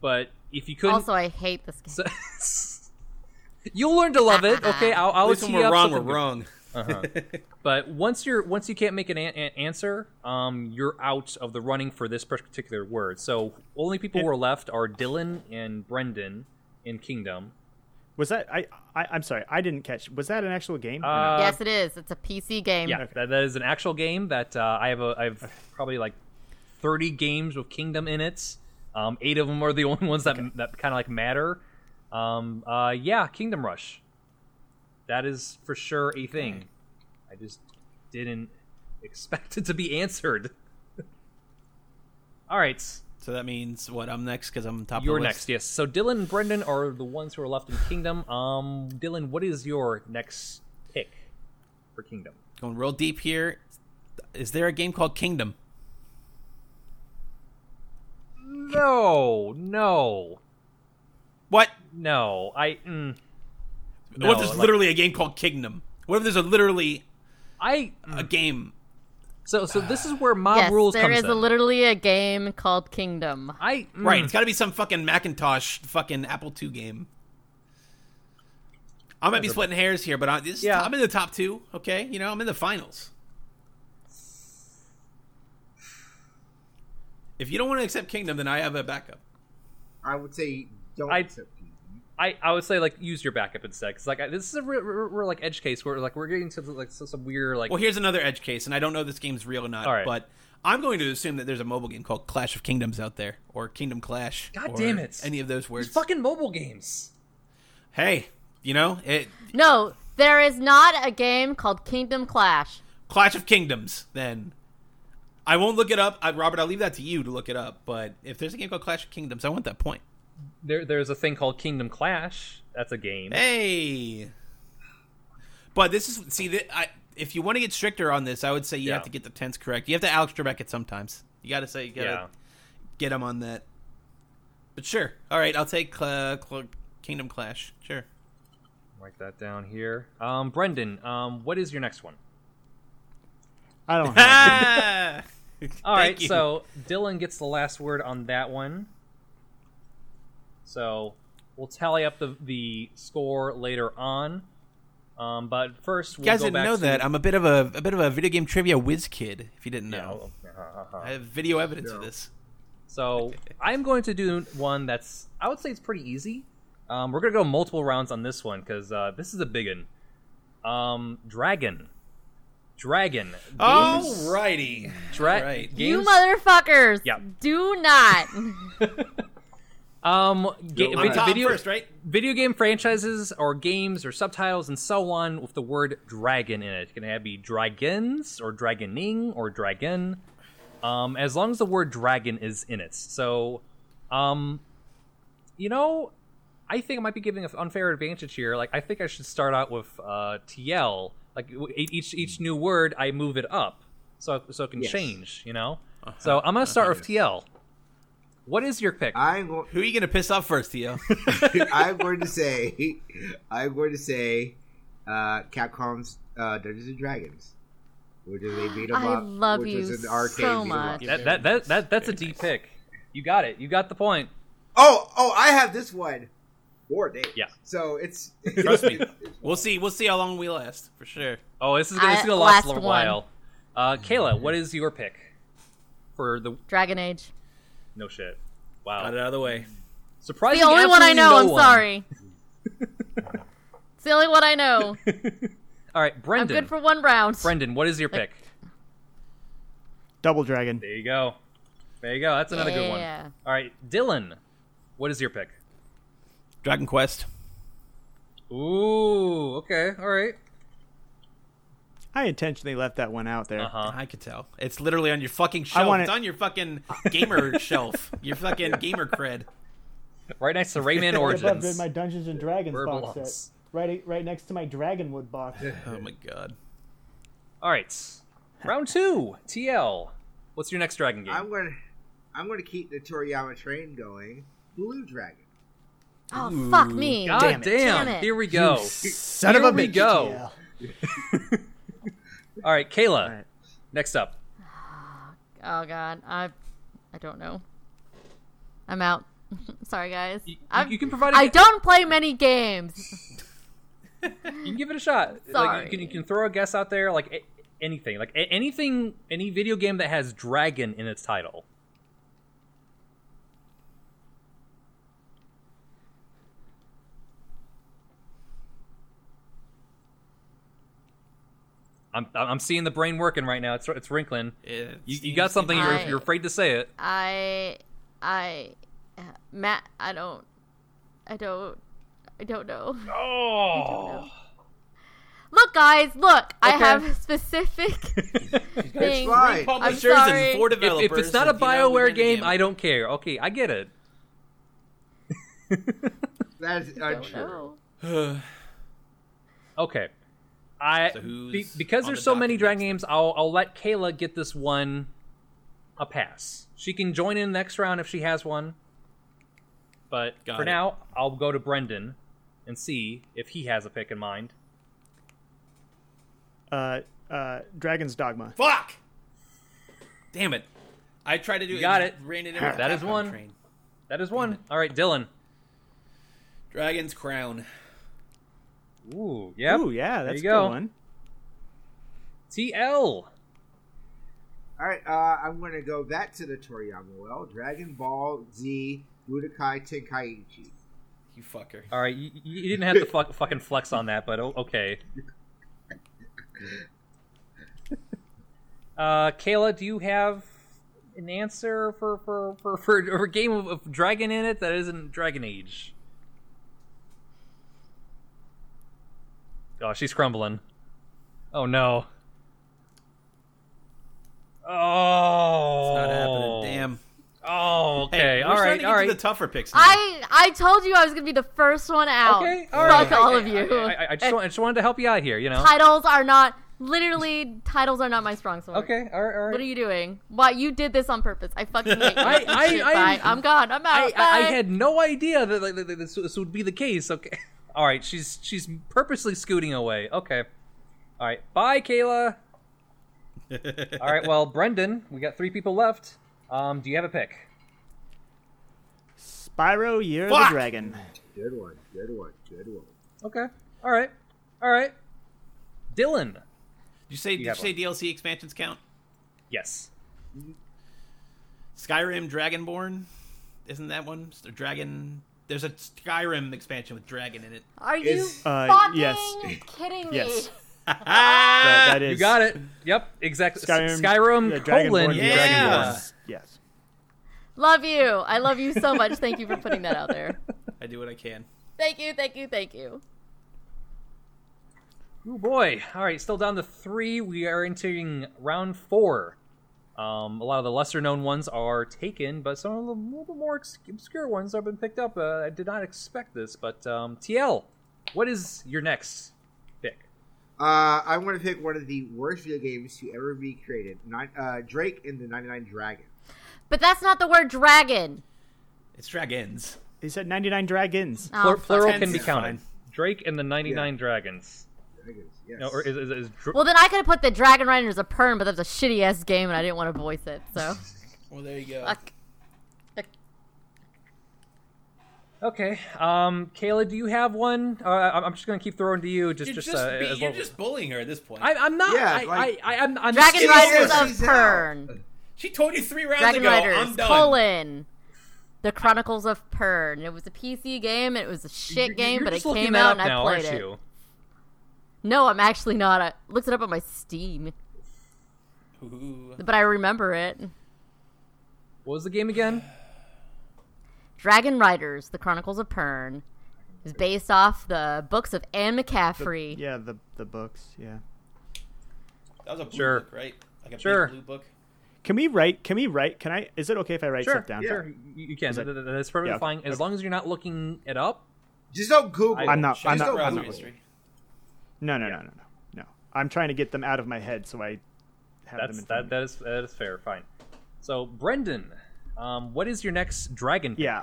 Speaker 2: but if you couldn't,
Speaker 1: also I hate this game.
Speaker 2: so- [laughs] you'll learn to love it. Okay, I'll, I'll
Speaker 4: At least when
Speaker 2: tee
Speaker 4: we're
Speaker 2: up Uh-huh.
Speaker 4: wrong, we're
Speaker 2: something good.
Speaker 4: wrong.
Speaker 2: But once you're once you can't make an, an an answer, um, you're out of the running for this particular word. So only people who are left are Dylan and Brendan in Kingdom.
Speaker 5: Was that I, I? I'm sorry, I didn't catch. Was that an actual game? or
Speaker 2: Uh,
Speaker 5: not?
Speaker 1: yes, it is. It's a PC game.
Speaker 2: Yeah, that, that is an actual game that uh, I have. A, I have probably like thirty games with Kingdom in it. Um, eight of them are the [laughs] only ones that that kind of like matter. Um, uh, yeah, Kingdom Rush. That is for sure a thing. I just didn't expect it to be answered. [laughs] All right,
Speaker 4: [laughs] So that means what? I'm next because I'm top. of
Speaker 2: you're
Speaker 4: the
Speaker 2: next.
Speaker 4: list.
Speaker 2: Yes. So Dylan and Brendan are the ones who are left in Kingdom. Um, Dylan, what is your next pick for Kingdom?
Speaker 4: Going real deep here. Is there a game called Kingdom?
Speaker 2: No, no.
Speaker 4: What?
Speaker 2: No, I. Mm,
Speaker 4: what if there's
Speaker 2: like-
Speaker 4: literally a game called Kingdom? What if there's a literally
Speaker 2: I.
Speaker 4: a game?
Speaker 2: So, so this is where mob
Speaker 1: Yes,
Speaker 2: rules
Speaker 1: there
Speaker 2: comes
Speaker 1: is
Speaker 2: in.
Speaker 1: a, literally a game called Kingdom.
Speaker 2: I mm,
Speaker 4: Right. It's got to be some fucking Macintosh, fucking Apple II game. I might be splitting hairs here, but I, this,
Speaker 2: Yeah.
Speaker 4: I'm in the top two. Okay, you know I'm in the finals. If you don't want to accept Kingdom, then I have a backup.
Speaker 3: I would say don't
Speaker 2: I-
Speaker 3: accept Kingdom.
Speaker 2: I, I would say like use your backup instead. Cause like I, this is a real, real, real, like edge case where like we're getting to like so- some weird like.
Speaker 4: Well, here's another edge case, and I don't know if this game's real or not,
Speaker 2: All right.
Speaker 4: but I'm going to assume that there's a mobile game called Clash of Kingdoms out there, or Kingdom Clash.
Speaker 2: God
Speaker 4: or
Speaker 2: damn it.
Speaker 4: Any of those
Speaker 2: these
Speaker 4: words?
Speaker 2: fucking mobile games.
Speaker 4: hey, you know, it,
Speaker 1: No, there is not a game called Kingdom Clash.
Speaker 4: Clash of Kingdoms. Then I won't look it up, I, Robert. I'll leave that to you to look it up. But if there's a game called Clash of Kingdoms, I want that point.
Speaker 2: There there's a thing called Kingdom Clash. That's a game.
Speaker 4: Hey, but this is see that I. If you want to get stricter on this, I would say you
Speaker 2: Yeah.
Speaker 4: have to get the tense correct. You have to Alex Trebek it sometimes. You got to say you got to
Speaker 2: yeah.
Speaker 4: get him on that. But sure, all right, I'll take Cla Cla Kingdom Clash.
Speaker 2: [laughs]
Speaker 4: Sure.
Speaker 2: Write that down here. Um, Brendan, um, what is your next one? [laughs]
Speaker 5: I don't. have
Speaker 4: Ah!
Speaker 2: All right,
Speaker 4: [laughs] Thank you.
Speaker 2: so Dylan gets the last word on that one. So we'll tally up the the score later on. Um, but first,
Speaker 4: you
Speaker 2: we'll
Speaker 4: guys
Speaker 2: go
Speaker 4: didn't
Speaker 2: back
Speaker 4: know
Speaker 2: to-
Speaker 4: that I'm a bit of a a bit of a video game trivia whiz kid. If you
Speaker 2: [laughs]
Speaker 4: didn't
Speaker 2: Yeah,
Speaker 4: know,
Speaker 2: uh-huh.
Speaker 4: I have video evidence of
Speaker 3: No.
Speaker 4: this.
Speaker 2: So I'm going to do one that's I would say it's pretty easy. Um, we're gonna go multiple rounds on this one because uh, this is a big one. Um, Dragon, Dragon, Games-
Speaker 4: Alrighty.
Speaker 2: Dra-
Speaker 4: Oh, right.
Speaker 1: You
Speaker 2: games-
Speaker 1: motherfuckers!
Speaker 2: Yeah.
Speaker 1: Do not. [laughs]
Speaker 2: um, ga-
Speaker 3: You're
Speaker 4: I'm
Speaker 3: Alright.
Speaker 4: top
Speaker 2: video,
Speaker 4: first, right?
Speaker 2: video game franchises or games or subtitles and so on with the word dragon in it. It can have be dragons or dragoning or dragon, um, as long as the word dragon is in it. So, um, you know, I think I might be giving an unfair advantage here. Like, I think I should start out with uh, TL. Like w- e- each each new word, I move it up so so it can
Speaker 3: Yes.
Speaker 2: change. You know.
Speaker 4: Uh-huh.
Speaker 2: So I'm gonna start with TL. What is your pick?
Speaker 3: [laughs] I'm going.
Speaker 4: Who are you gonna piss off first,
Speaker 2: [laughs]
Speaker 4: Theo?
Speaker 3: [laughs] I'm going to say, I'm going to say, uh, Capcom's uh, Dungeons and Dragons, which is a beat 'em
Speaker 1: I
Speaker 3: up,
Speaker 1: love
Speaker 3: which
Speaker 1: you
Speaker 3: is an arcade
Speaker 1: so
Speaker 3: beat 'em up.
Speaker 1: much.
Speaker 2: that, that, that, that that's a deep pick. You got it. You got the point.
Speaker 3: Oh, oh, I have this one. War Days.
Speaker 2: Yeah.
Speaker 3: So it's
Speaker 4: Trust me. We'll see. We'll see how long we last for sure.
Speaker 2: Oh, this is gonna, this is
Speaker 1: I-
Speaker 2: gonna last a
Speaker 1: last
Speaker 2: little
Speaker 1: one.
Speaker 2: while. Uh,
Speaker 6: Mm-hmm.
Speaker 2: Kayla, what is your pick for the
Speaker 1: Dragon Age.
Speaker 2: no shit?
Speaker 4: Got
Speaker 2: Wow,
Speaker 4: it out of the way.
Speaker 2: surprising.
Speaker 1: the only one I
Speaker 2: absolutely
Speaker 1: know. I'm
Speaker 2: no one. [laughs]
Speaker 1: sorry. it's the only one I know.
Speaker 2: All right,
Speaker 1: I'm
Speaker 2: Brendan.
Speaker 1: good for one round.
Speaker 2: Brendan, what
Speaker 1: [laughs]
Speaker 2: is your pick?
Speaker 5: Double Dragon.
Speaker 2: There you go. There you go. That's another good one.
Speaker 1: Yeah.
Speaker 2: All right, Dylan, what is your pick?
Speaker 4: Dragon Quest.
Speaker 2: Ooh, okay, all right.
Speaker 5: I intentionally left that one out there.
Speaker 2: Uh huh.
Speaker 4: I could tell. It's literally on your fucking shelf.
Speaker 5: want
Speaker 4: It's
Speaker 5: it-
Speaker 4: on your fucking
Speaker 2: [laughs]
Speaker 4: gamer shelf. Your fucking gamer cred.
Speaker 2: Right
Speaker 6: [laughs]
Speaker 2: next to Rayman
Speaker 6: Right above the-
Speaker 2: Origins.
Speaker 6: my Dungeons and Dragons
Speaker 2: Where it
Speaker 6: box
Speaker 2: belongs.
Speaker 6: set. Right, right next to my Dragonwood box.
Speaker 4: Oh my god.
Speaker 2: All right. Round two, TL. What's your next dragon game?
Speaker 3: [laughs] I'm gonna, I'm gonna keep the Toriyama train going. Blue Dragon.
Speaker 1: Oh fuck me!
Speaker 2: God
Speaker 5: Damn
Speaker 2: damn,
Speaker 5: it.
Speaker 1: Damn it.
Speaker 2: Here we go.
Speaker 5: Son
Speaker 2: Here
Speaker 5: of a
Speaker 2: we
Speaker 5: bitch.
Speaker 2: go.
Speaker 5: Yeah.
Speaker 2: All right, Kayla.
Speaker 5: All right.
Speaker 2: Next up.
Speaker 1: Oh god, I, I don't know. I'm out. [laughs] Sorry guys.
Speaker 2: You,
Speaker 1: I'm-
Speaker 2: you can provide. a
Speaker 1: I
Speaker 2: ga-
Speaker 1: don't play many games.
Speaker 2: You can give it a shot. Like, you,
Speaker 1: Sorry.
Speaker 2: can, you can throw a guess out there, like a- anything, like a- anything, any video game that has dragon in its title. I'm I'm seeing the brain working right now. It's it's wrinkling.
Speaker 4: It
Speaker 2: You, you
Speaker 4: seems-
Speaker 2: got something. You're,
Speaker 1: I-
Speaker 2: you're afraid to say it.
Speaker 1: I, I, Matt. I don't. I don't. I don't
Speaker 2: [laughs]
Speaker 1: know.
Speaker 2: Oh,
Speaker 1: Look, guys. Look, I
Speaker 2: Okay.
Speaker 1: have a
Speaker 2: [laughs]
Speaker 1: specific thing.
Speaker 3: fine.
Speaker 1: I'm
Speaker 4: Publishers
Speaker 1: sorry.
Speaker 4: and four developers.
Speaker 2: if, if it's not a
Speaker 4: and, you know, we
Speaker 2: Bioware
Speaker 4: made a
Speaker 2: game, I don't care. Okay, I get
Speaker 4: [laughs]
Speaker 2: it.
Speaker 3: That is uh,
Speaker 1: I don't
Speaker 3: untrue.
Speaker 1: know.
Speaker 2: [sighs] Okay. I
Speaker 4: So who's
Speaker 2: be- because
Speaker 4: on
Speaker 2: there's
Speaker 4: the
Speaker 2: so many
Speaker 4: docket
Speaker 2: dragon
Speaker 4: next
Speaker 2: games, I'll I'll let Kayla get this one a pass. She can join in next round if she has one. But
Speaker 4: Got
Speaker 2: for
Speaker 4: it.
Speaker 2: now, I'll go to Brendan and see if he has a pick in mind.
Speaker 5: Uh, uh, Dragon's Dogma.
Speaker 4: [sighs] Fuck! Damn it. I tried to do it.
Speaker 2: got
Speaker 4: and
Speaker 2: it. [sighs]
Speaker 4: Ran it in with
Speaker 2: That
Speaker 4: the
Speaker 2: is
Speaker 4: Capcom
Speaker 2: one.
Speaker 4: Train.
Speaker 2: That is one. All right, Dylan.
Speaker 4: Dragon's Crown.
Speaker 2: Ooh, yep.
Speaker 5: Ooh, yeah,
Speaker 2: There
Speaker 5: that's a
Speaker 2: you
Speaker 5: good
Speaker 2: go.
Speaker 5: one.
Speaker 2: TL.
Speaker 3: All right, uh, I'm gonna go back to the Toriyama well. Dragon Ball Z Budokai Tenkaichi.
Speaker 4: You fucker.
Speaker 2: All right, you, you you didn't have to fuck, fucking flex on that, but o- okay. Uh, Kayla, do you have an answer for for for, for, for a game of, of dragon in it that isn't Dragon Age? Oh, she's crumbling. Oh no. Oh,
Speaker 4: Not happening. Damn.
Speaker 2: Oh, okay.
Speaker 4: Hey,
Speaker 2: all
Speaker 4: we're starting
Speaker 2: right,
Speaker 4: to get
Speaker 2: all
Speaker 4: to
Speaker 2: right.
Speaker 4: the tougher picks. Now.
Speaker 1: I I told you I was gonna be the first one out.
Speaker 2: Okay, all right.
Speaker 1: Fuck all
Speaker 2: I-
Speaker 1: of you.
Speaker 2: I, I- I just, want, I just wanted to help you out here, you know.
Speaker 1: titles are not literally titles are not my strong sword.
Speaker 2: Okay, all right, all right.
Speaker 1: What are you doing? Why you did this on purpose? [laughs] I fucking hate you.
Speaker 2: I-
Speaker 1: Eat
Speaker 2: I-
Speaker 1: shit,
Speaker 2: I-
Speaker 1: bye. I'm gone. I'm out.
Speaker 2: I, I, I
Speaker 1: Bye.
Speaker 2: had no idea that, like, that this, this would be the case. Okay. [laughs] All right. She's she's purposely scooting away. Okay. All right. Bye, Kayla.
Speaker 4: [laughs]
Speaker 2: All right. Well, Brendan, we got three people left. Um, do you have a pick?
Speaker 5: Spyro Year of
Speaker 4: Fuck!
Speaker 5: the Dragon.
Speaker 3: Good one. Good one. Good one.
Speaker 2: Okay. All right. All right. Dylan.
Speaker 4: Did you say, did you
Speaker 2: have
Speaker 4: say DLC expansions count?
Speaker 2: Yes.
Speaker 4: Skyrim Dragonborn? Isn't that one? Or Dragon. There's a Skyrim expansion with Dragon in it. [laughs]
Speaker 1: Are you
Speaker 3: Is-
Speaker 5: Uh,
Speaker 1: fucking
Speaker 5: yes,
Speaker 1: kidding me?
Speaker 5: yes,
Speaker 4: Ah!
Speaker 5: that is.
Speaker 2: You got it. Yep. Exactly.
Speaker 5: Skyrim,
Speaker 2: Skyrim, Skyrim
Speaker 5: the
Speaker 2: colon
Speaker 5: Dragonborn,
Speaker 4: yeah.
Speaker 2: Dragonborn.
Speaker 5: Dragonborn. Yes.
Speaker 1: Love you. I love you so much. Thank you for putting that out there.
Speaker 4: I do what I can.
Speaker 1: [laughs] Thank you. Thank you. Thank you.
Speaker 2: Oh boy! All right, still down to three. We are entering round four. Um, a lot of the lesser-known ones are taken, but some of the little bit more obs- obscure ones have been picked up. Uh, I did not expect this, but um, TL, what is your next pick?
Speaker 3: Uh, I want to pick one of the worst video games to ever be created. Nine, uh, Drake and the 99 Dragon.
Speaker 1: But that's not the word dragon.
Speaker 4: It's Dragons.
Speaker 5: He said 99 dragons.
Speaker 1: Oh,
Speaker 2: Plur-
Speaker 1: fuck.
Speaker 2: plural
Speaker 4: Tense
Speaker 2: can be
Speaker 4: is
Speaker 2: counted.
Speaker 4: fine.
Speaker 2: Drake and the ninety-nine dragons.
Speaker 3: Dragons, yes.
Speaker 2: No, or is, is, is dr-
Speaker 1: Well, then I could have put the Dragon Rider as a perm, but that's a shitty ass game, and I didn't want to voice it. So
Speaker 4: Well, there you go.
Speaker 1: [laughs] fuck.
Speaker 2: okay? Um, Kayla, do you have one? Uh, I- I'm just gonna keep throwing to you. Just,
Speaker 4: You're just,
Speaker 2: just, uh,
Speaker 4: be-
Speaker 2: as
Speaker 4: you're
Speaker 2: well-
Speaker 4: just bullying her at this point.
Speaker 2: I, I'm not.
Speaker 3: Yeah,
Speaker 2: I,
Speaker 3: like-
Speaker 2: I, I, I'm, I'm
Speaker 1: Dragon
Speaker 3: It
Speaker 1: Riders
Speaker 3: is-
Speaker 1: of Pern.
Speaker 4: she told you three rounds
Speaker 1: Dragon
Speaker 4: ago.
Speaker 1: Riders
Speaker 4: I'm done.
Speaker 1: colon. The Chronicles of Pern. It was a PC game. and It was a shit
Speaker 2: You're-
Speaker 1: game,
Speaker 2: you're
Speaker 1: but it
Speaker 2: just looking
Speaker 1: came
Speaker 2: that
Speaker 1: out
Speaker 2: up
Speaker 1: and I
Speaker 2: now,
Speaker 1: played
Speaker 2: aren't
Speaker 1: it.
Speaker 2: you?
Speaker 1: No, I'm actually not. I looked it up on my Steam,
Speaker 4: Ooh.
Speaker 1: but I remember it.
Speaker 2: What was the game again?
Speaker 1: Dragon Riders: The Chronicles of Pern is based off the books of Anne McCaffrey.
Speaker 5: Yeah, the the books. Yeah.
Speaker 4: That was a blue
Speaker 2: Sure.
Speaker 4: book, right? Like a big
Speaker 2: Sure.
Speaker 4: blue book.
Speaker 5: Can we write? Can we write? Can I? Is it okay if I write
Speaker 2: Sure,
Speaker 5: stuff down?
Speaker 2: sure, you, you can.
Speaker 5: Is it-
Speaker 2: That- that- That's perfectly
Speaker 5: Yeah, okay,
Speaker 2: fine as long as you're not looking it up.
Speaker 3: Just don't Google.
Speaker 2: Uh,
Speaker 5: I'm not.
Speaker 4: She's
Speaker 5: I'm
Speaker 4: the
Speaker 5: not. I'm
Speaker 4: browser
Speaker 5: not
Speaker 4: history.
Speaker 5: no, no, no, no, no, no. I'm trying to get them out of my head so I have them
Speaker 2: That's
Speaker 5: in front
Speaker 2: that,
Speaker 5: of me.
Speaker 2: that is that is fair. Fine. So Brendan, um, what is your next dragon? pick?
Speaker 5: Yeah.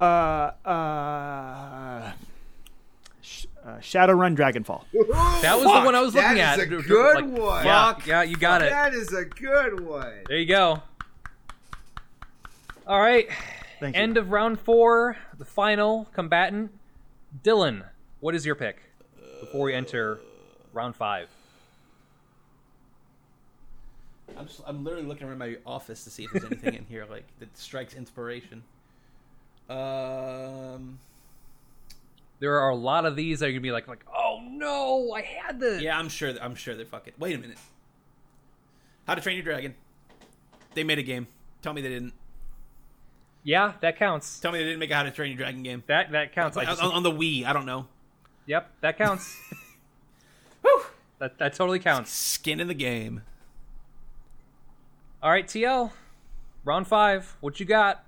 Speaker 5: Uh, uh, sh- uh, Shadowrun Dragonfall.
Speaker 2: that was the one I was
Speaker 3: That
Speaker 2: looking
Speaker 3: is
Speaker 2: at.
Speaker 3: a
Speaker 2: Like,
Speaker 3: good one.
Speaker 2: Yeah,
Speaker 3: Fuck.
Speaker 2: yeah, you got it.
Speaker 3: That is a good one.
Speaker 2: There you go. All right.
Speaker 5: Thank you.
Speaker 2: End of round four. The final combatant, Dylan. What is your pick before we enter round five?
Speaker 4: I'm just, I'm literally looking around my office to see if there's anything in here like that strikes inspiration. Um.
Speaker 2: There are a lot of these that are gonna be like, like, oh no, I had this.
Speaker 4: Yeah, I'm sure. I'm sure they're fucking. Wait a minute. How to Train Your Dragon. They made a game. Tell me they didn't.
Speaker 2: yeah, that counts.
Speaker 4: Tell me they didn't make a How to Train Your Dragon game.
Speaker 2: That that counts. I just-
Speaker 4: on, on the Wii, I don't know.
Speaker 2: [laughs] yep, that [laughs] counts.
Speaker 4: Whew.
Speaker 2: that that totally counts.
Speaker 4: Skin in the game.
Speaker 2: All right, TL, round five. What you got?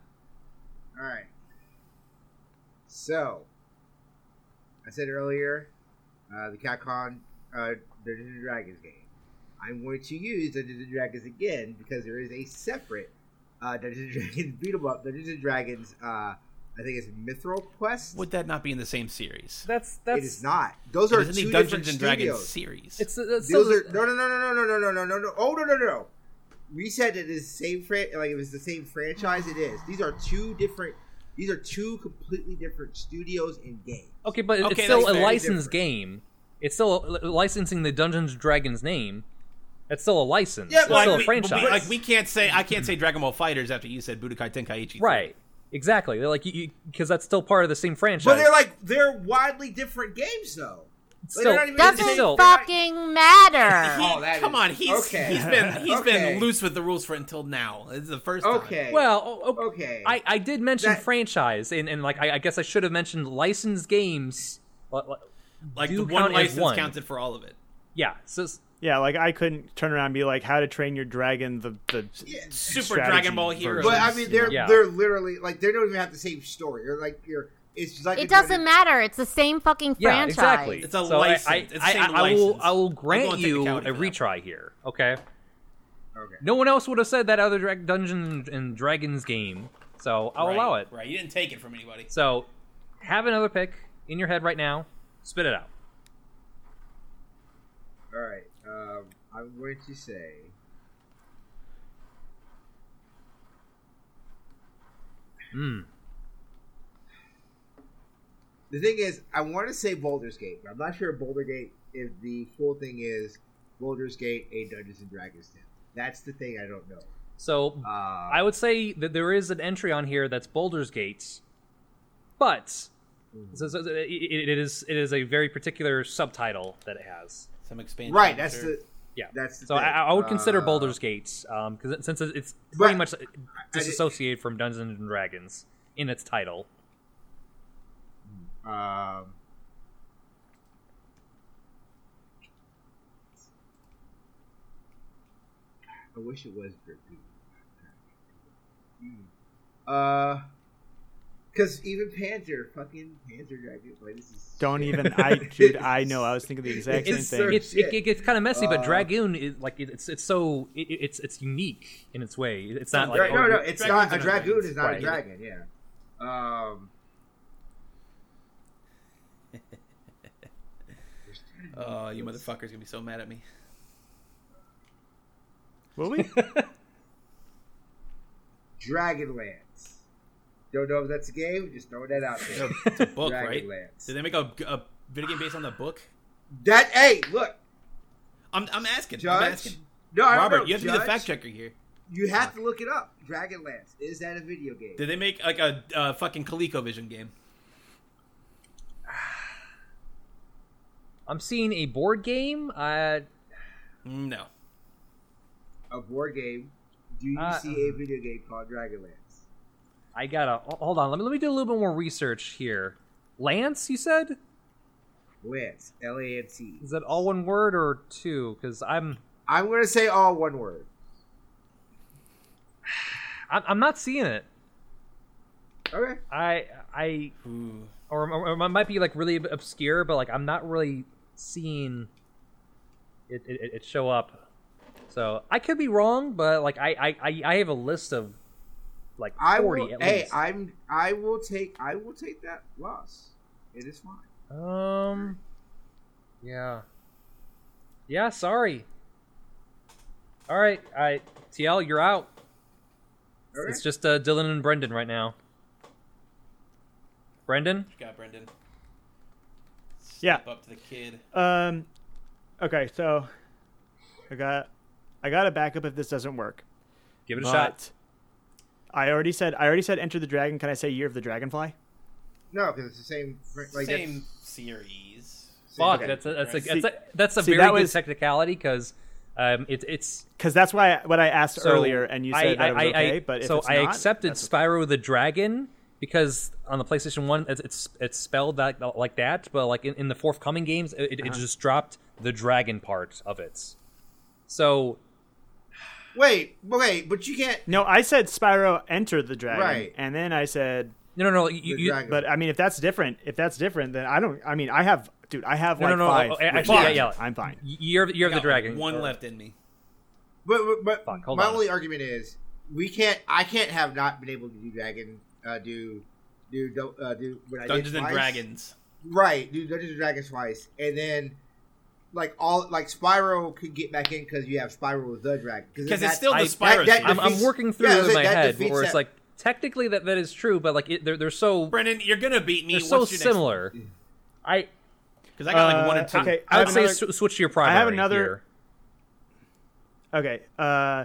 Speaker 3: All right. So, I said earlier, uh, the Capcom uh, Dungeons and Dragons game. I'm going to use Dungeons and Dragons again because there is a separate uh, Dungeons and [laughs] Dragons beat 'em up. Dungeons and Dragons, uh, I think it's Mithril Quest.
Speaker 4: Would that not be in the same series?
Speaker 2: That's that's
Speaker 3: It is not. Those are
Speaker 4: It is in
Speaker 3: two
Speaker 4: the Dungeons and
Speaker 3: different
Speaker 4: Dragons
Speaker 3: studios.
Speaker 4: series.
Speaker 2: It's, uh, it's
Speaker 3: Those are no no no no no no no no no no oh no no no no. We said it is the same fran- like it was the same franchise. It is. These are two different. These are two completely different studios and games.
Speaker 2: Okay, but it's
Speaker 4: Okay,
Speaker 2: still
Speaker 4: that's
Speaker 2: a
Speaker 4: very
Speaker 2: licensed
Speaker 3: different.
Speaker 2: game. It's still li- licensing the Dungeons and Dragons name. That's still a license.
Speaker 3: Yeah,
Speaker 2: it's
Speaker 3: but
Speaker 2: still
Speaker 4: we,
Speaker 2: a
Speaker 4: but we-
Speaker 2: franchise.
Speaker 4: like we can't say I can't say Dragon Ball Fighters after you said Budokai Tenkaichi. 3.
Speaker 2: right. Exactly. They're like you because that's still part of the same franchise.
Speaker 3: But they're like they're widely different games though.
Speaker 2: It's
Speaker 3: like,
Speaker 2: still,
Speaker 3: they're not even
Speaker 2: it's
Speaker 1: Doesn't
Speaker 3: Doesn't
Speaker 2: still
Speaker 1: fucking
Speaker 2: [laughs]
Speaker 1: matter.
Speaker 4: He-
Speaker 3: Oh, that
Speaker 4: come
Speaker 3: is-
Speaker 4: on, he's
Speaker 3: okay.
Speaker 4: he's been
Speaker 3: [laughs]
Speaker 4: he's
Speaker 3: Okay.
Speaker 4: been loose with the rules for until now. This is the first time.
Speaker 3: Okay.
Speaker 2: well. o- o-
Speaker 3: Okay.
Speaker 2: I, I did mention
Speaker 3: That-
Speaker 2: franchise and, and like I, I guess I should have mentioned licensed games. Li- li-
Speaker 4: like
Speaker 2: do
Speaker 4: the
Speaker 2: count
Speaker 4: one
Speaker 2: as
Speaker 4: license
Speaker 2: one.
Speaker 4: counted for all of it.
Speaker 2: Yeah. So s-
Speaker 5: Yeah, like I couldn't turn around and be like, "How to Train Your Dragon." The the
Speaker 3: Yeah.
Speaker 4: Super
Speaker 5: strategy
Speaker 4: Dragon Ball
Speaker 5: version.
Speaker 4: Heroes.
Speaker 3: But I mean, they're
Speaker 2: Yeah.
Speaker 3: they're literally like they don't even have the same story. They're like you're. It's just like
Speaker 1: It
Speaker 3: a Dungeons-
Speaker 1: doesn't matter. It's the same fucking
Speaker 2: yeah,
Speaker 1: franchise.
Speaker 2: exactly.
Speaker 4: It's a
Speaker 2: So I-
Speaker 4: license.
Speaker 2: I,
Speaker 4: It's the
Speaker 2: I,
Speaker 4: same
Speaker 2: I, I will
Speaker 4: license.
Speaker 2: I will
Speaker 4: I'm
Speaker 2: grant
Speaker 4: going
Speaker 2: you a
Speaker 4: technicality for that.
Speaker 2: retry here. Okay.
Speaker 3: Okay.
Speaker 2: No one else would have said that other Dra- Dungeons and Dragons game, so I'll
Speaker 4: right,
Speaker 2: allow it.
Speaker 4: Right, you didn't take it from anybody.
Speaker 2: So, have another pick in your head right now. Spit it out.
Speaker 3: All right. Um, I'm going to say.
Speaker 2: Mm.
Speaker 3: The thing is, I want to say Boulder's Gate, but I'm not sure Boulder Gate if the full thing is Boulder's Gate a Dungeons and Dragons town. That's the thing I don't know.
Speaker 2: So,
Speaker 3: Uh,
Speaker 2: I would say that there is an entry on here that's Boulder's Gates, but
Speaker 3: Hmm.
Speaker 2: so- so- so it- it- it is it is a very particular subtitle that it has.
Speaker 4: Some expansion.
Speaker 3: right, that's
Speaker 4: sure.
Speaker 3: the.
Speaker 2: Yeah,
Speaker 3: That's the
Speaker 2: so. I,
Speaker 3: thing.
Speaker 2: I would consider
Speaker 3: Uh,
Speaker 2: Boulder's Gates because it, since it- it's pretty
Speaker 3: But-
Speaker 2: much
Speaker 3: did-
Speaker 2: disassociated from Dungeons and Dragons in its title.
Speaker 3: Um, I wish it was Grip Goon. Uh, because even Panzer, fucking Panzer Dragon, like this is
Speaker 4: [laughs]
Speaker 5: don't even. I dude, I know. I was thinking the exact same
Speaker 2: It's,
Speaker 5: thing.
Speaker 3: sort of-
Speaker 2: it's, it,
Speaker 3: Shit.
Speaker 2: it gets kind of messy, but
Speaker 3: Uh,
Speaker 2: Dragoon is like it- it's it's so it, it- it's it's unique in its way. It's not like
Speaker 3: Right,
Speaker 2: oh,
Speaker 3: no, no,
Speaker 2: you-
Speaker 3: it's
Speaker 4: dragons
Speaker 3: not
Speaker 4: are
Speaker 3: a
Speaker 4: not
Speaker 3: dragoon.
Speaker 4: dragons.
Speaker 3: Is not a
Speaker 2: Right.
Speaker 3: dragon. Yeah. Um.
Speaker 4: Oh, you motherfucker's gonna be so mad at me.
Speaker 5: Will we?
Speaker 4: [laughs]
Speaker 3: Dragonlance. Don't know if that's a game. Just throwing that out there. [laughs]
Speaker 4: It's a book, right?
Speaker 3: Dragonlance.
Speaker 4: Did they make a, a video game based on the book?
Speaker 3: That hey, look,
Speaker 4: I'm, I'm asking. I'm
Speaker 3: Judge.
Speaker 4: asking.
Speaker 3: No, I don't
Speaker 4: Robert,
Speaker 3: know,
Speaker 4: you have to be the
Speaker 3: Judge,
Speaker 4: fact checker here.
Speaker 3: You have to look it up. Dragonlance. Is that a video game?
Speaker 4: Did they make like a uh, fucking ColecoVision game?
Speaker 2: I'm seeing a board game. Uh,
Speaker 4: Mm, No.
Speaker 3: a board game. Do you
Speaker 2: Uh,
Speaker 3: see a video game called Dragonlance?
Speaker 2: I gotta ho- hold on. Let me let me do a little bit more research here. Lance, you said
Speaker 3: Lance. L A N C.
Speaker 2: is that all one word or two? Because I'm,
Speaker 3: I'm gonna say all one word.
Speaker 2: I'm I'm not seeing it.
Speaker 3: Okay.
Speaker 2: I I
Speaker 4: Ooh.
Speaker 2: or, or, or it might be like really obscure, but like I'm not really seeing it it, it show up. So I could be wrong, but like I I- I, I have a list of like
Speaker 3: I
Speaker 2: forty
Speaker 3: will,
Speaker 2: at
Speaker 3: hey,
Speaker 2: least.
Speaker 3: I'm I will take I will take that loss. It is fine.
Speaker 2: um, yeah, yeah. Sorry. All right, I TL, you're out.
Speaker 3: All
Speaker 2: It's
Speaker 3: right.
Speaker 2: just uh, Dylan and Brendan right now. Brendan,
Speaker 4: Got Brendan.
Speaker 5: Yeah.
Speaker 4: Step up to the kid.
Speaker 5: Um, okay, so I got I got a backup if this doesn't work.
Speaker 2: give it a
Speaker 5: but
Speaker 2: shot.
Speaker 5: I already said I already said Enter the Dragon. Can I say Year of the Dragonfly?
Speaker 3: No, because it's the same. Like that's-
Speaker 4: Same series.
Speaker 3: same-
Speaker 2: Fuck,
Speaker 3: okay.
Speaker 2: that's a, that's a,
Speaker 5: See-
Speaker 2: that's a, that's a
Speaker 5: see,
Speaker 2: very
Speaker 5: that
Speaker 2: good
Speaker 5: was-
Speaker 2: technicality because um, it, it's
Speaker 5: Because that's why what I asked
Speaker 2: so
Speaker 5: earlier, and you said
Speaker 2: I,
Speaker 5: that it was
Speaker 2: I, I-
Speaker 5: okay.
Speaker 2: I,
Speaker 5: but if
Speaker 2: so
Speaker 5: it's
Speaker 2: I
Speaker 5: not,
Speaker 2: accepted
Speaker 5: that's-
Speaker 2: Spyro the Dragon because on the PlayStation One, it's it's, it's spelled that like that, but like in, in the forthcoming games, it, it,
Speaker 5: Uh-huh.
Speaker 2: it just dropped the dragon part of it. So
Speaker 3: Wait, wait, but you can't.
Speaker 5: no. I said Spyro Enter the Dragon,
Speaker 3: Right.
Speaker 5: and then I said,
Speaker 2: no, no, no, you,
Speaker 3: The
Speaker 2: you,
Speaker 3: dragon.
Speaker 5: but I mean, if that's different, if that's different, then I don't. I mean, I have, dude, I have
Speaker 2: No,
Speaker 5: like
Speaker 2: no, no,
Speaker 5: five.
Speaker 2: oh,
Speaker 5: with
Speaker 2: actually,
Speaker 5: Dragon.
Speaker 2: yeah, yeah.
Speaker 5: I'm fine.
Speaker 2: you're you're the
Speaker 4: Got
Speaker 2: dragon.
Speaker 4: One
Speaker 2: Or-
Speaker 4: left in me.
Speaker 3: But, but, but
Speaker 2: Fuck, hold
Speaker 3: my
Speaker 2: on.
Speaker 3: only argument is we can't. I can't have not been able to do dragon. Uh, do do do- uh, do what I did
Speaker 4: Dungeons and
Speaker 3: twice.
Speaker 4: Dragons.
Speaker 3: Right, do Dungeons and Dragons twice, and then like all like Spyro could get back in because you have Spyro the dragon
Speaker 4: 'Cause
Speaker 3: that-
Speaker 4: it's still the
Speaker 3: I-
Speaker 4: Spyro series.
Speaker 2: I'm, I'm
Speaker 3: defeats-
Speaker 2: working through
Speaker 3: yeah,
Speaker 2: it in
Speaker 3: that-
Speaker 2: my
Speaker 3: that
Speaker 2: head
Speaker 3: defeats
Speaker 2: where it's
Speaker 3: that-
Speaker 2: like technically that that is true, but like it, they're they're so
Speaker 4: Brendan, you're gonna beat me.
Speaker 2: they're so
Speaker 4: What's your
Speaker 2: similar. I
Speaker 4: Because I got like one
Speaker 5: Uh,
Speaker 4: and two.
Speaker 5: okay.
Speaker 2: I would
Speaker 5: have
Speaker 2: say
Speaker 5: another-
Speaker 2: sw- switch to your primary.
Speaker 5: have another-
Speaker 2: here.
Speaker 5: Okay. Uh,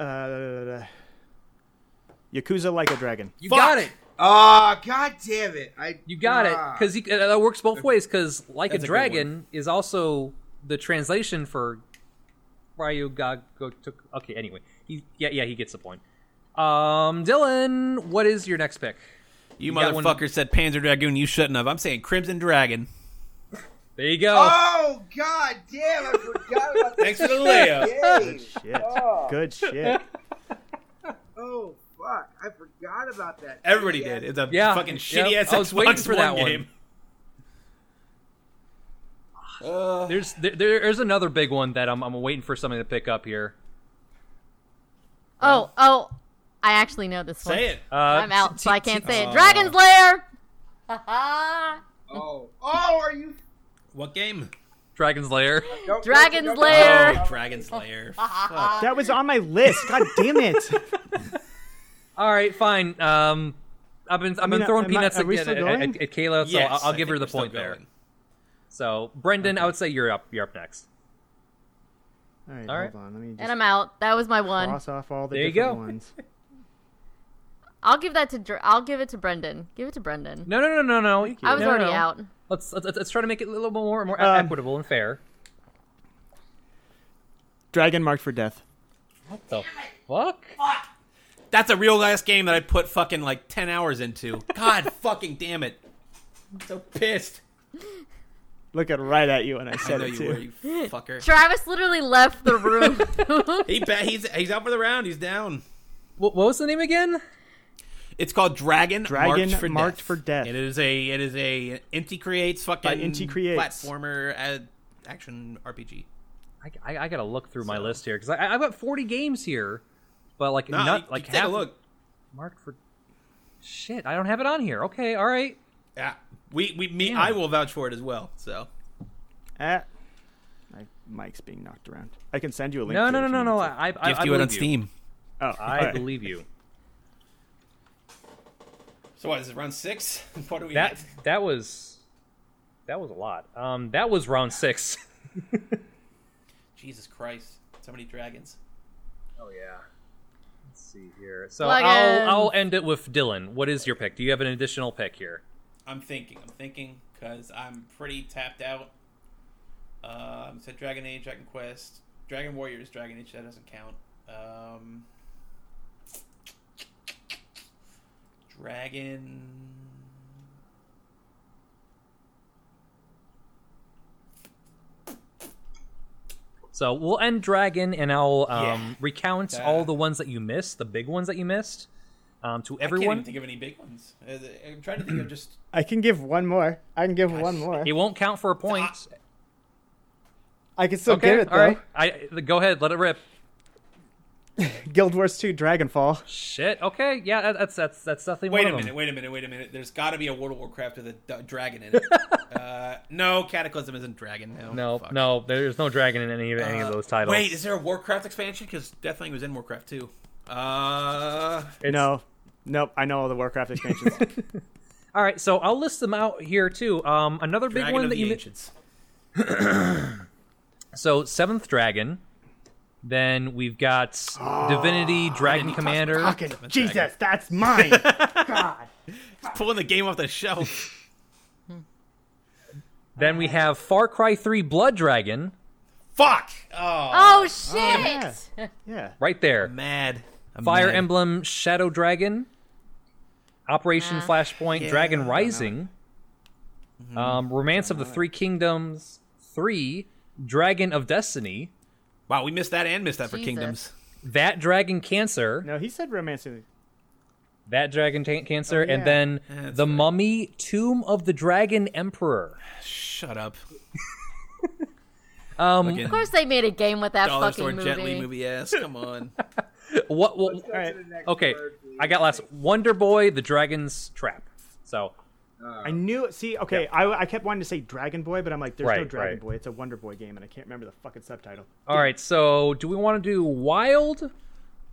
Speaker 5: uh, Yakuza like a dragon.
Speaker 2: You
Speaker 4: Fuck.
Speaker 2: got it.
Speaker 3: Ah, god damn it! I
Speaker 2: You got it.
Speaker 3: ah.
Speaker 2: 'Cause it because that works both ways. Because like
Speaker 4: That's
Speaker 2: a
Speaker 4: a good
Speaker 2: dragon is also the translation for Ryugago. Took okay. Anyway, he yeah yeah he gets the point. Um, Dylan, what is your next pick?
Speaker 4: you
Speaker 2: got one-
Speaker 4: motherfucker said Panzer Dragoon. You shouldn't have. I'm saying Crimson Dragon.
Speaker 2: There you go.
Speaker 3: Oh god damn! I forgot
Speaker 4: [laughs]
Speaker 3: about
Speaker 4: Thanks for the
Speaker 3: that
Speaker 4: layup.
Speaker 3: game.
Speaker 5: Shit.
Speaker 3: Oh,
Speaker 5: [laughs] Good shit.
Speaker 3: oh fuck! I forgot about that.
Speaker 4: Everybody
Speaker 3: Yeah.
Speaker 4: did. It's a
Speaker 2: Yeah,
Speaker 4: fucking
Speaker 2: yeah.
Speaker 4: shitty ass
Speaker 2: I was
Speaker 4: Xbox
Speaker 2: waiting for that
Speaker 4: One
Speaker 2: one.
Speaker 4: game. Uh,
Speaker 2: There's there, there's another big one that I'm I'm waiting for something to pick up here.
Speaker 1: Oh, oh, I actually know this one.
Speaker 4: say it.
Speaker 2: Uh,
Speaker 1: I'm out,
Speaker 2: t-
Speaker 1: so I
Speaker 2: t-
Speaker 1: can't
Speaker 2: t- uh,
Speaker 1: say it.
Speaker 4: Oh.
Speaker 1: Dragon's Lair. [laughs] Ha ha.
Speaker 3: Oh, oh, are you?
Speaker 4: What game?
Speaker 2: Dragon's Lair.
Speaker 3: Don't-
Speaker 1: Dragon's
Speaker 3: don't- don't-
Speaker 1: Lair.
Speaker 4: Oh, Dragon's Lair. Fuck.
Speaker 5: That was on my list. God damn it. [laughs]
Speaker 2: All right, fine. Um, I've been I've
Speaker 5: mean,
Speaker 2: been throwing
Speaker 5: am I-
Speaker 2: peanuts
Speaker 5: are we
Speaker 2: at,
Speaker 5: still
Speaker 2: at,
Speaker 5: going?
Speaker 2: at, at Kayla, so
Speaker 4: Yes,
Speaker 2: I'll, I'll
Speaker 4: I
Speaker 2: give
Speaker 4: think
Speaker 2: her the
Speaker 4: we're still
Speaker 2: point there.
Speaker 4: going.
Speaker 2: So Brendan, I would say you're up. You're up next.
Speaker 5: All right,
Speaker 2: All right.
Speaker 5: hold on. Let me just
Speaker 1: And I'm out. That was my one.
Speaker 5: cross off all the
Speaker 2: There you
Speaker 5: different
Speaker 2: go.
Speaker 5: ones.
Speaker 1: I'll give that to. Dr- I'll give it to Brendan. Give it to Brendan.
Speaker 2: No, no, no, no, no.
Speaker 1: I was
Speaker 2: No,
Speaker 1: already
Speaker 2: no.
Speaker 1: out.
Speaker 2: Let's, let's let's try to make it a little more more e-
Speaker 5: Um,
Speaker 2: equitable and fair.
Speaker 5: [laughs] Dragon marked for death.
Speaker 2: What the fuck?
Speaker 4: That's a real ass game that I put fucking like ten hours into. God [laughs] fucking damn it! I'm so pissed.
Speaker 5: Looking right at you when I
Speaker 4: I
Speaker 5: said
Speaker 4: know
Speaker 5: it
Speaker 4: you were,
Speaker 5: too.
Speaker 4: you fucker.
Speaker 1: Travis literally left
Speaker 2: [laughs]
Speaker 1: the room.
Speaker 4: He ba- he's he's out for the round. He's down.
Speaker 2: What, what was the name again?
Speaker 4: It's called Dragon.
Speaker 5: Dragon
Speaker 4: Marked for
Speaker 5: Marked
Speaker 4: Death.
Speaker 5: for Death.
Speaker 4: It is a it is a Inti creates fucking
Speaker 5: By Inti Creates.
Speaker 4: platformer uh, action RPG.
Speaker 2: I, I, I gotta look through my list here because I I've got forty games here, but like
Speaker 4: No,
Speaker 2: not
Speaker 4: you-
Speaker 2: like
Speaker 4: you take
Speaker 2: half
Speaker 4: a look.
Speaker 2: marked for. Shit, I don't have it on here. Okay, all right.
Speaker 4: Yeah, we we me
Speaker 2: Damn.
Speaker 4: I will vouch for it as well. So
Speaker 5: Ah. My mic's being knocked around. I can send you a link.
Speaker 2: No,
Speaker 5: to
Speaker 2: no,
Speaker 5: it
Speaker 2: no,
Speaker 5: if
Speaker 2: no,
Speaker 5: you
Speaker 2: no.
Speaker 5: need to.
Speaker 2: I, I,
Speaker 4: gift
Speaker 2: I
Speaker 4: you it on
Speaker 2: believe you.
Speaker 4: Steam.
Speaker 5: Oh,
Speaker 2: I
Speaker 5: alright.
Speaker 2: believe you.
Speaker 4: So what is it? Round six? [laughs] What do we?
Speaker 2: That
Speaker 4: at?
Speaker 2: that was that was a lot. Um, that was round six. [laughs]
Speaker 4: Jesus Christ! So many dragons.
Speaker 2: Oh yeah. Let's see here. So
Speaker 1: Plug in.
Speaker 2: I'll I'll end it with Dylan. What is your pick? Do you have an additional pick here?
Speaker 4: I'm thinking. I'm thinking because I'm pretty tapped out. Um, said Dragon Age, Dragon Quest, Dragon Warriors, Dragon Age. That doesn't count. Um, Dragon.
Speaker 2: So we'll end Dragon, and I'll um,
Speaker 4: Yeah.
Speaker 2: recount
Speaker 4: Uh,
Speaker 2: all the ones that you missed, the big ones that you missed, um, to
Speaker 4: I can't
Speaker 2: everyone.
Speaker 4: even think of any big ones. Uh, the- I'm trying to think
Speaker 2: [clears throat]
Speaker 4: of just.
Speaker 5: I can give one more. I can give one more.
Speaker 2: It won't count for a point.
Speaker 5: I can still
Speaker 2: okay,
Speaker 5: get it though.
Speaker 2: all right. I go ahead, let it rip.
Speaker 5: [laughs] Guild Wars 2 Dragonfall.
Speaker 2: Shit. Okay. Yeah. That, that's that's that's definitely
Speaker 4: Wait
Speaker 2: one
Speaker 4: a
Speaker 2: of
Speaker 4: minute,
Speaker 2: them.
Speaker 4: wait a minute, wait a minute. There's got to be a World of Warcraft with a d-
Speaker 2: [laughs]
Speaker 4: dragon in it. uh, no, Cataclysm isn't dragon. No,
Speaker 2: No,
Speaker 4: fuck.
Speaker 2: no. There's no dragon in any of any
Speaker 4: Uh,
Speaker 2: of those titles.
Speaker 4: Wait, is there a Warcraft expansion? Because Deathwing was in Warcraft too. Uh,
Speaker 2: It's-
Speaker 5: No. Nope, I know all the Warcraft expansions.
Speaker 2: [laughs] All right. So I'll list them out here too. Um, another big
Speaker 4: Dragon
Speaker 2: one
Speaker 4: of
Speaker 2: that
Speaker 4: the
Speaker 2: you. mi-
Speaker 4: Ancients.
Speaker 2: So seventh dragon. Then we've got
Speaker 4: Oh,
Speaker 2: Divinity Dragon Commander.
Speaker 5: Fucking
Speaker 4: Dragon.
Speaker 5: Jesus, that's mine. God.
Speaker 4: Pulling the game off the shelf. [laughs]
Speaker 2: Then we have Far Cry 3 Blood Dragon
Speaker 4: Fuck! Oh,
Speaker 1: Oh shit!
Speaker 5: Yeah.
Speaker 2: right there.
Speaker 4: mad. I'm
Speaker 2: Fire
Speaker 4: mad.
Speaker 2: Emblem Shadow Dragon, Operation Flashpoint
Speaker 4: I
Speaker 2: Dragon
Speaker 4: don't Mm-hmm.
Speaker 2: Rising, um, Romance of the Three Kingdoms 3, Dragon of Destiny,
Speaker 4: Wow, we missed that and missed that for
Speaker 1: Jesus.
Speaker 4: Kingdoms.
Speaker 2: That Dragon Cancer,
Speaker 5: No, he said romancing.
Speaker 2: That Dragon ta- Cancer,
Speaker 5: Oh, yeah.
Speaker 2: and then
Speaker 4: That's
Speaker 2: The
Speaker 4: right.
Speaker 2: Mummy Tomb of the Dragon Emperor.
Speaker 4: Shut up.
Speaker 2: Um,
Speaker 4: Again,
Speaker 1: Of course they made a game with that
Speaker 4: Dollar
Speaker 1: fucking
Speaker 4: Store
Speaker 1: movie.
Speaker 4: Gently movie ass. Come [laughs] on.
Speaker 2: what, what,
Speaker 5: All right.
Speaker 2: okay, I got last. Wonder Boy, The Dragon's Trap. So,
Speaker 5: I knew. See, okay, I, I kept wanting to say Dragon Boy, but I'm like, there's no
Speaker 2: Right,
Speaker 5: Dragon
Speaker 2: right.
Speaker 5: Boy. It's a Wonder Boy game, and I can't remember the fucking subtitle.
Speaker 2: all right, so do we want to do Wild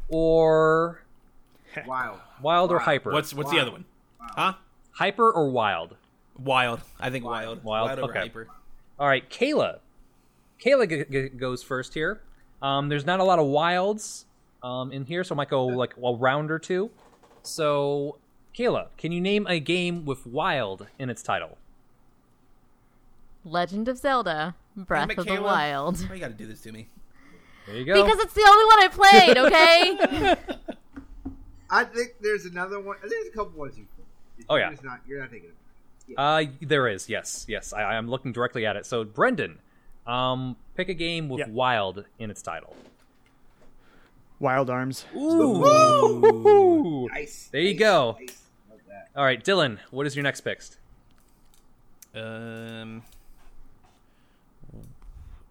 Speaker 2: or
Speaker 3: Wild.
Speaker 2: Wild or hyper?
Speaker 4: Uh, What's what's the other one? Huh?
Speaker 2: hyper or wild?
Speaker 4: Wild. I think wild.
Speaker 2: Wild,
Speaker 4: over
Speaker 2: okay.
Speaker 4: hyper.
Speaker 2: All right, Kayla. Kayla g- g- goes first here. Um, there's not a lot of wilds um, in here, so I might go like a round or two. So, Kayla, can you name a game with wild in its title?
Speaker 1: Legend of Zelda: Breath
Speaker 4: Damn it,
Speaker 1: of the
Speaker 4: Kayla.
Speaker 1: Wild.
Speaker 4: Why you gotta do this to me?
Speaker 2: There you go.
Speaker 1: Because it's the only one I played. Okay.
Speaker 3: I think there's another one. I think there's a couple ones you.
Speaker 2: Oh,
Speaker 3: You're
Speaker 2: yeah.
Speaker 3: just not, you're not thinking. Of it.
Speaker 2: uh, there is. Yes, yes. I, I'm looking directly at it. So, Brendan, um, pick a game with
Speaker 5: Yeah.
Speaker 2: wild in its title.
Speaker 5: Wild Arms.
Speaker 2: Ooh.
Speaker 3: Nice.
Speaker 2: There you
Speaker 3: nice,
Speaker 2: go.
Speaker 3: nice. Love that.
Speaker 2: All right, Dylan. What is your next pick?
Speaker 4: Um,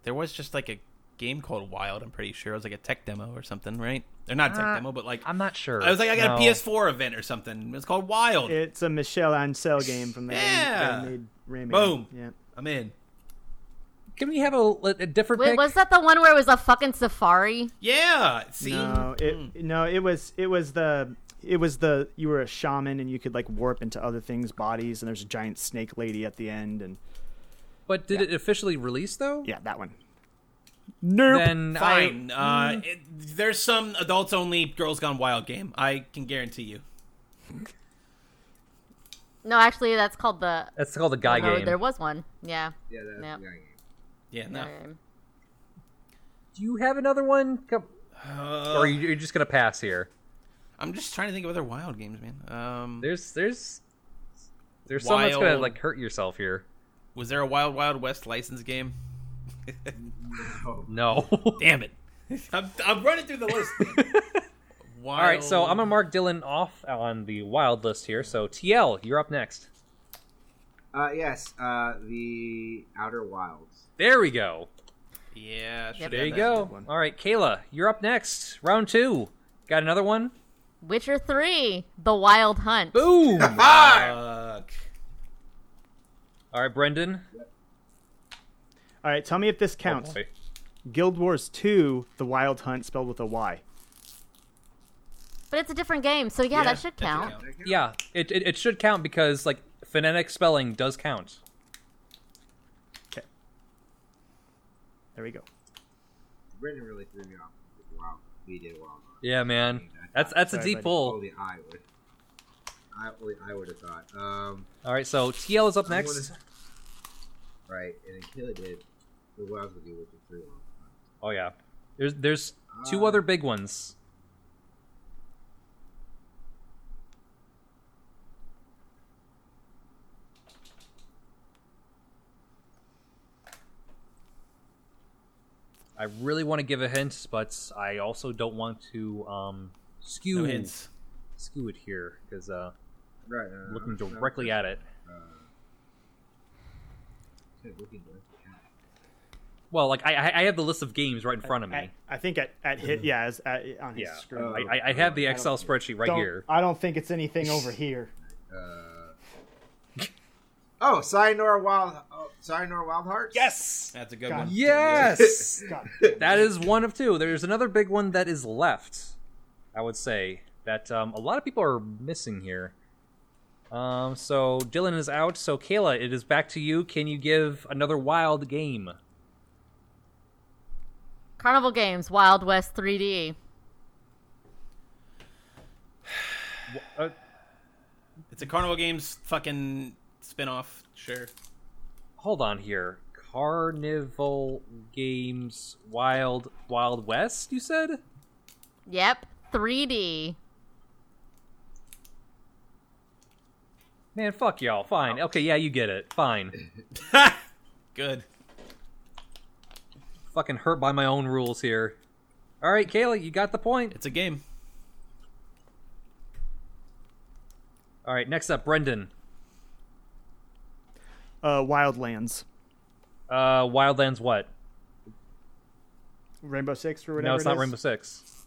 Speaker 4: there was just like a game called Wild. I'm pretty sure it was like a tech demo or something, right? Or not a tech
Speaker 2: Uh,
Speaker 4: demo, but like
Speaker 2: I'm not sure.
Speaker 4: I was like, I
Speaker 2: No.
Speaker 4: got a PS4 event or something. It was called Wild.
Speaker 5: It's a Michelle Ancel game from the
Speaker 4: Yeah.
Speaker 5: they made Rayman.
Speaker 4: Boom.
Speaker 5: Yeah.
Speaker 4: I'm in.
Speaker 2: Can we have a, a different
Speaker 1: Wait,
Speaker 2: pick?
Speaker 1: was that the one where it was a fucking safari?
Speaker 4: Yeah. See.
Speaker 5: No, it
Speaker 4: Hmm.
Speaker 5: no, it was it was the it was the you were a shaman and you could like warp into other things' bodies and there's a giant snake lady at the end and
Speaker 2: But did it officially release though?
Speaker 5: yeah that one. Nope.
Speaker 2: Then
Speaker 4: Fine.
Speaker 2: I,
Speaker 4: uh, it, there's some adults-only Girls Gone Wild game. I can guarantee you.
Speaker 1: No, actually, that's called the.
Speaker 2: that's called the guy
Speaker 1: no,
Speaker 2: game.
Speaker 1: there was one. Yeah.
Speaker 3: Yeah, that's
Speaker 1: Yep.
Speaker 3: the guy game.
Speaker 4: Yeah. No.
Speaker 1: Um,
Speaker 2: Do you have another one? Come-
Speaker 4: Uh,
Speaker 2: or are you, you're just gonna pass here?
Speaker 4: I'm just trying to think of other Wild games, man. Um,
Speaker 2: There's there's there's someone that's gonna
Speaker 4: Wild.
Speaker 2: like hurt yourself here.
Speaker 4: was there a Wild Wild West license game?
Speaker 2: No.
Speaker 4: [laughs] Damn it. I'm, I'm running through the [laughs] list. Wild...
Speaker 2: [laughs] All right, so I'm gonna mark Dylan off on the wild list here. So TL, you're up next.
Speaker 3: [laughs] Uh, yes, uh, the Outer Wilds.
Speaker 2: There we go.
Speaker 4: Yeah. I should've
Speaker 2: There
Speaker 4: had
Speaker 2: you
Speaker 4: that.
Speaker 2: go.
Speaker 5: one.
Speaker 2: All right, Kayla, you're up next. Round two. Got another one?
Speaker 1: Witcher Three: The Wild Hunt.
Speaker 4: [laughs]
Speaker 2: Boom.
Speaker 4: Fuck.
Speaker 2: All right, Brendan. Oh,
Speaker 5: All right, tell me if this counts.
Speaker 2: Boy.
Speaker 5: Guild Wars 2: The Wild Hunt spelled with a Y.
Speaker 1: But it's a different game, so yeah, that should count.
Speaker 4: count.
Speaker 2: Yeah, it, it it should count because like phonetic spelling does count.
Speaker 5: Okay. There we go.
Speaker 3: Brendan really threw me off. Wow, he did well.
Speaker 2: Yeah, man. That's that's a
Speaker 5: Sorry,
Speaker 2: deep
Speaker 5: buddy.
Speaker 2: pull.
Speaker 3: Only I would. I only I would have thought. Um,
Speaker 2: All right, so TL is up next.
Speaker 3: I wanna- right, and then Kayla did. The Wilds with you with the three long.
Speaker 2: Oh yeah, there's there's two
Speaker 3: Ah.
Speaker 2: other big ones. I really want to give a hint, but I also don't want to um, skew
Speaker 4: No hints.
Speaker 2: skew it here because uh,
Speaker 3: Right, no, no, no,
Speaker 2: looking
Speaker 5: Uh,
Speaker 3: no, no,
Speaker 2: directly at it.
Speaker 3: no, looking directly at it.
Speaker 2: Well, like I, I- I have the list of games right in front of me.
Speaker 5: At- I think at, at
Speaker 3: Mm-hmm.
Speaker 5: hit yeah as, at, on his
Speaker 2: yeah, uh,
Speaker 5: screen. Oh,
Speaker 2: I, I- I have the Excel spreadsheet right
Speaker 5: Don't-
Speaker 2: here.
Speaker 5: I don't think it's anything
Speaker 2: [laughs]
Speaker 5: over here.
Speaker 3: Oh, Sayonara Wild, oh, Sayonara Wild Hearts.
Speaker 5: Yes.
Speaker 4: That's a good
Speaker 5: God.
Speaker 4: one.
Speaker 5: [laughs]
Speaker 2: Yes,
Speaker 5: God.
Speaker 2: that is one of two. There's another big one that is left. I would say that um, a lot of people are missing here. Um, so Dylan is out. So Kayla, it is back to you. Can you give another wild game?
Speaker 1: Carnival Games Wild West 3D.
Speaker 2: Uh,
Speaker 4: It's a Carnival Games fucking spin-off. [laughs] Sure.
Speaker 2: hold on here. Carnival Games Wild Wild West. You said.
Speaker 1: Yep, 3D.
Speaker 2: Man, fuck y'all. Fine. Okay, yeah, you get it. Fine.
Speaker 4: Good.
Speaker 2: Fucking hurt by my own rules here. All right, Kayla, you got the point.
Speaker 4: It's a game.
Speaker 2: All right, next up, Brendan.
Speaker 5: Uh, Wildlands,
Speaker 2: Uh, Wildlands. What?
Speaker 5: Rainbow Six or whatever.
Speaker 2: no, it's
Speaker 5: it
Speaker 2: not
Speaker 5: is.
Speaker 2: Rainbow Six.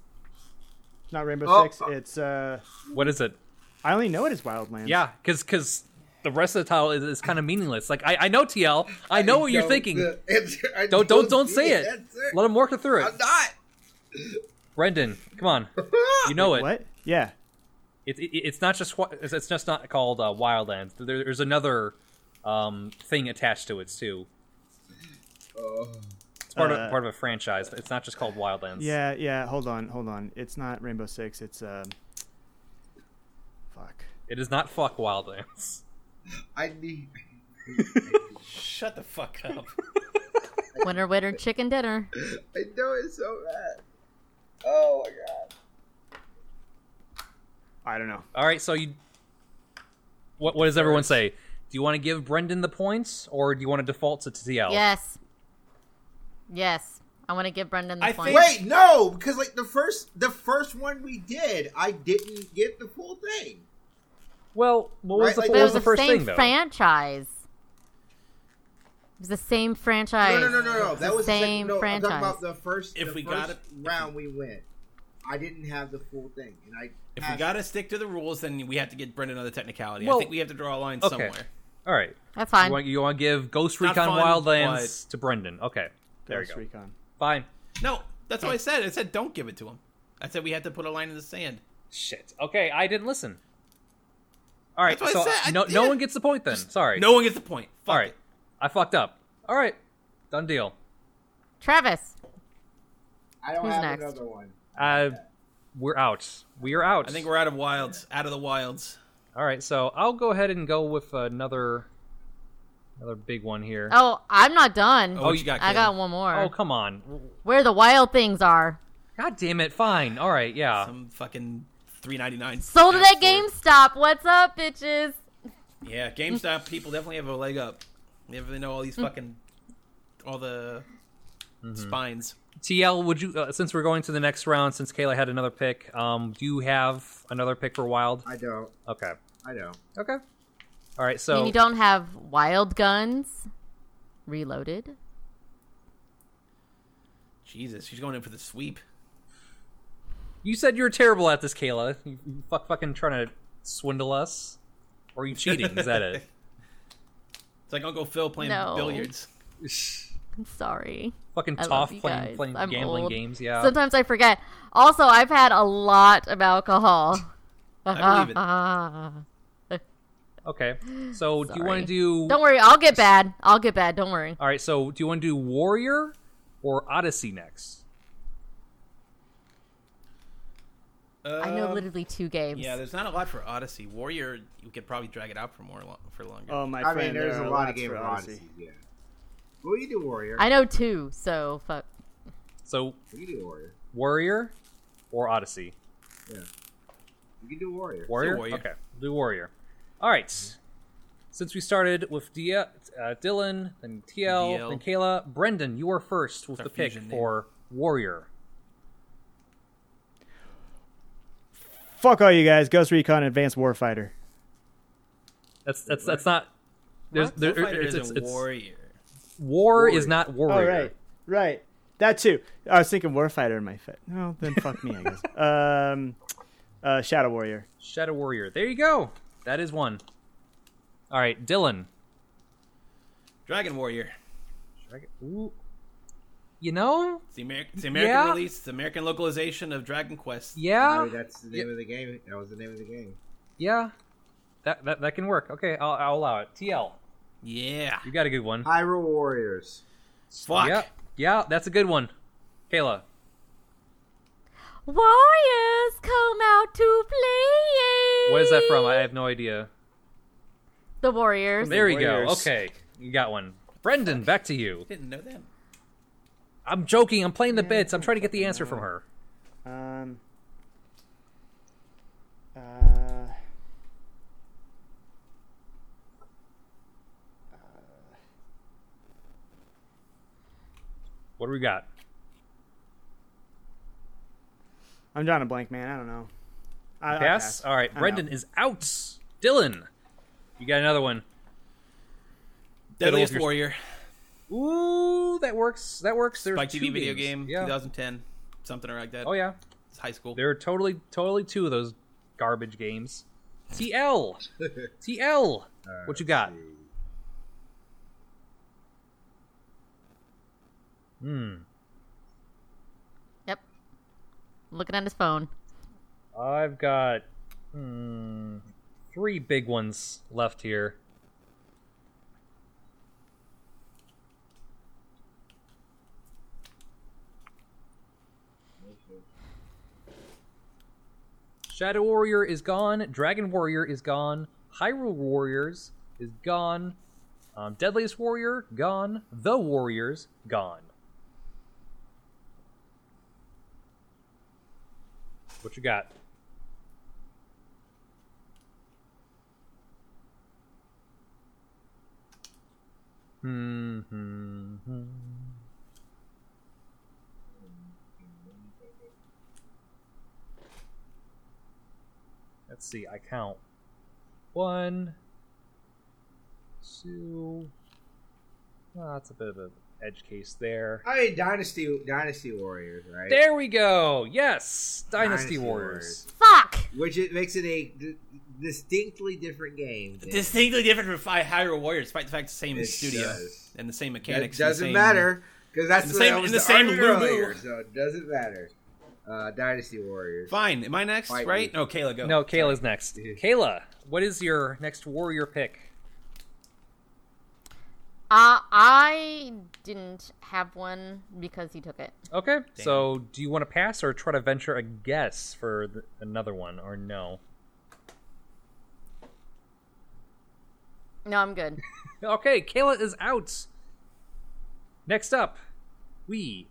Speaker 5: It's Not Rainbow
Speaker 3: Oh.
Speaker 5: Six. It's uh,
Speaker 2: What is it?
Speaker 5: I only know it as Wildlands.
Speaker 2: Yeah, because because the rest of the title is, is kind of meaningless. Like I, I know TL. I know what you're
Speaker 3: Don't-
Speaker 2: thinking.
Speaker 3: the- it's- [laughs] I
Speaker 2: don't don't don't
Speaker 3: do
Speaker 2: say it.
Speaker 3: That's it.
Speaker 2: Let him work it through it.
Speaker 3: I'm not.
Speaker 2: Brendan, come on. You know it.
Speaker 5: What? Yeah.
Speaker 2: It, it. It's not just wi- it's it's just not called uh, Wildlands. There, there's another um thing attached to it too.
Speaker 3: Oh,
Speaker 2: It's part
Speaker 5: Uh,
Speaker 2: of part of a franchise. It's not just called Wildlands.
Speaker 5: Yeah. Yeah. Hold on. Hold on. It's not Rainbow Six. It's um. Fuck.
Speaker 2: It is not fuck Wildlands.
Speaker 3: I need. [laughs]
Speaker 4: Shut the fuck up.
Speaker 1: Winner, winner, chicken dinner.
Speaker 3: I know it so bad. Oh my god.
Speaker 5: I don't know.
Speaker 2: [laughs] All right, so you. What what does everyone say? Do you want to give Brendan the points, or do you want to default to TL?
Speaker 1: Yes. Yes. I want to give Brendan the
Speaker 4: I
Speaker 1: point.
Speaker 4: think-
Speaker 3: Wait, no, because like the first, the first one we did, I didn't get the full thing.
Speaker 2: Well, what was
Speaker 3: Right,
Speaker 2: the,
Speaker 3: like-
Speaker 2: what
Speaker 1: but it was
Speaker 2: was the
Speaker 1: the
Speaker 2: first
Speaker 1: same
Speaker 2: thing though?
Speaker 1: franchise. It was the same franchise.
Speaker 3: No, no, no, no, no. That was the
Speaker 1: same
Speaker 3: second, no, I'm talking
Speaker 1: franchise.
Speaker 3: about the first.
Speaker 4: If
Speaker 3: the
Speaker 4: we
Speaker 3: first
Speaker 4: got it-
Speaker 3: round, we went. I didn't have the full thing, and I.
Speaker 4: If we
Speaker 3: passed-
Speaker 4: gotta stick to the rules, then we have to get Brendan another technicality.
Speaker 2: Well,
Speaker 4: I think we have to draw a line
Speaker 2: okay.
Speaker 4: somewhere.
Speaker 2: All right,
Speaker 1: That's
Speaker 2: you want
Speaker 1: fine.
Speaker 2: you want to give Ghost
Speaker 4: Not
Speaker 2: Recon
Speaker 4: fun,
Speaker 2: Wildlands to Brendan? Okay, there
Speaker 5: Ghost
Speaker 2: you go.
Speaker 5: Recon.
Speaker 2: Fine.
Speaker 4: No, that's what I said. I said don't give it to him. I said we had to put a line in the sand.
Speaker 2: Shit. Okay, I didn't listen. All right,
Speaker 4: That's
Speaker 2: so
Speaker 4: what I said, I
Speaker 2: no no
Speaker 4: did.
Speaker 2: one gets the point then. Sorry.
Speaker 4: No one gets the point. Fuck
Speaker 2: All right,
Speaker 4: it.
Speaker 2: I fucked up. All right, done deal.
Speaker 1: Travis.
Speaker 3: I don't
Speaker 1: Who's
Speaker 3: have
Speaker 1: next?
Speaker 3: another one.
Speaker 2: Uh, we're out. We are out.
Speaker 4: I think we're out of wilds. Out of the wilds.
Speaker 2: All right, so I'll go ahead and go with another another big one here.
Speaker 1: Oh, I'm not done.
Speaker 4: Oh, what you got,
Speaker 1: I got
Speaker 4: Kayla?
Speaker 1: one more.
Speaker 2: Oh, come on.
Speaker 1: Where the wild things are.
Speaker 2: God damn it. Fine. All right, yeah.
Speaker 4: Some fucking three ninety nine.
Speaker 1: Sold it at GameStop. What's up, bitches?
Speaker 4: Yeah, GameStop people definitely have a leg up. They definitely know all
Speaker 2: Hmm.
Speaker 4: these fucking all the
Speaker 2: Mm-hmm.
Speaker 4: spines.
Speaker 2: TL, would you uh, since we're going to the next round since Kayla had another pick, um do you have another pick for wild?
Speaker 3: I don't.
Speaker 2: Okay.
Speaker 3: I don't.
Speaker 2: Okay. All right,
Speaker 1: And
Speaker 2: so
Speaker 1: you don't have wild guns. Reloaded.
Speaker 4: Jesus, she's going in for the sweep.
Speaker 2: you said you were terrible at this, Kayla. You you fuck fucking trying to swindle us? Or are you cheating? Is that
Speaker 4: [laughs]
Speaker 2: it?
Speaker 4: It's like Uncle Phil playing
Speaker 1: No.
Speaker 4: billiards.
Speaker 1: I'm sorry.
Speaker 2: Fucking
Speaker 1: I love
Speaker 2: tough
Speaker 1: you
Speaker 2: playing
Speaker 1: guys.
Speaker 2: playing
Speaker 1: I'm
Speaker 2: gambling
Speaker 1: old.
Speaker 2: games, yeah.
Speaker 1: Sometimes I forget. Also, I've had a lot of alcohol.
Speaker 4: I believe it.
Speaker 2: Okay. So do you want
Speaker 1: Sorry.
Speaker 2: to
Speaker 1: [laughs]
Speaker 2: do
Speaker 1: Don't worry, I'll get bad. I'll get bad. Don't worry.
Speaker 2: All right, so do you want to do Warrior or Odyssey next?
Speaker 1: I know
Speaker 4: Um,
Speaker 1: literally two games.
Speaker 4: Yeah, there's not a lot for Odyssey. Warrior, you could probably drag it out for more lo- for longer.
Speaker 5: Oh my
Speaker 3: I
Speaker 5: friend.
Speaker 3: mean, there's
Speaker 5: there
Speaker 4: uh,
Speaker 5: are
Speaker 3: a lot of
Speaker 5: lots
Speaker 3: Game
Speaker 5: for
Speaker 3: of
Speaker 5: Odyssey.
Speaker 3: Odyssey. Yeah. Well, you do Warrior.
Speaker 1: I know two, so fuck.
Speaker 2: So
Speaker 3: We can do Warrior.
Speaker 2: Warrior or Odyssey?
Speaker 3: We can do Warrior.
Speaker 2: Warrior?
Speaker 4: Warrior.
Speaker 2: Okay, we'll do Warrior. All right. Since we started with Dia, uh, Dylan, then TL,
Speaker 4: DL.
Speaker 2: then Kayla, Brendan, you are first with
Speaker 4: Our
Speaker 2: the pick
Speaker 4: fusion name.
Speaker 2: for Warrior.
Speaker 5: Fuck all you guys. Ghost Recon Advanced Warfighter.
Speaker 2: That's that's that's not. There's,
Speaker 1: What?
Speaker 2: there,
Speaker 4: Fighter
Speaker 2: it's,
Speaker 4: is
Speaker 2: it's,
Speaker 4: a
Speaker 2: it's-
Speaker 4: warrior.
Speaker 2: war is
Speaker 3: Warrior.
Speaker 2: not warrior.
Speaker 5: All Oh, right. Right. That too. I was thinking Warfighter in my fit. No, then fuck me, I guess. Um, uh, Shadow Warrior.
Speaker 2: Shadow Warrior. There you go. That is one. All right, Dylan.
Speaker 4: Dragon Warrior.
Speaker 2: Ooh. You know?
Speaker 4: It's the, Ameri- it's the American
Speaker 2: Yeah.
Speaker 4: release. It's the American localization of Dragon Quest.
Speaker 2: Yeah.
Speaker 3: No, that's the name of the game. That was the name of the game.
Speaker 2: Yeah. That that, that can work. Okay, I'll, I'll allow it. TL,
Speaker 4: Yeah.
Speaker 2: you got a good one.
Speaker 3: Hyrule Warriors.
Speaker 4: Fuck.
Speaker 2: Yeah. Yeah, that's a good one. Kayla.
Speaker 1: Warriors come out to play.
Speaker 2: What is that from? I have no idea.
Speaker 1: The Warriors.
Speaker 2: There you go.
Speaker 5: Warriors.
Speaker 2: Okay. You got one. Brendan, back to you.
Speaker 4: Didn't know that.
Speaker 2: I'm joking. I'm playing the bits. I'm trying to get the answer from her.
Speaker 5: Um, uh,
Speaker 2: What do we got?
Speaker 5: I'm drawing a blank, man. I don't know. I, I
Speaker 2: Pass?
Speaker 5: pass.
Speaker 2: All right.
Speaker 5: I know.
Speaker 2: Brendan is out. Dylan, you got another one.
Speaker 4: Deadliest
Speaker 2: your-
Speaker 4: Warrior.
Speaker 2: Ooh, that works. That works. There are
Speaker 4: Spike
Speaker 2: two
Speaker 4: TV video
Speaker 2: games.
Speaker 4: game.
Speaker 2: Yeah.
Speaker 4: 2010. Something like that.
Speaker 2: Oh yeah.
Speaker 4: It's high school.
Speaker 2: There are totally, totally two of those garbage games. TL, TL, what you got? Hmm.
Speaker 1: Yep. Looking at his phone.
Speaker 2: I've got hmm, three big ones left here. Shadow Warrior is gone. Dragon Warrior is gone. Hyrule Warriors is gone. Um, Deadliest Warrior gone. The Warriors gone. What you got? Hmm. Let's see, I count. One, two. Ah, that's a bit of an edge case there.
Speaker 3: I mean, Dynasty Dynasty Warriors, right?
Speaker 2: There we go! Yes! Dynasty,
Speaker 3: Dynasty
Speaker 2: Warriors.
Speaker 1: Fuck.
Speaker 3: Which it makes it a d- distinctly different game. than-
Speaker 4: Distinctly different from Fi- Hyrule Warrior, despite the fact it's the same
Speaker 3: It
Speaker 4: studio
Speaker 3: does.
Speaker 4: and the same
Speaker 3: It
Speaker 4: mechanics. and the
Speaker 3: doesn't
Speaker 4: same-
Speaker 3: matter because that's
Speaker 4: in the
Speaker 3: what
Speaker 4: same-
Speaker 3: I was
Speaker 4: in the same
Speaker 3: arguing
Speaker 4: Lubu.
Speaker 3: earlier, so it doesn't matter. Uh, Dynasty Warriors.
Speaker 4: Fine. Am I next?
Speaker 3: Fight
Speaker 4: right?
Speaker 3: me.
Speaker 4: No, Kayla, go.
Speaker 2: No, Kayla's next.
Speaker 3: Yeah.
Speaker 2: Kayla, what is your next warrior pick?
Speaker 1: Uh, I didn't have one because he took it.
Speaker 2: Okay, so do you want to pass or try to venture a guess for th- another one, or no?
Speaker 1: No, I'm good.
Speaker 2: Okay, Kayla is out. Next up, we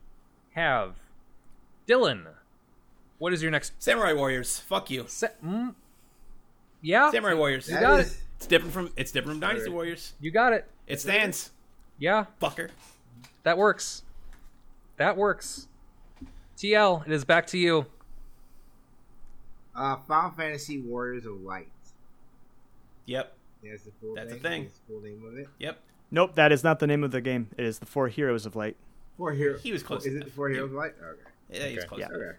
Speaker 2: have Dylan. What is your next?
Speaker 4: Samurai Warriors. Fuck you.
Speaker 2: Se- mm? Yeah,
Speaker 4: Samurai Warriors.
Speaker 3: That
Speaker 2: got
Speaker 3: is-
Speaker 4: It's different from it's different from Dynasty Warriors.
Speaker 2: you got it.
Speaker 4: It stands.
Speaker 2: Yeah,
Speaker 4: Fucker.
Speaker 2: that works. That works. TL, it is back to you.
Speaker 3: uh, Final Fantasy Warriors of Light.
Speaker 4: Yep.
Speaker 3: That's the full
Speaker 4: That's
Speaker 3: name.
Speaker 4: a thing.
Speaker 3: That's the full name of it.
Speaker 4: Yep.
Speaker 5: Nope, that is not the name of the game. It is the Four Heroes of Light.
Speaker 3: Four Heroes.
Speaker 4: He was close
Speaker 3: Is it
Speaker 4: enough.
Speaker 3: the Four Heroes of Light? Okay.
Speaker 4: Yeah, he's
Speaker 2: Okay.
Speaker 4: close.
Speaker 5: Yeah.
Speaker 3: Okay.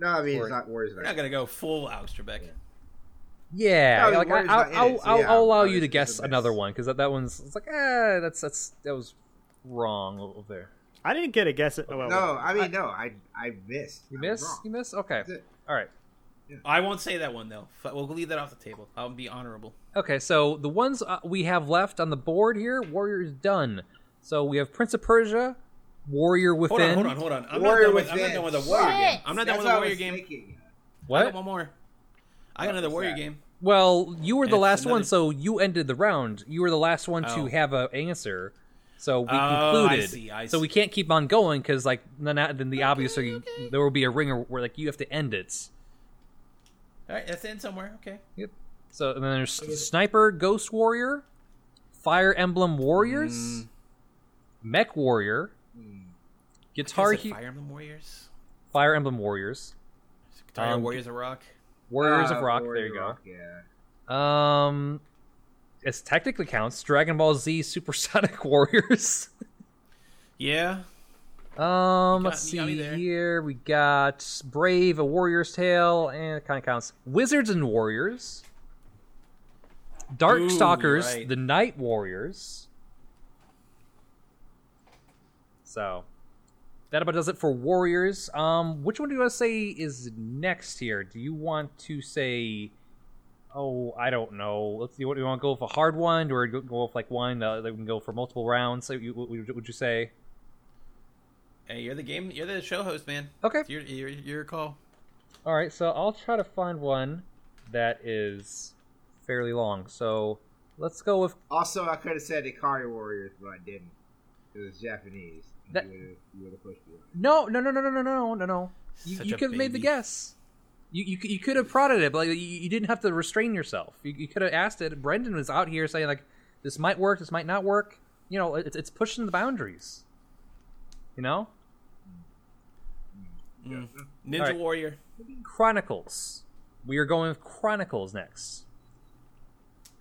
Speaker 3: No, I mean
Speaker 2: Four-
Speaker 3: it's not Warriors.
Speaker 4: We're
Speaker 3: Of
Speaker 4: not
Speaker 3: Light.
Speaker 4: gonna go full Alex Trebek.
Speaker 2: Yeah,
Speaker 3: No,
Speaker 2: like, I,
Speaker 3: Warrior's
Speaker 2: will
Speaker 3: not in it,
Speaker 2: I'll,
Speaker 3: so
Speaker 2: I'll,
Speaker 3: yeah,
Speaker 2: I'll allow
Speaker 3: Warrior's
Speaker 2: you to
Speaker 3: just a
Speaker 2: guess
Speaker 3: miss.
Speaker 2: another one because that, that one's it's like ah, that's that's that was wrong over there.
Speaker 5: I didn't get a guess at. oh, Well,
Speaker 3: No, I mean no. I I Oh, missed.
Speaker 2: You
Speaker 3: I was
Speaker 2: miss,
Speaker 3: wrong.
Speaker 2: you miss. Okay,
Speaker 3: That's it.
Speaker 2: all right.
Speaker 4: I won't say that one though. F- We'll leave that off the table. I'll be honorable.
Speaker 2: Okay, so the ones uh, we have left on the board here, Warrior is done. So we have Prince of Persia, Warrior Within.
Speaker 4: Hold on, hold on, hold on. I'm
Speaker 3: Warrior
Speaker 4: not done with I'm not
Speaker 3: Within.
Speaker 4: done with the warrior game.
Speaker 1: Shit.
Speaker 4: I'm not done
Speaker 3: That's
Speaker 4: with
Speaker 3: what I
Speaker 4: the warrior
Speaker 3: was
Speaker 4: game.
Speaker 3: thinking.
Speaker 4: I got
Speaker 2: What?
Speaker 4: one more. I got another
Speaker 3: was
Speaker 4: warrior
Speaker 3: that?
Speaker 4: game.
Speaker 2: Well, you were the
Speaker 4: It's
Speaker 2: last one,
Speaker 4: another-
Speaker 2: so you ended the round. You were the last one
Speaker 4: Oh.
Speaker 2: to have an answer. So we
Speaker 4: Oh, I
Speaker 2: concluded.
Speaker 4: see, I
Speaker 2: So we
Speaker 4: see.
Speaker 2: can't keep on going because, like, then, that- then the obvious, there will be a ringer where like you have to end it.
Speaker 4: All right, that's in somewhere. Okay.
Speaker 2: Yep. So and then there's Sniper Ghost Warrior, Fire Emblem Warriors, Mech Warrior, Guitar
Speaker 4: Is it
Speaker 2: Hero,
Speaker 4: Fire Emblem Warriors.
Speaker 2: Fire Emblem Warriors,
Speaker 4: Is it Guitar
Speaker 2: Um,
Speaker 4: Warriors of Rock.
Speaker 2: Warriors
Speaker 3: Uh,
Speaker 2: of Rock.
Speaker 3: Warrior
Speaker 2: there you
Speaker 3: Rock, Yeah.
Speaker 2: go. Um, [laughs] it technically counts. Dragon Ball Z Supersonic Warriors.
Speaker 4: Yeah.
Speaker 2: Um,
Speaker 4: got-
Speaker 2: let's
Speaker 4: you got me
Speaker 2: see
Speaker 4: there.
Speaker 2: here. We got Brave, A Warrior's Tale, and it kind of counts. Wizards and Warriors. Darkstalkers,
Speaker 4: right.
Speaker 2: The Night Warriors. So, that about does it for Warriors. Um, which one do you want to say is next here? Do you want to say, oh, I don't know. Let's see. What do you want to go with a hard one, or go, go with like one uh, that we can go for multiple rounds? So, you, what would you- would you say?
Speaker 4: Hey, you're the game. You're the show host, man.
Speaker 2: Okay.
Speaker 4: It's your, your, your call.
Speaker 2: All right, so I'll try to find one that is fairly long. So let's go with
Speaker 3: Also, I could have said Ikari Warriors, but I didn't. It was Japanese. and
Speaker 2: That-
Speaker 3: you would've- you would have pushed me. on
Speaker 2: no, no, no, no, no, no, no, no, no. You,
Speaker 4: Such
Speaker 2: you
Speaker 4: a
Speaker 2: could have made the
Speaker 4: baby.
Speaker 2: guess. You, you you could have prodded it, but like you, you didn't have to restrain yourself. You, you could have asked it. Brendan was out here saying like, "This might work. This might not work." You know, it's it's pushing the boundaries. You know,
Speaker 4: Mm-hmm. Ninja
Speaker 2: All right.
Speaker 4: Warrior.
Speaker 2: Chronicles. We are going with Chronicles next.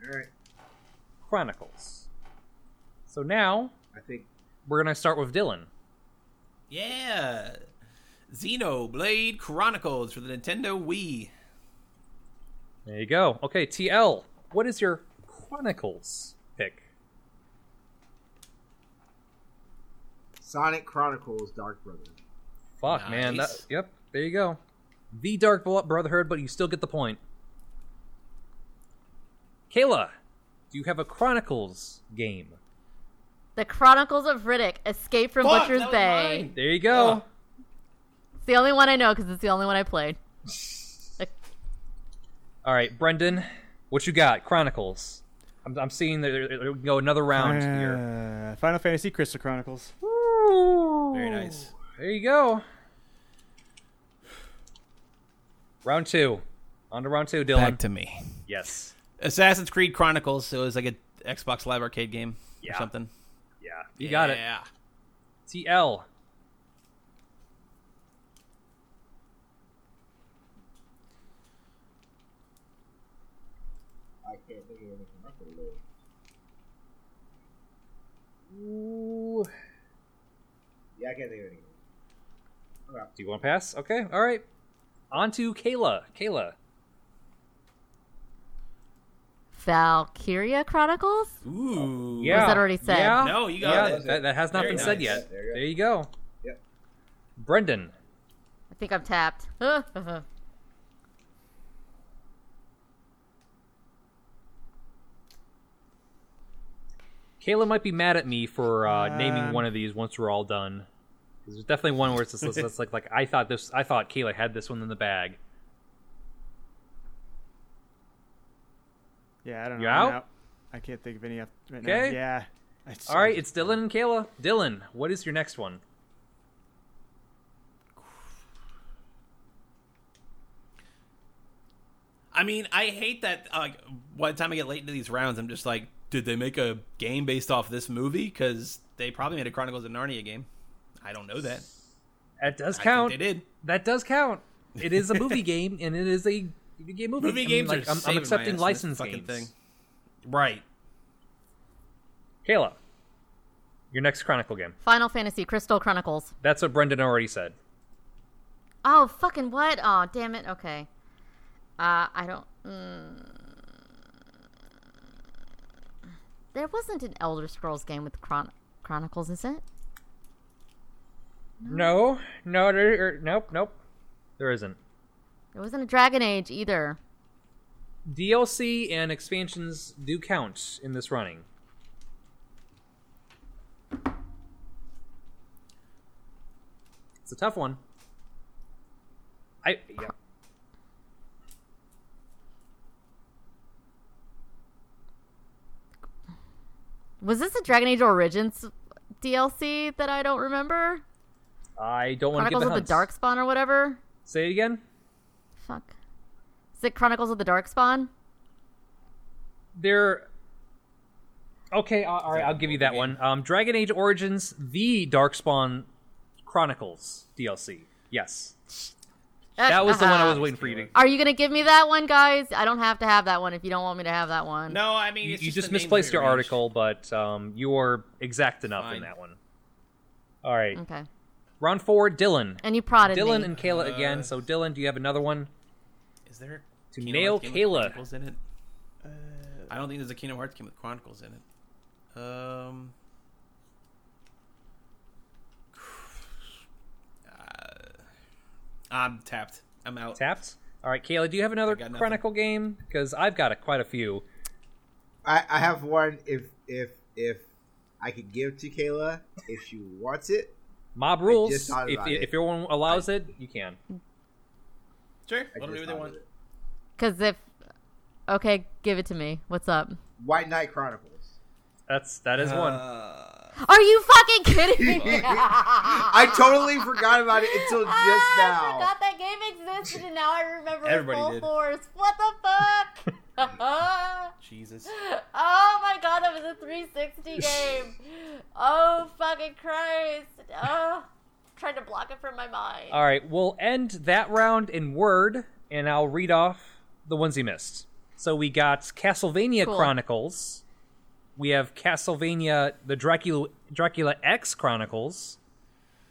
Speaker 3: it. All right,
Speaker 2: Chronicles. So now
Speaker 3: I think
Speaker 2: we're gonna start with Dylan.
Speaker 4: Yeah. Xenoblade Chronicles for the Nintendo Wii.
Speaker 2: There you go. Okay, TL, what is your Chronicles pick?
Speaker 3: Sonic Chronicles Dark Brother.
Speaker 2: Fuck, man. That,
Speaker 4: Nice.
Speaker 2: yep, there you go. The Dark Bro- Brotherhood, but you still get the point. Kayla, do you have a Chronicles game?
Speaker 1: The Chronicles of Riddick: Escape from
Speaker 4: Fuck,
Speaker 1: Butcher's
Speaker 4: that was
Speaker 1: Bay.
Speaker 4: mine.
Speaker 2: There you go.
Speaker 4: Oh.
Speaker 1: It's the only one I know because it's the only one I played.
Speaker 2: All right, Brendan, what you got? Chronicles. I'm, I'm seeing that there, there, we can go another round here.
Speaker 5: Uh, Final Fantasy Crystal Chronicles.
Speaker 4: Very nice.
Speaker 2: There you go. Round two. On to round two, Dylan.
Speaker 4: Back to me.
Speaker 2: yes.
Speaker 4: Assassin's Creed Chronicles. So it was like a Xbox Live Arcade game
Speaker 2: Yeah.
Speaker 4: or something.
Speaker 2: Yeah. You got it.
Speaker 4: Yeah.
Speaker 2: TL.
Speaker 3: I can't think of anything else. to do.
Speaker 2: Ooh.
Speaker 3: Yeah, I can't think of anything.
Speaker 2: Do you want to pass? Okay, all right. On to Kayla. Kayla.
Speaker 1: Valkyria Chronicles.
Speaker 4: Ooh.
Speaker 2: Yeah.
Speaker 1: that already said?
Speaker 2: Yeah.
Speaker 4: No, you got
Speaker 2: yeah,
Speaker 4: it.
Speaker 2: That, that has not
Speaker 4: Very
Speaker 2: been said
Speaker 4: nice.
Speaker 2: yet.
Speaker 3: There you go.
Speaker 2: There you go.
Speaker 3: Yep.
Speaker 2: Brendan.
Speaker 1: I think I'm tapped. [laughs]
Speaker 2: Kayla might be mad at me for uh, naming one of these once we're all done. 'Cause There's definitely one where it's just, it's like like I thought this I thought Kayla had this one in the bag.
Speaker 5: Yeah, I don't know.
Speaker 2: You
Speaker 5: I'm
Speaker 2: out?
Speaker 5: I can't think of any off- right
Speaker 2: Okay.
Speaker 5: now. Yeah. I just-
Speaker 2: All right, it's Dylan and Kayla. Dylan, what is your next one?
Speaker 4: I mean, I hate that. uh, Like, by the time I get late into these rounds, I'm just like, did they make a game based off this movie? Because they probably made a Chronicles of Narnia game. I don't know that.
Speaker 2: That does
Speaker 4: I
Speaker 2: count.
Speaker 4: think they did.
Speaker 2: That does count. It is a
Speaker 4: [laughs]
Speaker 2: movie game, and it is a video game movie.
Speaker 4: Movie
Speaker 2: I mean,
Speaker 4: games
Speaker 2: like,
Speaker 4: are
Speaker 2: I'm, I'm
Speaker 4: saving my
Speaker 2: accepting
Speaker 4: ass in this
Speaker 2: license
Speaker 4: fucking
Speaker 2: games.
Speaker 4: thing. Right.
Speaker 2: Kayla, your next Chronicle game.
Speaker 1: Final Fantasy Crystal Chronicles.
Speaker 2: That's what Brendan already said.
Speaker 1: Oh fucking what? Oh damn it. Okay. Uh, I don't. Mm. There wasn't an Elder Scrolls game with Chron- Chronicles, is it?
Speaker 2: No, no, there, er, nope, nope. There isn't.
Speaker 1: There wasn't a Dragon Age either.
Speaker 2: DLC and expansions do count in this running. It's a tough one. I yeah.
Speaker 1: Was this a Dragon Age Origins DLC that I don't remember?
Speaker 2: I don't want to get
Speaker 1: Chronicles
Speaker 2: the,
Speaker 1: of the
Speaker 2: hunts.
Speaker 1: Darkspawn or whatever?
Speaker 2: Say it again.
Speaker 1: Fuck. Is it Chronicles of the Darkspawn?
Speaker 2: They're okay. All all right, I'll give you that one. Um, Dragon Age Origins: The Darkspawn Chronicles DLC. Yes,
Speaker 1: Uh,
Speaker 2: that was the
Speaker 1: uh-huh.
Speaker 2: one I was waiting for you to.
Speaker 1: Are you gonna give me that one, guys? I don't have to have that one if you don't want me to have that one.
Speaker 4: No, I mean,
Speaker 2: you
Speaker 4: it's
Speaker 2: you just,
Speaker 4: the names
Speaker 2: misplaced your
Speaker 4: rearranged.
Speaker 2: article, but um, you were exact enough in
Speaker 4: Fine.
Speaker 2: that one. All right.
Speaker 1: Okay.
Speaker 2: Round four, Dylan.
Speaker 1: And you prodded
Speaker 2: Dylan
Speaker 1: me.
Speaker 2: and
Speaker 4: Uh,
Speaker 2: Kayla again. So, Dylan, do you have another one?
Speaker 4: Is there a
Speaker 2: To
Speaker 4: Kingdom
Speaker 2: nail
Speaker 4: Hearts game
Speaker 2: Kayla.
Speaker 4: with Chronicles in it? Uh, I don't think there's a Kingdom Hearts game with Chronicles in it. Um. [sighs] uh, I'm tapped. I'm out.
Speaker 2: Tapped. All right, Kayla, do you have another
Speaker 4: got nothing.
Speaker 2: Chronicle game? Because I've got a, quite a few.
Speaker 3: I, I have one. If if if I could give to Kayla if she wants it,
Speaker 2: Mob rules.
Speaker 3: just thought
Speaker 2: If,
Speaker 3: about it.
Speaker 2: if your one allows it, you can.
Speaker 4: Sure.
Speaker 3: I
Speaker 4: Let them do what
Speaker 3: just
Speaker 4: they
Speaker 3: thought
Speaker 4: want.
Speaker 3: of it.
Speaker 1: Because if. Okay, give it to me. What's up?
Speaker 3: White Knight Chronicles.
Speaker 2: That's that is one.
Speaker 4: Uh,
Speaker 1: Are you fucking kidding me? I
Speaker 3: [laughs] I totally forgot about it until
Speaker 1: [laughs]
Speaker 3: just
Speaker 1: I
Speaker 3: now.
Speaker 1: forgot that game existed and now I remember
Speaker 4: Everybody
Speaker 1: it full
Speaker 4: did.
Speaker 1: force. What the fuck? oh
Speaker 4: Jesus.
Speaker 1: my god, that was a 360 game. Oh fucking Christ. Oh, trying to block it from my mind.
Speaker 2: All right, we'll end that round in word, and I'll read off the ones you missed. So we got Castlevania
Speaker 1: Cool.
Speaker 2: Chronicles. We have Castlevania, the Dracula, Dracula X Chronicles,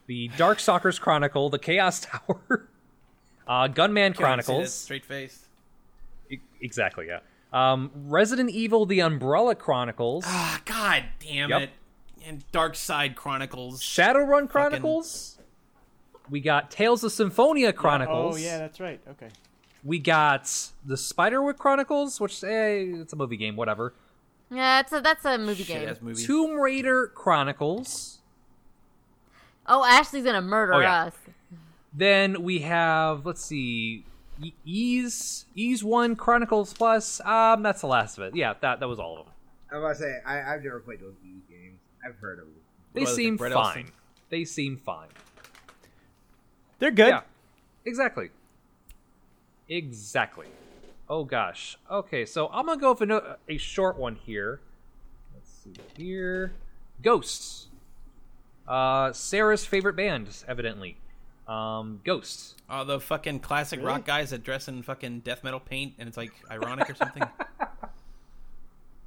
Speaker 2: the Darkstalkers Chronicle, the Chaos [laughs] Tower, uh, Gunman Chronicles.
Speaker 4: Straight faced.
Speaker 2: E- Exactly, yeah. Um, Resident Evil, the Umbrella Chronicles,
Speaker 4: Ah, god damn
Speaker 2: Yep.
Speaker 4: it. And Dark Side Chronicles.
Speaker 2: Shadowrun Chronicles. We got Tales of Symphonia Chronicles.
Speaker 5: Oh yeah, that's right. Okay.
Speaker 2: We got the Spiderwick Chronicles, which eh, it's a movie game, whatever.
Speaker 1: Yeah, it's a, that's a movie
Speaker 4: Shit
Speaker 1: game.
Speaker 4: ass movie.
Speaker 2: Tomb Raider Chronicles.
Speaker 1: Oh, Ashley's gonna murder
Speaker 2: Oh, yeah.
Speaker 1: us.
Speaker 2: Then we have let's see, E- Ease Ease One Chronicles Plus. Um, that's the last of it. Yeah, that that was all of them.
Speaker 3: I'm about to say I, I've never played those E games. I've heard of them.
Speaker 2: They
Speaker 4: What about
Speaker 2: seem
Speaker 4: the Brett
Speaker 2: fine.
Speaker 4: Elson?
Speaker 2: They seem fine.
Speaker 5: They're good.
Speaker 2: Yeah, exactly. Exactly. Oh gosh. Okay, so I'm gonna go with a, a short one here. Let's see here. Ghosts. Uh, Sarah's favorite band, evidently. Um, Ghosts.
Speaker 4: All the fucking classic rock guys that dress in fucking death metal paint and it's like ironic or something.
Speaker 2: [laughs]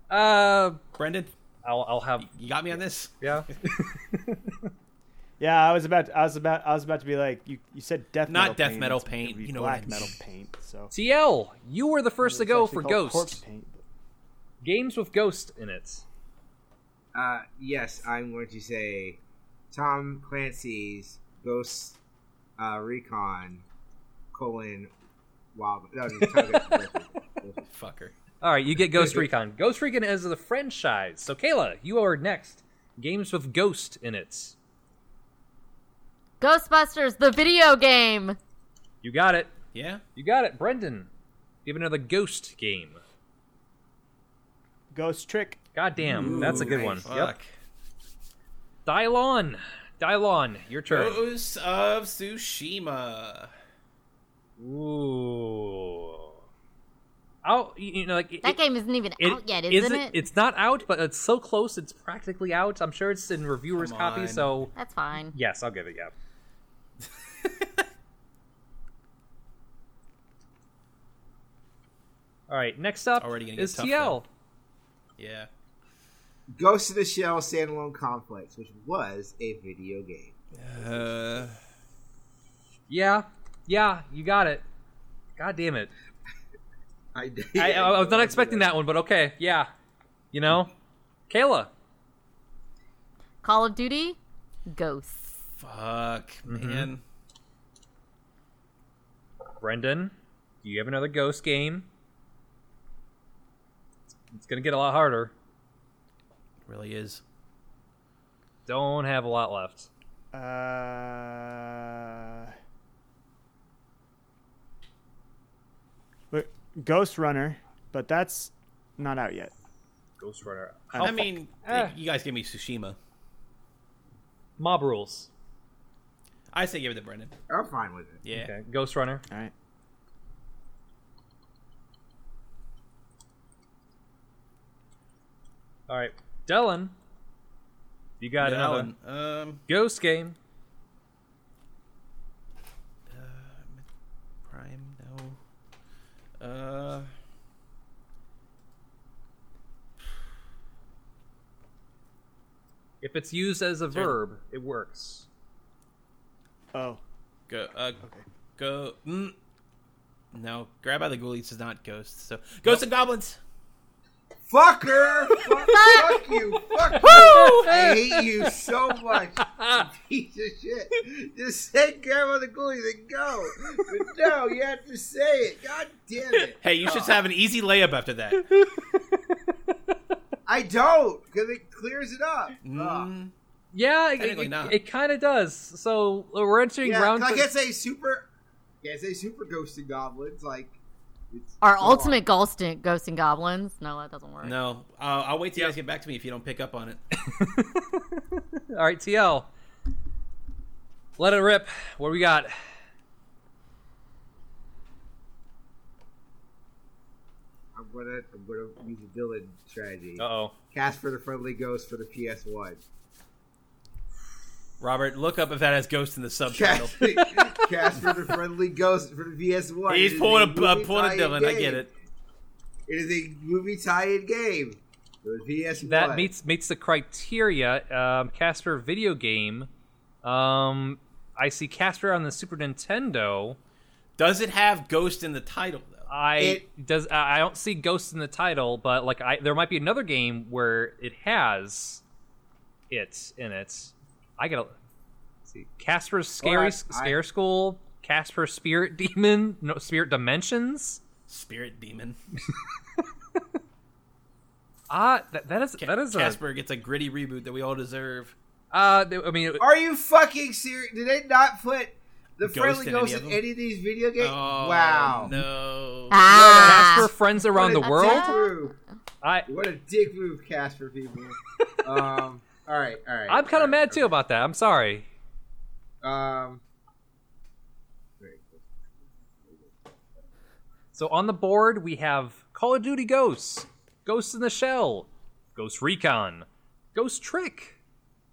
Speaker 2: Uh,
Speaker 4: Brendan,
Speaker 2: I'll I'll have
Speaker 4: you got me on this?
Speaker 2: yeah. [laughs]
Speaker 5: Yeah, I was about, I was about, I was about to be like, you, you said death,
Speaker 4: Not
Speaker 5: metal
Speaker 4: death
Speaker 5: paint,
Speaker 4: metal
Speaker 5: it's gonna
Speaker 4: paint,
Speaker 5: be
Speaker 4: you know what
Speaker 5: black
Speaker 4: I mean.
Speaker 5: metal paint. So
Speaker 2: TL, you were the first to
Speaker 5: It's
Speaker 2: go for
Speaker 5: actually called corpse
Speaker 2: Ghosts.
Speaker 5: paint.
Speaker 2: Games with Ghost in it.
Speaker 3: Uh, yes, I'm going to say Tom Clancy's Ghost uh, Recon colon Wild. No, it's Tom Clancy's
Speaker 1: [laughs]
Speaker 3: Ghost-
Speaker 4: Fucker.
Speaker 2: All right, you get
Speaker 4: [laughs]
Speaker 2: Ghost Recon. Ghost Recon is the franchise. So Kayla, you are next. Games with Ghost in it.
Speaker 1: Ghostbusters, the video game.
Speaker 2: You got it.
Speaker 4: Yeah?
Speaker 2: You got it, Brendan. You have another Ghost game.
Speaker 5: Ghost trick.
Speaker 2: God damn, that's a good one. Yep.
Speaker 4: Fuck.
Speaker 2: Dylon. Dylon, your turn.
Speaker 4: Ghost of Tsushima. [laughs] uh.
Speaker 2: Ooh. Out, you you know, like
Speaker 1: That game isn't even
Speaker 2: it-
Speaker 1: out yet,
Speaker 2: is
Speaker 1: isn't it?
Speaker 2: It's not out, but it's so close. It's practically out. I'm sure it's in reviewers'
Speaker 4: Come
Speaker 2: copy.
Speaker 4: on.
Speaker 2: So
Speaker 1: That's fine.
Speaker 2: yes, I'll give it. Yeah. All right. Next up
Speaker 4: Already gonna get
Speaker 2: is
Speaker 4: tough,
Speaker 2: TL.
Speaker 4: Yeah.
Speaker 3: Ghost in the Shell standalone complex, which was a video game.
Speaker 4: Uh,
Speaker 2: Yeah, yeah, you got it. God damn it!
Speaker 3: I,
Speaker 2: I, I, I was not expecting that one, but okay, yeah. You know, Kayla.
Speaker 1: Call of Duty, Ghosts.
Speaker 4: fuck, man.
Speaker 2: Brendan, do you have another ghost game? It's gonna get a lot harder.
Speaker 4: Really is.
Speaker 2: Don't have a lot left.
Speaker 5: Uh, look, Ghost Runner, but that's not out yet.
Speaker 2: Ghost Runner.
Speaker 4: I mean,
Speaker 2: Ah.
Speaker 4: you guys give me Tsushima.
Speaker 2: Mob rules.
Speaker 4: I say give it to Brendan.
Speaker 3: I'm fine with it.
Speaker 4: Yeah.
Speaker 2: Okay, Ghost Runner.
Speaker 5: All right.
Speaker 2: All right, Dylan. You got
Speaker 4: Dylan,
Speaker 2: another
Speaker 4: Um,
Speaker 2: ghost game.
Speaker 4: uh, Prime, no. Uh.
Speaker 2: If If it's used as a verb, it works.
Speaker 5: Oh,
Speaker 4: Go, uh, go. Mm, no, grab by the ghoulies is not ghosts. So ghosts and goblins.
Speaker 3: Fucker! Fuck, fuck you! Fuck you! I hate you so much.
Speaker 4: Ah!
Speaker 2: Ah,
Speaker 3: you Piece of shit. Just say grandma the ghoulies and go. But no, you have to say it. God damn it.
Speaker 4: Hey, you should have an easy layup after that.
Speaker 3: I don't, because it clears it up. Ugh.
Speaker 4: Mm,
Speaker 2: Yeah, it,
Speaker 4: Technically
Speaker 2: it,
Speaker 4: not.
Speaker 2: kind of does. So we're entering
Speaker 3: Yeah,
Speaker 2: round.
Speaker 3: 'cause I
Speaker 2: th-
Speaker 3: can't say super. Can't say super ghosts and goblins. Like it's
Speaker 1: Our
Speaker 3: so hard.
Speaker 1: ultimate ghost and, ghost and goblins. No, that doesn't work.
Speaker 4: no, uh, I'll wait till you guys get back to me if you don't pick up on it.
Speaker 2: All right, TL. Let it rip. What we got?
Speaker 3: I'm gonna I'm gonna use a villain strategy.
Speaker 2: Uh oh.
Speaker 3: Cast for the friendly ghost for the PS One.
Speaker 4: Robert, look up if that has ghosts in the
Speaker 3: [laughs]
Speaker 4: subtitle.
Speaker 2: [laughs]
Speaker 3: Cast, cast for the friendly ghost for the PS One.
Speaker 4: He's pulling a uh, pulling a Dylan. I get it.
Speaker 3: It is a movie tie-in game. for The PS One.
Speaker 2: That meets meets the criteria. Um, Casper video game. Um, I see Casper on the Super Nintendo.
Speaker 4: Does it have ghost in the title though?
Speaker 2: I
Speaker 3: It-
Speaker 2: does. I I don't see ghosts in the title, but like I, there might be another game where it has it in it. I gotta let's see. Casper's scary
Speaker 3: I-
Speaker 2: scare school. Casper spirit demon. No spirit dimensions.
Speaker 4: Spirit demon.
Speaker 2: Ah, that, that is that is
Speaker 4: Casper gets a gritty reboot that we all deserve.
Speaker 2: a. Uh, th- I mean, it-
Speaker 3: Are you fucking serious? Did they not put the
Speaker 4: Ghost
Speaker 3: friendly
Speaker 4: in
Speaker 3: ghost
Speaker 4: any of
Speaker 3: in
Speaker 4: them?
Speaker 3: any of these video games?
Speaker 4: Oh,
Speaker 3: wow.
Speaker 4: No.
Speaker 1: Ah.
Speaker 2: [laughs] Casper friends
Speaker 3: What
Speaker 2: around
Speaker 3: a
Speaker 2: the
Speaker 3: dick
Speaker 2: world.
Speaker 3: move.
Speaker 2: [laughs] I
Speaker 3: What a dick move,
Speaker 2: [laughs]
Speaker 3: Casper people. um, all right, all right.
Speaker 2: I'm kind
Speaker 3: all
Speaker 2: of mad
Speaker 3: right,
Speaker 2: too about that. I'm sorry.
Speaker 3: Um, wait,
Speaker 2: So on the board we have Call of Duty Ghosts, Ghosts in the Shell, Ghost Recon, Ghost Trick,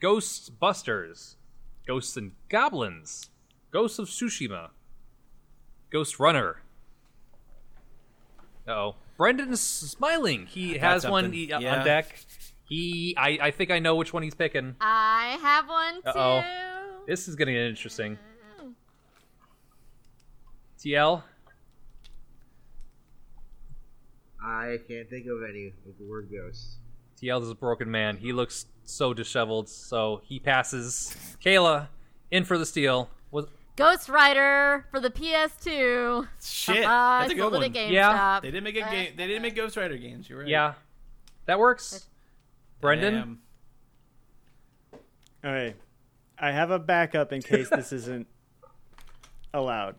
Speaker 2: Ghost Busters, Ghosts and Goblins, Ghosts of Tsushima, Ghost Runner. Oh, Brendan's smiling. He has one
Speaker 4: something.
Speaker 2: he, uh,
Speaker 4: Yeah.
Speaker 2: on deck. He, I, I think I know which one he's picking.
Speaker 1: I have one too.
Speaker 2: Uh-oh. This is gonna get interesting. TL,
Speaker 3: I can't think of any with the word ghost.
Speaker 2: TL is a broken man. He looks so disheveled, so he passes. Kayla, in for the steal. Was
Speaker 1: Ghost Rider for the PS2.
Speaker 4: Shit.
Speaker 1: Ah,
Speaker 4: That's a
Speaker 1: I
Speaker 4: good
Speaker 1: sold
Speaker 4: one.
Speaker 1: it at
Speaker 2: Yeah.
Speaker 1: GameStop.
Speaker 4: They didn't make a game. They
Speaker 1: uh,
Speaker 4: didn't make Ghost Rider games. You're right.
Speaker 2: yeah, that works. Brendan,
Speaker 4: Damn.
Speaker 5: all right. I have a backup in
Speaker 2: [laughs]
Speaker 5: case this isn't allowed,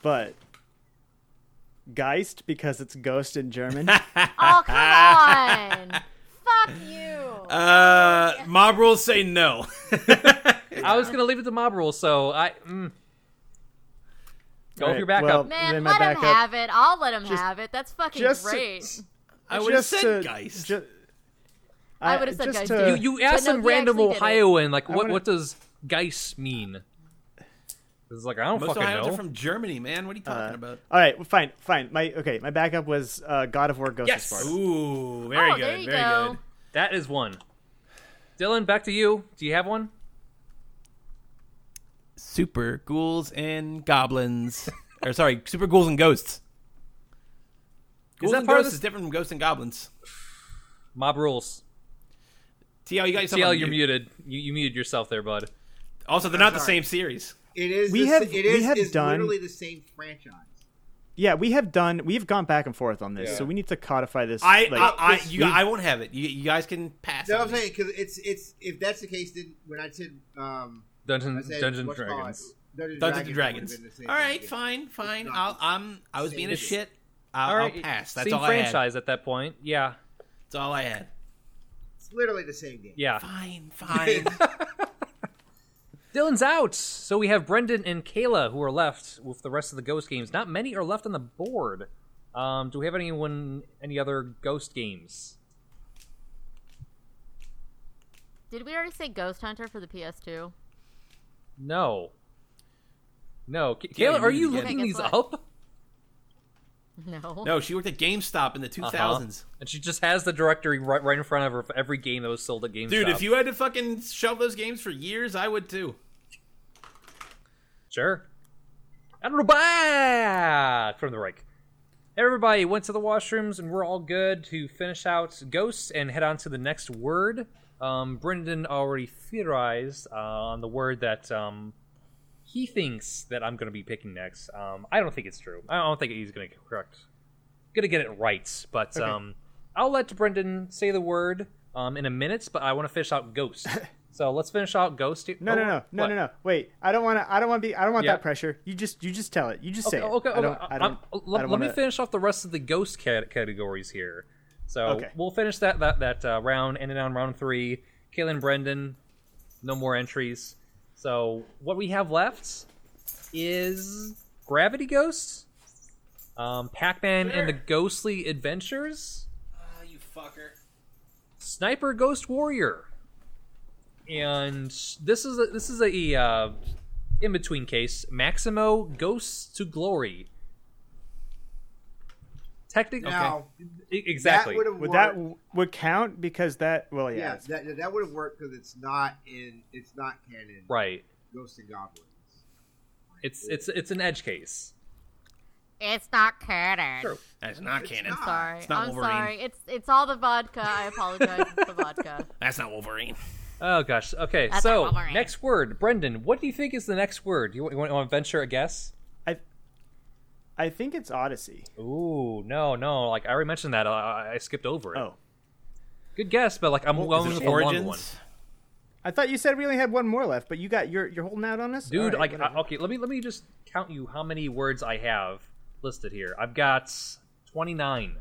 Speaker 5: but Geist because it's ghost in German.
Speaker 1: Oh come
Speaker 4: [laughs]
Speaker 1: on! Fuck you!
Speaker 4: Uh, mob rules say [laughs] no.
Speaker 2: I was gonna leave it to mob rules, so I mm. go
Speaker 5: All
Speaker 2: with your
Speaker 5: right,
Speaker 2: backup.
Speaker 5: well,
Speaker 1: Man,
Speaker 5: then my
Speaker 1: let him
Speaker 5: backup-
Speaker 1: have it. I'll let him
Speaker 5: Just-
Speaker 1: have it. That's fucking
Speaker 5: just to-
Speaker 1: great.
Speaker 4: I would have
Speaker 5: Just
Speaker 4: said
Speaker 5: to-
Speaker 4: Geist.
Speaker 5: ju-
Speaker 1: I would've said
Speaker 5: just
Speaker 1: Geist,
Speaker 5: to-
Speaker 1: too.
Speaker 2: you you
Speaker 1: But
Speaker 2: asked
Speaker 1: no,
Speaker 2: some
Speaker 1: he
Speaker 2: random
Speaker 1: actually did it.
Speaker 2: Ohioan, like what
Speaker 5: wanna-
Speaker 2: what does Geist mean? It's like I don't
Speaker 4: Most
Speaker 2: fucking
Speaker 4: Ohioans
Speaker 2: know.
Speaker 4: are from Germany, man. What are you talking about?
Speaker 5: uh, All right, well, fine, fine. My okay, my backup was uh, God of War Ghost
Speaker 2: Yes.
Speaker 5: of Sparta.
Speaker 4: Ooh, very
Speaker 1: Oh,
Speaker 4: good.
Speaker 1: there you
Speaker 4: very
Speaker 1: go.
Speaker 4: good.
Speaker 2: That is one. Dylan, back to you. Do you have one?
Speaker 4: Super ghouls and goblins, or sorry, super ghouls and ghosts. Ghouls
Speaker 2: that
Speaker 4: and
Speaker 2: part of
Speaker 4: ghosts
Speaker 2: this-
Speaker 4: is different from ghosts and goblins.
Speaker 2: Mob rules.
Speaker 4: TL, you got yourself.
Speaker 2: TL,
Speaker 4: on
Speaker 2: you're
Speaker 4: mute.
Speaker 2: muted. You, you muted yourself there, bud.
Speaker 4: Also, they're not the
Speaker 3: sorry.
Speaker 4: same series.
Speaker 3: It is.
Speaker 5: We
Speaker 3: the,
Speaker 5: have-
Speaker 3: s- It
Speaker 5: we
Speaker 3: is.
Speaker 5: have
Speaker 3: it's
Speaker 5: done-
Speaker 3: literally the same franchise.
Speaker 5: Yeah, we have done. We have gone back and forth on this,
Speaker 3: Yeah.
Speaker 5: so we need to codify this.
Speaker 4: I,
Speaker 5: like,
Speaker 4: I, I, you,
Speaker 5: we-
Speaker 4: I won't have it. You, you guys can pass.
Speaker 3: No,
Speaker 4: on
Speaker 3: I'm
Speaker 4: this.
Speaker 3: saying because it's it's if that's the case, then when I said um,
Speaker 2: Dungeon
Speaker 3: I said
Speaker 2: Dungeon
Speaker 3: what's it called?
Speaker 2: Dragons.
Speaker 3: Dungeons
Speaker 4: Dungeons and
Speaker 3: and
Speaker 4: Dragons.
Speaker 3: would've been the same
Speaker 4: All right,
Speaker 3: thing.
Speaker 4: fine, fine.
Speaker 3: It's
Speaker 4: I'll,
Speaker 3: not
Speaker 4: I'm. I was
Speaker 3: same
Speaker 4: being a
Speaker 3: issue.
Speaker 4: shit. I'll,
Speaker 2: All
Speaker 4: I'll
Speaker 2: right,
Speaker 4: pass. That's
Speaker 2: same
Speaker 4: all I had.
Speaker 2: franchise at that point. Yeah,
Speaker 4: That's all I had.
Speaker 3: It's literally the same game.
Speaker 2: yeah.
Speaker 3: [laughs]
Speaker 4: Fine, fine.
Speaker 2: Dylan's out, so we have Brendan and Kayla who are left with the rest of the ghost games. Not many are left on the board. Um, do we have anyone any other ghost games?
Speaker 1: Did we already say Ghost Hunter for the PS2?
Speaker 2: No. No, K-
Speaker 4: Yeah,
Speaker 2: Kayla,
Speaker 4: you
Speaker 2: are
Speaker 4: need
Speaker 2: you
Speaker 4: to get-
Speaker 2: looking
Speaker 1: Okay,
Speaker 2: these
Speaker 1: guess what?
Speaker 2: up?
Speaker 1: [laughs] No.
Speaker 4: No, she worked at GameStop in the
Speaker 2: Uh-huh.
Speaker 4: 2000s.
Speaker 2: And she just has the directory right, right in front of her for every game that was sold at GameStop.
Speaker 4: Dude, if you had to fucking shove those games for years, I would too.
Speaker 2: sure. And we're back from the break. Everybody went to the washrooms, and we're all good to finish out ghosts and head on to the next word. Um, Brendan already theorized uh, on the word that um, he thinks that I'm going to be picking next. Um, I don't think it's true. I don't think he's going to correct gonna get it right, but um, I'll let Brendan say the word um, in a minute. But I want to finish out
Speaker 5: [laughs]
Speaker 2: Ghost, so let's finish out Ghost. Oh,
Speaker 5: No, no, no, no, no, no. Wait, I don't want to. I don't want to be. I don't want
Speaker 2: Yeah.
Speaker 5: that pressure. You just, you just tell it. You just
Speaker 2: Okay,
Speaker 5: say it.
Speaker 2: okay,
Speaker 5: I don't.
Speaker 2: okay.
Speaker 5: I don't.
Speaker 2: I'm- uh,
Speaker 5: I
Speaker 2: let
Speaker 5: don't
Speaker 2: let me
Speaker 5: wanna-
Speaker 2: finish off the rest of the Ghost cat- categories here. So
Speaker 5: Okay.
Speaker 2: we'll finish that that that uh, round, ending on round three. Kaylin, Brendan, no more entries. So what we have left is Gravity Ghosts, um, Pac-Man and the Ghostly Adventures.
Speaker 4: Ah, you fucker.
Speaker 2: Sniper Ghost Warrior. And this is a, this is a uh, in between case. Maximo Ghosts to Glory. Technically,
Speaker 3: Now,
Speaker 2: e-, exactly.
Speaker 3: That
Speaker 5: Would
Speaker 3: would
Speaker 5: that
Speaker 3: have
Speaker 5: w- would count? Because that. Well, yeah.
Speaker 3: yeah,
Speaker 5: it's-
Speaker 3: that, that would have worked because it's not in it's not canon.
Speaker 2: Right.
Speaker 3: Ghosts and goblins.
Speaker 2: It's it's it's an edge case.
Speaker 1: It's not canon.
Speaker 2: Sure.
Speaker 4: That's not canon.
Speaker 2: Ah,
Speaker 3: not.
Speaker 1: Sorry.
Speaker 4: It's not
Speaker 1: I'm
Speaker 4: Wolverine.
Speaker 1: sorry. It's it's all the vodka. I apologize. it's the
Speaker 2: [laughs]
Speaker 1: vodka.
Speaker 4: That's not Wolverine.
Speaker 2: Oh gosh. Okay.
Speaker 1: That's
Speaker 2: so
Speaker 1: not Wolverine.
Speaker 2: next word, Brendan. What do you think is the next word? You, want- you want to venture a guess?
Speaker 5: I. I think it's Odyssey.
Speaker 2: Ooh, no, no. Like I already mentioned that. I, I skipped over it.
Speaker 5: Oh,
Speaker 2: Good guess, but like I'm going with Oh, the long one.
Speaker 5: I thought you said we only had one more left, but you got you're you're holding out on us,
Speaker 2: dude
Speaker 5: All right,
Speaker 2: like
Speaker 5: whatever.
Speaker 2: I, okay let me let me just count you how many words i have listed here i've got 29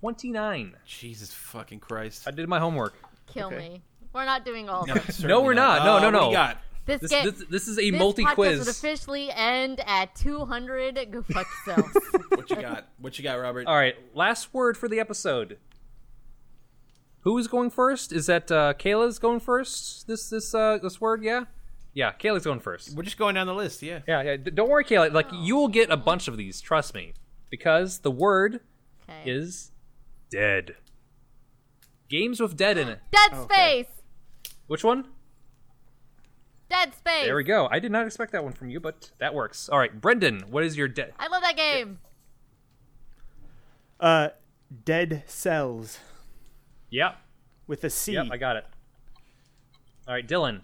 Speaker 2: 29
Speaker 4: Jesus fucking Christ.
Speaker 2: i did my homework
Speaker 1: Kill
Speaker 5: Okay.
Speaker 1: me. We're not doing all of
Speaker 3: [laughs]
Speaker 1: it.
Speaker 2: No, we're not. No,
Speaker 4: Uh,
Speaker 2: no,
Speaker 4: what do
Speaker 2: no.
Speaker 4: you got?
Speaker 1: This,
Speaker 2: this
Speaker 1: ga-
Speaker 2: this, this is a
Speaker 1: this
Speaker 2: multi
Speaker 1: podcast would
Speaker 2: quiz
Speaker 1: officially end at 200. Go fuck
Speaker 2: [laughs]
Speaker 1: yourselves.
Speaker 4: What you got? What you got, Robert?
Speaker 2: all right last word for the episode who is going first is that uh kayla's going first this this uh this word yeah yeah kayla's going first
Speaker 4: We're just going down the list, yeah.
Speaker 2: yeah yeah D- don't worry kayla like
Speaker 1: Oh.
Speaker 2: you will get a bunch of these trust me because the word
Speaker 1: Okay.
Speaker 2: is dead games with dead in it
Speaker 1: Dead
Speaker 5: Okay.
Speaker 1: Space.
Speaker 2: which one
Speaker 1: Dead Space.
Speaker 2: There we go. I did not expect that one from you, but that works. All right, Brendan, what is your debt?
Speaker 1: I love that game.
Speaker 5: uh, Dead Cells
Speaker 2: Yep,
Speaker 5: with a C.
Speaker 2: yep, I got it. All right, Dylan.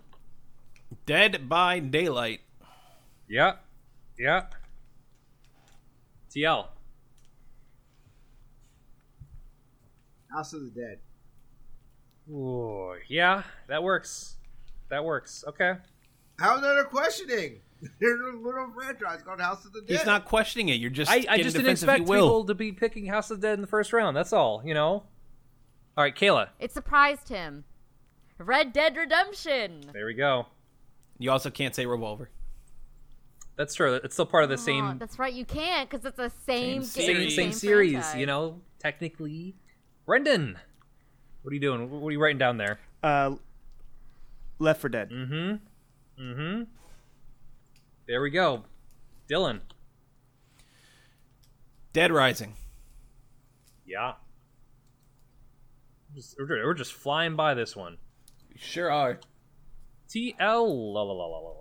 Speaker 4: Dead by Daylight.
Speaker 2: Yep, yep. TL.
Speaker 3: House of the Dead.
Speaker 2: Ooh, yeah, that works. That works. Okay.
Speaker 3: How is that a questioning? [laughs] There's a little franchise called House of the Dead.
Speaker 4: He's not questioning it. You're just
Speaker 2: I, I
Speaker 4: getting
Speaker 2: just didn't
Speaker 4: defensive. He
Speaker 2: expect
Speaker 4: will.
Speaker 2: people to be picking House of the Dead in the first round. That's all, you know. All right, Kayla.
Speaker 1: It surprised him. Red Dead Redemption.
Speaker 2: There we go.
Speaker 4: You also can't say revolver.
Speaker 2: That's true. It's still part of the same
Speaker 1: Oh, that's right. You can't because it's the same,
Speaker 4: Same
Speaker 1: game.
Speaker 2: same,
Speaker 4: series.
Speaker 2: same series, you know, technically. Brendan, what are you doing? What are you writing down there?
Speaker 5: Uh, Left for Dead.
Speaker 2: Mm-hmm. There we go. Dylan.
Speaker 4: Dead Rising.
Speaker 2: Yeah. Just, we're, we're just flying by this one.
Speaker 4: You sure are.
Speaker 2: TL. la, la, la, la, la, la.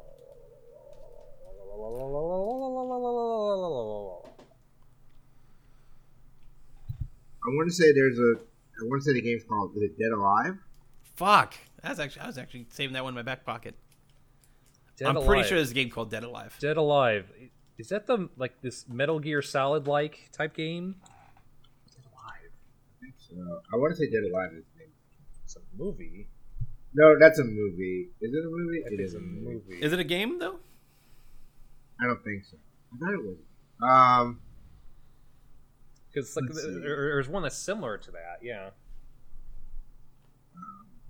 Speaker 3: I want to say there's a. I want to say the game's called Is it Dead Alive?
Speaker 4: Fuck. That's actually I was actually saving that one in my back pocket.
Speaker 2: Dead
Speaker 4: I'm pretty
Speaker 2: Alive.
Speaker 4: sure there's a game called Dead Alive.
Speaker 2: Dead Alive. Is that the like this Metal Gear Solid like type game?
Speaker 3: So I want to say Dead Alive is the name.
Speaker 2: It's a movie.
Speaker 3: No, that's a movie. Is it a movie? It is a movie.
Speaker 4: Is it a game though?
Speaker 3: I don't think so. I thought it was. Um,
Speaker 2: Because like,
Speaker 3: Let's
Speaker 2: th-
Speaker 3: see.
Speaker 2: there- there's one that's similar to that, yeah.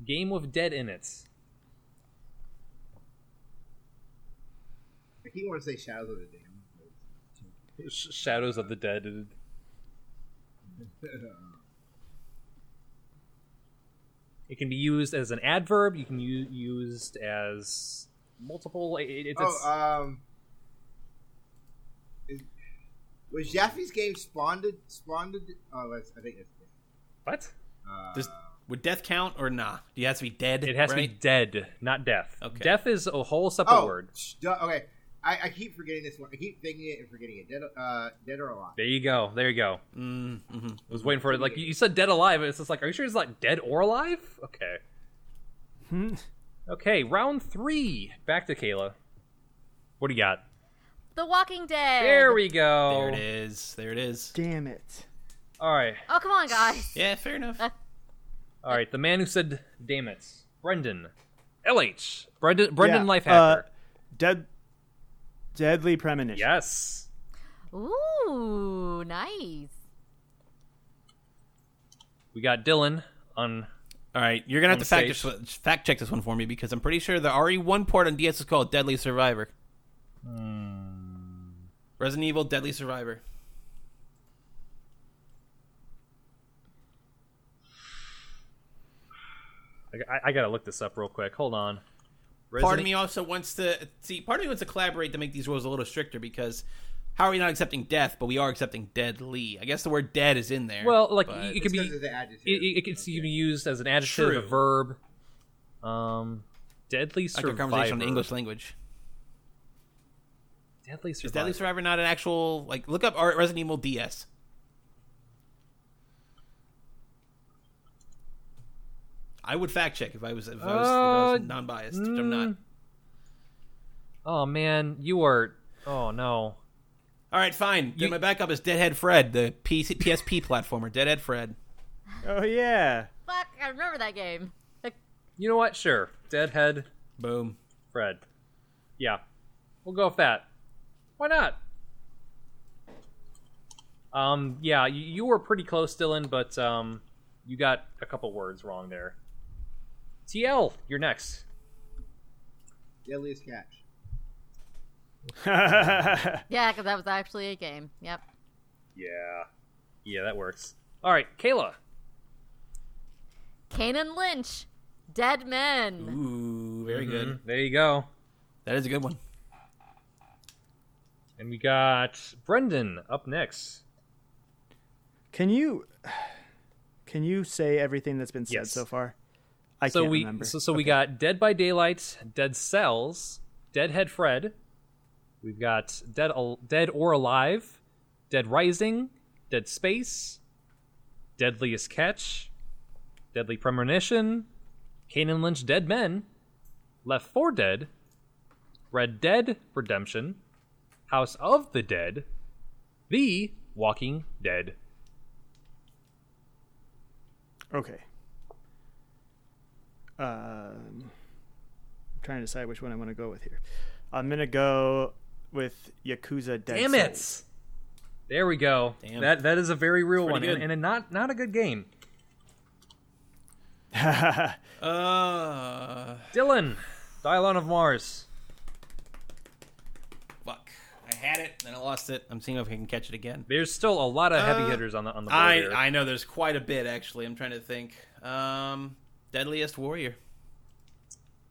Speaker 2: Game with dead in it.
Speaker 3: I keep want to say Shadows of the Dam.
Speaker 2: Sh- Shadows of the Dead.
Speaker 3: [laughs] um,
Speaker 2: It can be used as an adverb. You can u- used as
Speaker 5: Oh, uh,
Speaker 3: um,
Speaker 2: multiple. It, it- it's,
Speaker 3: oh, um, Was Jaffe's game spawned? Spawned? Oh, that's, I think that's Uh,
Speaker 2: What?
Speaker 4: Does, would death count or nah? Do you have to be dead?
Speaker 2: It has to be
Speaker 4: right?
Speaker 2: dead, not death.
Speaker 4: Okay.
Speaker 2: Death is a whole separate
Speaker 3: Oh,
Speaker 2: word.
Speaker 3: sh- duh, okay. I, I keep forgetting this one. I keep thinking it and forgetting it. Dead, uh, dead or alive?
Speaker 2: There you go. There you go.
Speaker 4: Mm, mhm.
Speaker 2: I was waiting for it. Like you you said, dead alive. It's just like, are you sure it's not dead or alive? Okay. Mm-hmm. Okay. Round three. Back to Kayla. What do you got?
Speaker 1: The Walking Dead.
Speaker 2: There we
Speaker 4: There
Speaker 2: go.
Speaker 4: it is. There
Speaker 2: [laughs]
Speaker 4: it is.
Speaker 5: [laughs] Damn it.
Speaker 2: All right.
Speaker 1: Oh, come on, guys.
Speaker 4: Yeah, fair enough.
Speaker 2: All right. The man who said, "Damn it, Brendan." LH. Brendan. Brendan
Speaker 5: Yeah,
Speaker 2: Lifehacker. hacker.
Speaker 5: uh, Dead. Deadly premonition.
Speaker 2: yes.
Speaker 1: Ooh, nice.
Speaker 2: We got Dylan on.
Speaker 4: All right, you're gonna have
Speaker 2: I'm
Speaker 4: to fact,
Speaker 2: safe.
Speaker 4: this one- fact check this one for me because I'm pretty sure the RE1 port on DS is called Deadly Survivor.
Speaker 2: Hmm.
Speaker 4: Resident Evil Deadly Survivor.
Speaker 2: I, I- I gotta look this up real quick. Hold on.
Speaker 4: part of
Speaker 2: Resident-
Speaker 4: me also wants to see. Part of me wants to collaborate to make these rules a little stricter because how are we not accepting death, but we are accepting deadly? I guess the word dead is in there.
Speaker 2: Well, like
Speaker 4: but-
Speaker 2: it could be.
Speaker 3: Because of the adjective.
Speaker 2: it, it, it could be used as an adjective, a
Speaker 4: True.
Speaker 2: verb. Um, deadly
Speaker 4: like
Speaker 2: survivor.
Speaker 4: a conversation on the English language.
Speaker 2: Deadly
Speaker 4: Is
Speaker 2: survivor.
Speaker 4: Deadly Survivor not an actual like? Look up our Resident Evil DS. I would fact check if I was if I was, if I was
Speaker 2: Uh,
Speaker 4: non-biased, which I'm not.
Speaker 2: mm. oh man, you are. Oh no.
Speaker 4: All right, fine. Then
Speaker 2: You-
Speaker 4: my backup is Deadhead Fred, the PC, PSP platformer. Deadhead Fred.
Speaker 5: Oh yeah. [laughs]
Speaker 1: Fuck, I remember that game. Like,
Speaker 2: You know what? Sure. Deadhead
Speaker 4: Boom.
Speaker 2: Fred. Yeah, we'll go with that. Why not? Um. Yeah, you, you were pretty close, Dylan, but um, you got a couple words wrong there. TL, you're next.
Speaker 3: Deadliest catch.
Speaker 1: yeah, because that was actually a game. Yep.
Speaker 2: Yeah. Yeah, that works. All right, Kayla.
Speaker 1: Kanan Lynch, Dead Men.
Speaker 4: Ooh, very good.
Speaker 2: Mm-hmm. There you go.
Speaker 4: That is a good one.
Speaker 2: And we got Brendan up next.
Speaker 5: can you? Can you say everything that's been said
Speaker 2: Yes.
Speaker 5: so far? I
Speaker 2: So
Speaker 5: can't
Speaker 2: we
Speaker 5: remember.
Speaker 2: so, so we got Dead by Daylight, Dead Cells, Deadhead Fred. We've got Dead Al- Dead or Alive, Dead Rising, Dead Space, Deadliest Catch, Deadly Premonition, Kanan Lynch Dead Men, Left 4 Dead, Red Dead Redemption, House of the Dead, The Walking Dead.
Speaker 5: Okay. Um, I'm trying to decide which one I want to go with here. I'm gonna go with Yakuza Dead
Speaker 2: Damn it!
Speaker 5: Souls.
Speaker 2: There we go.
Speaker 4: Damn.
Speaker 2: That that is a very real one,
Speaker 4: pretty
Speaker 2: and,
Speaker 4: good.
Speaker 2: and a not not a good game.
Speaker 5: [laughs]
Speaker 4: Uh,
Speaker 2: Dylan, Dylon of Mars.
Speaker 4: fuck. I had it, then I lost it. I'm seeing if I can catch it again.
Speaker 2: There's still a lot of heavy
Speaker 4: Uh,
Speaker 2: hitters on the on the board
Speaker 4: I
Speaker 2: here.
Speaker 4: I know there's quite a bit actually. I'm trying to think. Um, Deadliest Warrior.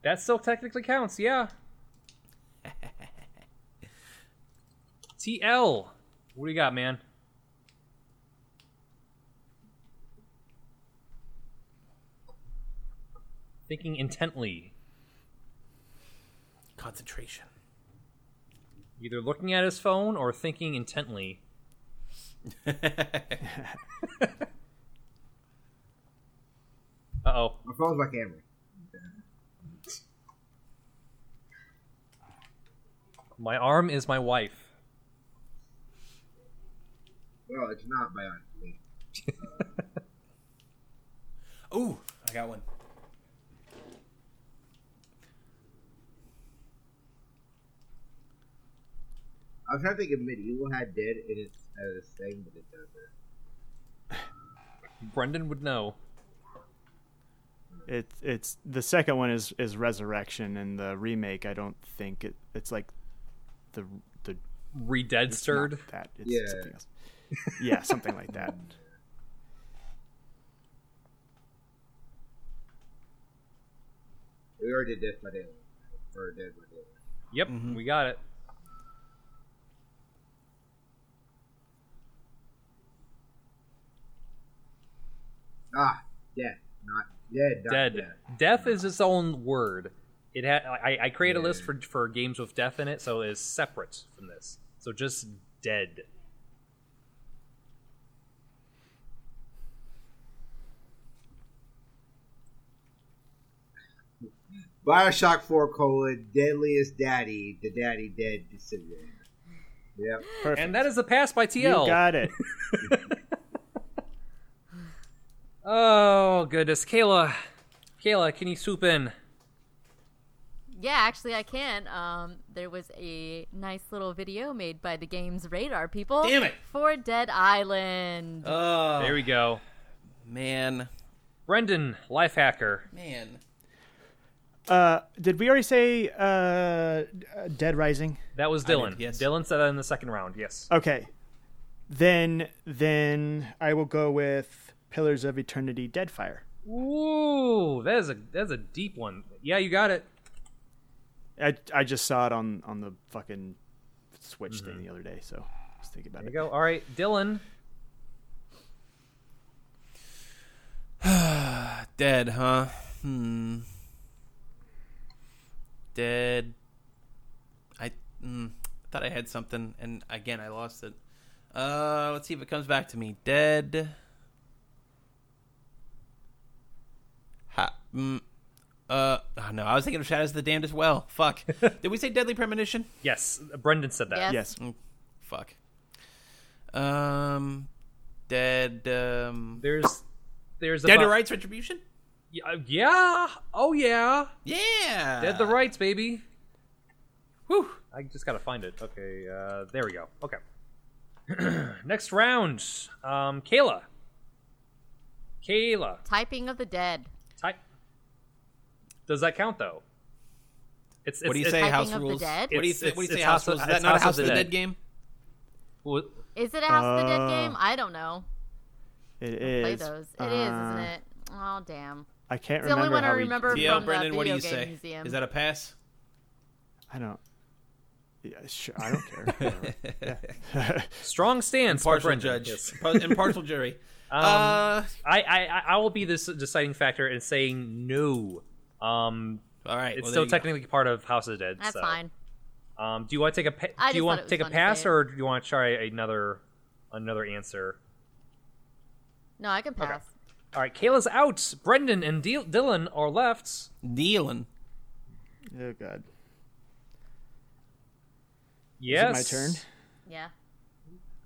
Speaker 2: that still technically counts,
Speaker 4: [laughs]
Speaker 2: yeah. TL, what do you got, man? Thinking intently,
Speaker 4: Concentration.
Speaker 2: either looking at his phone or thinking intently. Uh oh.
Speaker 3: My phone's my camera.
Speaker 2: My arm is my wife.
Speaker 3: Well, it's not my own.
Speaker 4: [laughs] Ooh, I got one.
Speaker 3: I was trying to think of medieval had dead in its as its thing, but it doesn't.
Speaker 2: Brendan would know.
Speaker 5: It's it's the second one is is Resurrection, and the remake. I don't think it, it's like the the it's not
Speaker 2: Redeadstered.
Speaker 5: that it's
Speaker 3: Yeah.
Speaker 5: something else. Yeah, something
Speaker 2: [laughs]
Speaker 5: like that.
Speaker 3: We already did Death by Daylight. Or Dead by Daylight.
Speaker 2: Yep, we got it.
Speaker 3: Ah, dead, not dead, not
Speaker 2: dead.
Speaker 3: dead.
Speaker 2: Death is its own word. It had I, I create a list for for games with death in it, so it is separate from this. So just dead.
Speaker 3: Bioshock Four colon deadliest daddy, the daddy dead disintegrator. Yep.
Speaker 5: Perfect.
Speaker 2: And that is the pass by
Speaker 5: you
Speaker 2: TL. [laughs]
Speaker 5: got it.
Speaker 2: oh goodness, Kayla, Kayla, can you swoop in?
Speaker 1: Yeah, actually, I can. Um, there was a nice little video made by the game's radar people.
Speaker 4: Damn it.
Speaker 1: For Dead Island.
Speaker 4: Oh
Speaker 2: There we go.
Speaker 4: man,
Speaker 2: Brendan, life hacker.
Speaker 4: man.
Speaker 5: Uh, did we already say uh, uh, Dead Rising?
Speaker 2: That was Dylan.
Speaker 4: yes.
Speaker 2: Dylan said that in the second round. Yes.
Speaker 5: Okay. Then then I will go with Pillars of Eternity Deadfire.
Speaker 2: Ooh, that is a that's a deep one. Yeah, you got it.
Speaker 5: I I just saw it on on the fucking Switch thing the other day, so I was thinking about
Speaker 2: Mm-hmm. There you go.
Speaker 5: it.
Speaker 2: All right, Dylan.
Speaker 4: [sighs] Dead, huh? Hmm. Dead. I mm, thought I had something, and again I lost it. Uh, let's see if it comes back to me. Dead. Ha. Mm, uh. Oh no, I was thinking of Shadows of the Damned as well. [laughs] Fuck. Did we say Deadly Premonition?
Speaker 2: Yes, Brendan said that.
Speaker 1: Yes.
Speaker 5: Yes.
Speaker 4: Fuck. Um. Dead. Um.
Speaker 2: There's there's
Speaker 4: Dead to
Speaker 2: about-
Speaker 4: Rights Retribution.
Speaker 2: Yeah, yeah. Oh yeah.
Speaker 4: Yeah.
Speaker 2: Dead the rights, baby.
Speaker 4: Whew.
Speaker 2: Ah. I just gotta find it. Okay, uh, there we go. Okay. [clears throat] Next round, um, Kayla. Kayla.
Speaker 1: Typing of the Dead.
Speaker 2: Ty- Does that count though? It's, it's
Speaker 4: What do you
Speaker 2: it's-
Speaker 4: say?
Speaker 1: Typing
Speaker 4: House
Speaker 1: of the
Speaker 4: rules.
Speaker 1: Dead?
Speaker 4: What do you
Speaker 2: It's-
Speaker 4: say? What do you
Speaker 2: it's-
Speaker 4: say?
Speaker 2: it's
Speaker 4: House
Speaker 2: House of-
Speaker 4: rules. Is that
Speaker 2: it's
Speaker 4: not a
Speaker 2: House of
Speaker 4: House of
Speaker 2: the
Speaker 4: the
Speaker 2: Dead.
Speaker 4: Dead game?
Speaker 2: w-
Speaker 1: Is it a House of the Dead game?
Speaker 5: Uh,
Speaker 1: I don't know.
Speaker 5: It
Speaker 1: Play
Speaker 5: is.
Speaker 1: those. It is,
Speaker 5: uh,
Speaker 1: isn't it? Oh, damn.
Speaker 5: I can't
Speaker 1: It's the only
Speaker 5: remember.
Speaker 1: one I
Speaker 5: how we-
Speaker 1: remember.
Speaker 5: yeah,
Speaker 4: TL
Speaker 1: the
Speaker 4: Brendan, what do
Speaker 1: Video
Speaker 4: you
Speaker 1: Game
Speaker 4: say?
Speaker 1: Museum.
Speaker 4: Is that a [laughs] pass?
Speaker 5: I don't. Yeah, sure. I don't
Speaker 2: [laughs]
Speaker 5: care. Whatever. Yeah.
Speaker 2: Strong stance. by
Speaker 4: Partial
Speaker 2: Brendan.
Speaker 4: judge, [laughs]
Speaker 2: Yes.
Speaker 4: Par- impartial jury.
Speaker 2: [laughs] Um,
Speaker 4: uh,
Speaker 2: I, I I- I will be this deciding factor in saying no. Um,
Speaker 4: all right.
Speaker 2: it's
Speaker 4: well, there
Speaker 2: still
Speaker 4: you go.
Speaker 2: technically part of House of the Dead.
Speaker 1: That's
Speaker 2: so.
Speaker 1: fine.
Speaker 2: Um, do you want to take a pa-
Speaker 1: I
Speaker 2: do you
Speaker 1: just
Speaker 2: want
Speaker 1: thought
Speaker 2: to
Speaker 1: it
Speaker 2: take a
Speaker 1: was fun to say
Speaker 2: pass
Speaker 1: it.
Speaker 2: or do you want to try another another answer?
Speaker 1: No, I can pass.
Speaker 2: All right, Kayla's out. Brendan and Dil Dylan are left.
Speaker 4: Dealing.
Speaker 5: [laughs] oh God.
Speaker 2: Yes,
Speaker 5: Is it my turn?
Speaker 1: Yeah.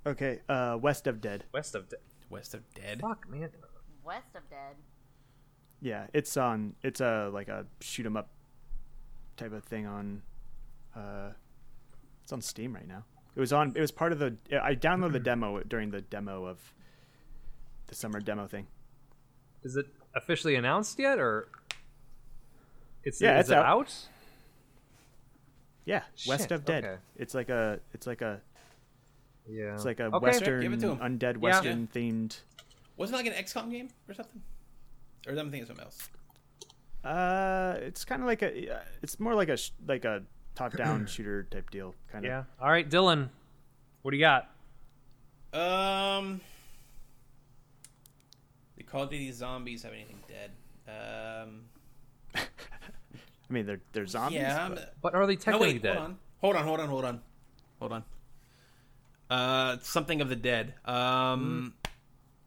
Speaker 5: Okay. Uh, West of Dead.
Speaker 2: West of De-
Speaker 4: West of Dead.
Speaker 2: fuck man.
Speaker 1: West of Dead.
Speaker 5: Yeah, it's on. It's a like a shoot 'em up type of thing on. Uh, it's on Steam right now. It was on. It was part of the. I
Speaker 2: [clears throat]
Speaker 5: downloaded the demo during the demo of the summer demo thing.
Speaker 2: Is it officially announced yet or? It's
Speaker 5: Yeah,
Speaker 2: is
Speaker 5: it's
Speaker 2: it
Speaker 5: out.
Speaker 2: out.
Speaker 5: Yeah, West
Speaker 2: Shit,
Speaker 5: of Dead.
Speaker 2: okay.
Speaker 5: It's like a. It's like a.
Speaker 2: Yeah.
Speaker 5: It's like a
Speaker 2: Okay.
Speaker 5: Western
Speaker 4: Give it to 'em.
Speaker 5: undead Western themed.
Speaker 4: Wasn't it like an XCOM game or something? Or am I thinking of something else?
Speaker 5: Uh, it's kind of like a. It's more like a sh- like a top
Speaker 2: [clears throat]
Speaker 5: down shooter type deal. Kind of.
Speaker 2: yeah. All right, Dylan. What do you got?
Speaker 4: Um, the Call of Duty zombies have anything dead? Um,
Speaker 5: I mean, they're they're zombies.
Speaker 4: yeah. I'm-
Speaker 5: but-
Speaker 2: But are they
Speaker 4: No,
Speaker 2: technically
Speaker 4: Oh, wait.
Speaker 2: dead?
Speaker 4: Hold on. Hold on. Hold on. Hold on. Hold on. Uh, something of the dead. Um,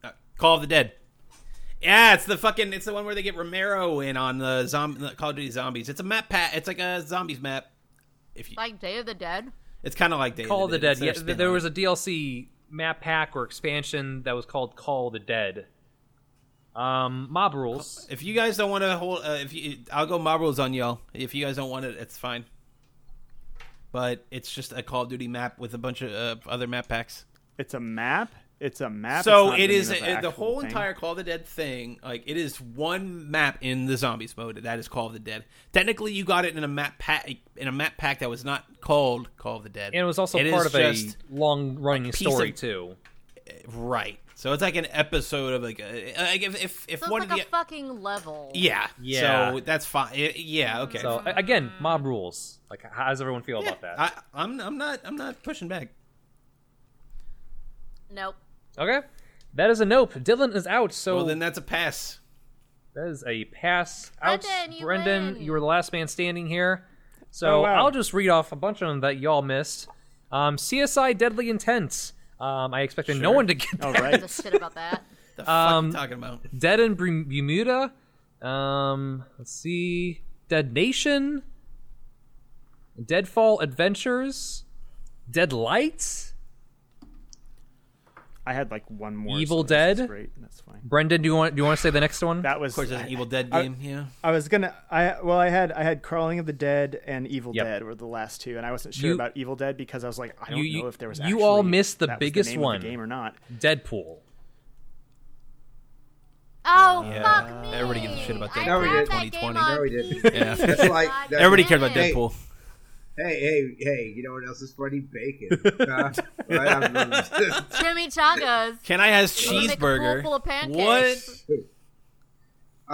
Speaker 2: Hmm.
Speaker 4: uh, Call of the Dead. Yeah, it's the fucking. It's the one where they get Romero in on the zombie Call of Duty zombies. It's a map pat. It's like a zombies map. If you,
Speaker 1: Like Day of the Dead?
Speaker 4: it's kind of like Day
Speaker 2: Call of
Speaker 4: of
Speaker 2: the Dead.
Speaker 4: It's their
Speaker 2: Yeah,
Speaker 4: spin
Speaker 2: there
Speaker 4: on
Speaker 2: was a
Speaker 4: it.
Speaker 2: DLC map pack or expansion that was called Call of the Dead. Um, mob rules.
Speaker 4: If you guys don't want to hold, uh, if you, I'll go mob rules on y'all. If you guys don't want it, it's fine. But it's just a Call of Duty map with a bunch of uh, other map packs.
Speaker 5: It's a map. It's a map.
Speaker 4: So
Speaker 5: it's not
Speaker 4: it
Speaker 5: the
Speaker 4: is
Speaker 5: name of
Speaker 4: a, the
Speaker 5: actual
Speaker 4: whole
Speaker 5: thing.
Speaker 4: entire Call of the Dead thing. Like it is one map in the zombies mode that is Call of the Dead. Technically, you got it in a map pack in a map pack that was not called Call of the Dead.
Speaker 2: And it was also
Speaker 4: It
Speaker 2: part
Speaker 4: is
Speaker 2: of a
Speaker 4: just-
Speaker 2: long running
Speaker 4: piece
Speaker 2: story
Speaker 4: of-
Speaker 2: too.
Speaker 4: right. So it's like an episode of like, a, like if if, if
Speaker 1: So
Speaker 4: one
Speaker 1: it's like a
Speaker 4: of the
Speaker 1: fucking level.
Speaker 4: yeah
Speaker 2: Yeah.
Speaker 4: So that's fine. It- yeah. Okay.
Speaker 2: So a- again, mob rules. Like, h- how does everyone feel about that?
Speaker 4: I, I'm I'm not I'm not pushing back.
Speaker 1: Nope.
Speaker 2: okay. That is a nope. Dylan is out, so
Speaker 4: Well, then that's a pass.
Speaker 2: that is a pass out.
Speaker 1: Brendan, you
Speaker 2: Brendan,
Speaker 1: win.
Speaker 2: you were the last man standing here. So
Speaker 5: Oh, wow.
Speaker 2: I'll just read off a bunch of them that y'all missed. Um, CSI Deadly Intense. Um, I expected no one to get
Speaker 4: [laughs]
Speaker 5: All
Speaker 2: that.
Speaker 5: Oh, right.
Speaker 1: the shit about that.
Speaker 4: The fuck
Speaker 2: Um,
Speaker 4: you talking about?
Speaker 2: Dead in Berm- Bermuda. Um, let's see. Dead Nation. Deadfall Adventures. Dead Lights.
Speaker 5: I had like one more.
Speaker 2: Evil
Speaker 5: so this is
Speaker 2: Dead?
Speaker 5: Great. That's fine.
Speaker 2: Brendan, do you want do you want to say the next one?
Speaker 5: That was.
Speaker 4: Of course, there's an Evil Dead
Speaker 5: I-
Speaker 4: game. yeah.
Speaker 5: I was gonna. I well, I had I had Crawling of the Dead and Evil
Speaker 2: Yep.
Speaker 5: Dead were the last two, and I wasn't sure
Speaker 2: You-
Speaker 5: about Evil Dead because I was like, I don't
Speaker 2: You- you-
Speaker 5: know if there was.
Speaker 2: you all
Speaker 5: actually-
Speaker 2: missed the
Speaker 5: that was
Speaker 2: biggest
Speaker 5: name of the
Speaker 2: one.
Speaker 5: game or not.
Speaker 2: Deadpool.
Speaker 1: Oh fuck me!
Speaker 4: Yeah. Everybody gives a shit about
Speaker 1: I
Speaker 4: Deadpool
Speaker 3: in
Speaker 1: grabbed that
Speaker 4: 2020.
Speaker 1: game on
Speaker 3: No, we didn't.
Speaker 1: PC.
Speaker 4: Yeah.
Speaker 3: That's like-
Speaker 1: God
Speaker 4: [laughs]
Speaker 3: that's-
Speaker 4: Everybody
Speaker 1: damn
Speaker 4: cared about
Speaker 1: it.
Speaker 3: Hey.
Speaker 4: Deadpool.
Speaker 3: Hey, hey, hey! You know what else is funny? Bacon. Uh, right, I'm- [laughs]
Speaker 1: Chimichangas.
Speaker 4: Can I has
Speaker 1: gonna make a pool
Speaker 4: cheeseburger?
Speaker 1: full of pancakes.
Speaker 4: What?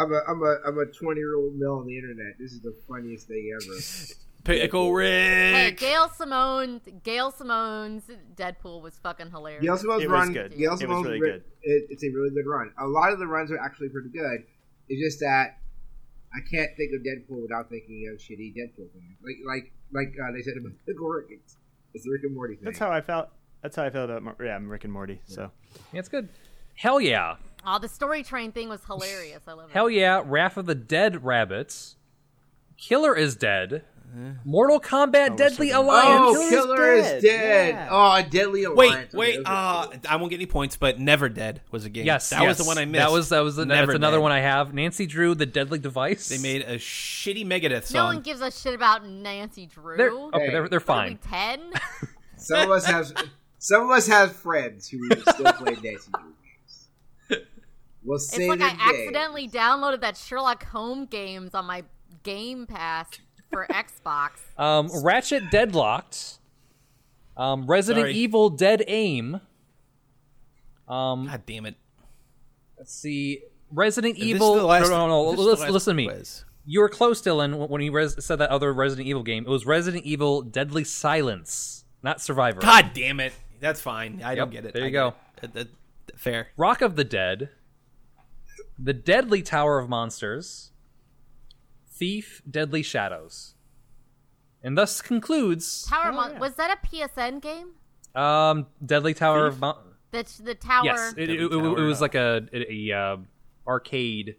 Speaker 3: I'm a I'm a I'm a 20 year old male on the internet. This is the funniest thing ever.
Speaker 4: Pickle
Speaker 1: Hey,
Speaker 4: Rick.
Speaker 1: Gail Simone. Gail Simone's Deadpool was fucking hilarious.
Speaker 3: Gail Simone's
Speaker 5: It was
Speaker 3: run.
Speaker 5: good. It
Speaker 3: Gail
Speaker 5: was
Speaker 3: Simone's
Speaker 5: really
Speaker 3: ri-
Speaker 5: good.
Speaker 3: It, it's a really good run. A lot of the runs are actually pretty good. It's just that I can't think of Deadpool without thinking of shitty Deadpool things. Like like like uh, they said about [laughs] Pickle Rick. It's, it's the Rick and Morty thing.
Speaker 5: That's how I felt. That's how I felt about Mar- yeah, I'm Rick and Morty. So
Speaker 2: Yeah, it's good. Hell yeah.
Speaker 1: Oh, the story train thing was hilarious. I love it.
Speaker 2: Hell yeah. Wrath of the Dead Rabbits. Killer is dead. Mortal Kombat Deadly Alliance.
Speaker 3: Oh, Killer is dead.
Speaker 5: yeah.
Speaker 3: Oh, Deadly
Speaker 4: Wait,
Speaker 3: Alliance. Okay,
Speaker 4: wait.
Speaker 3: those are
Speaker 4: Uh, I won't get any points, but Never Dead was a game.
Speaker 2: Yes,
Speaker 4: that
Speaker 2: yes.
Speaker 4: was the one I missed.
Speaker 2: That was that was the,
Speaker 4: Never
Speaker 2: that's another
Speaker 4: Dead.
Speaker 2: one I have. Nancy Drew, the Deadly Device.
Speaker 4: They made a shitty Megadeth
Speaker 1: No one
Speaker 4: song.
Speaker 1: gives a shit about Nancy Drew.
Speaker 2: They're, okay, they're, they're
Speaker 1: What are we,
Speaker 2: fine.
Speaker 1: Ten.
Speaker 3: cool. Some of us
Speaker 5: [laughs]
Speaker 3: have some of us have friends who still play Nancy Drew
Speaker 5: [laughs]
Speaker 3: games. We'll
Speaker 1: It's
Speaker 3: say
Speaker 1: like
Speaker 3: their
Speaker 1: I
Speaker 3: names.
Speaker 1: accidentally downloaded that Sherlock Holmes games on my Game Pass
Speaker 4: [laughs]
Speaker 1: for Xbox.
Speaker 2: Um, Ratchet Deadlocked. Um, Resident
Speaker 4: Sorry.
Speaker 2: Evil Dead Aim. Um,
Speaker 4: God damn it!
Speaker 2: let's see. Resident
Speaker 4: This is
Speaker 2: Evil.
Speaker 4: the last-
Speaker 2: no, no, no.
Speaker 4: this is the
Speaker 2: Listen,
Speaker 4: last
Speaker 2: listen to me.
Speaker 4: quiz.
Speaker 2: You were close, Dylan, wh- when he res- said that other Resident Evil game. It was Resident Evil Deadly Silence, not Survivor.
Speaker 4: God damn it! That's fine. I don't get it.
Speaker 2: there you
Speaker 4: I get
Speaker 2: go.
Speaker 4: it. Uh, that- fair.
Speaker 2: Rock of the Dead, The Deadly Tower of Monsters, Thief, Deadly Shadows. And thus concludes
Speaker 1: Tower Mon- was that a PSN game?
Speaker 2: um, Deadly Tower of Monsters.
Speaker 1: The the tower,
Speaker 2: Yes, it, it, it-
Speaker 4: Deadly
Speaker 2: it was
Speaker 4: Tower.
Speaker 2: like a, a, a, uh, arcade.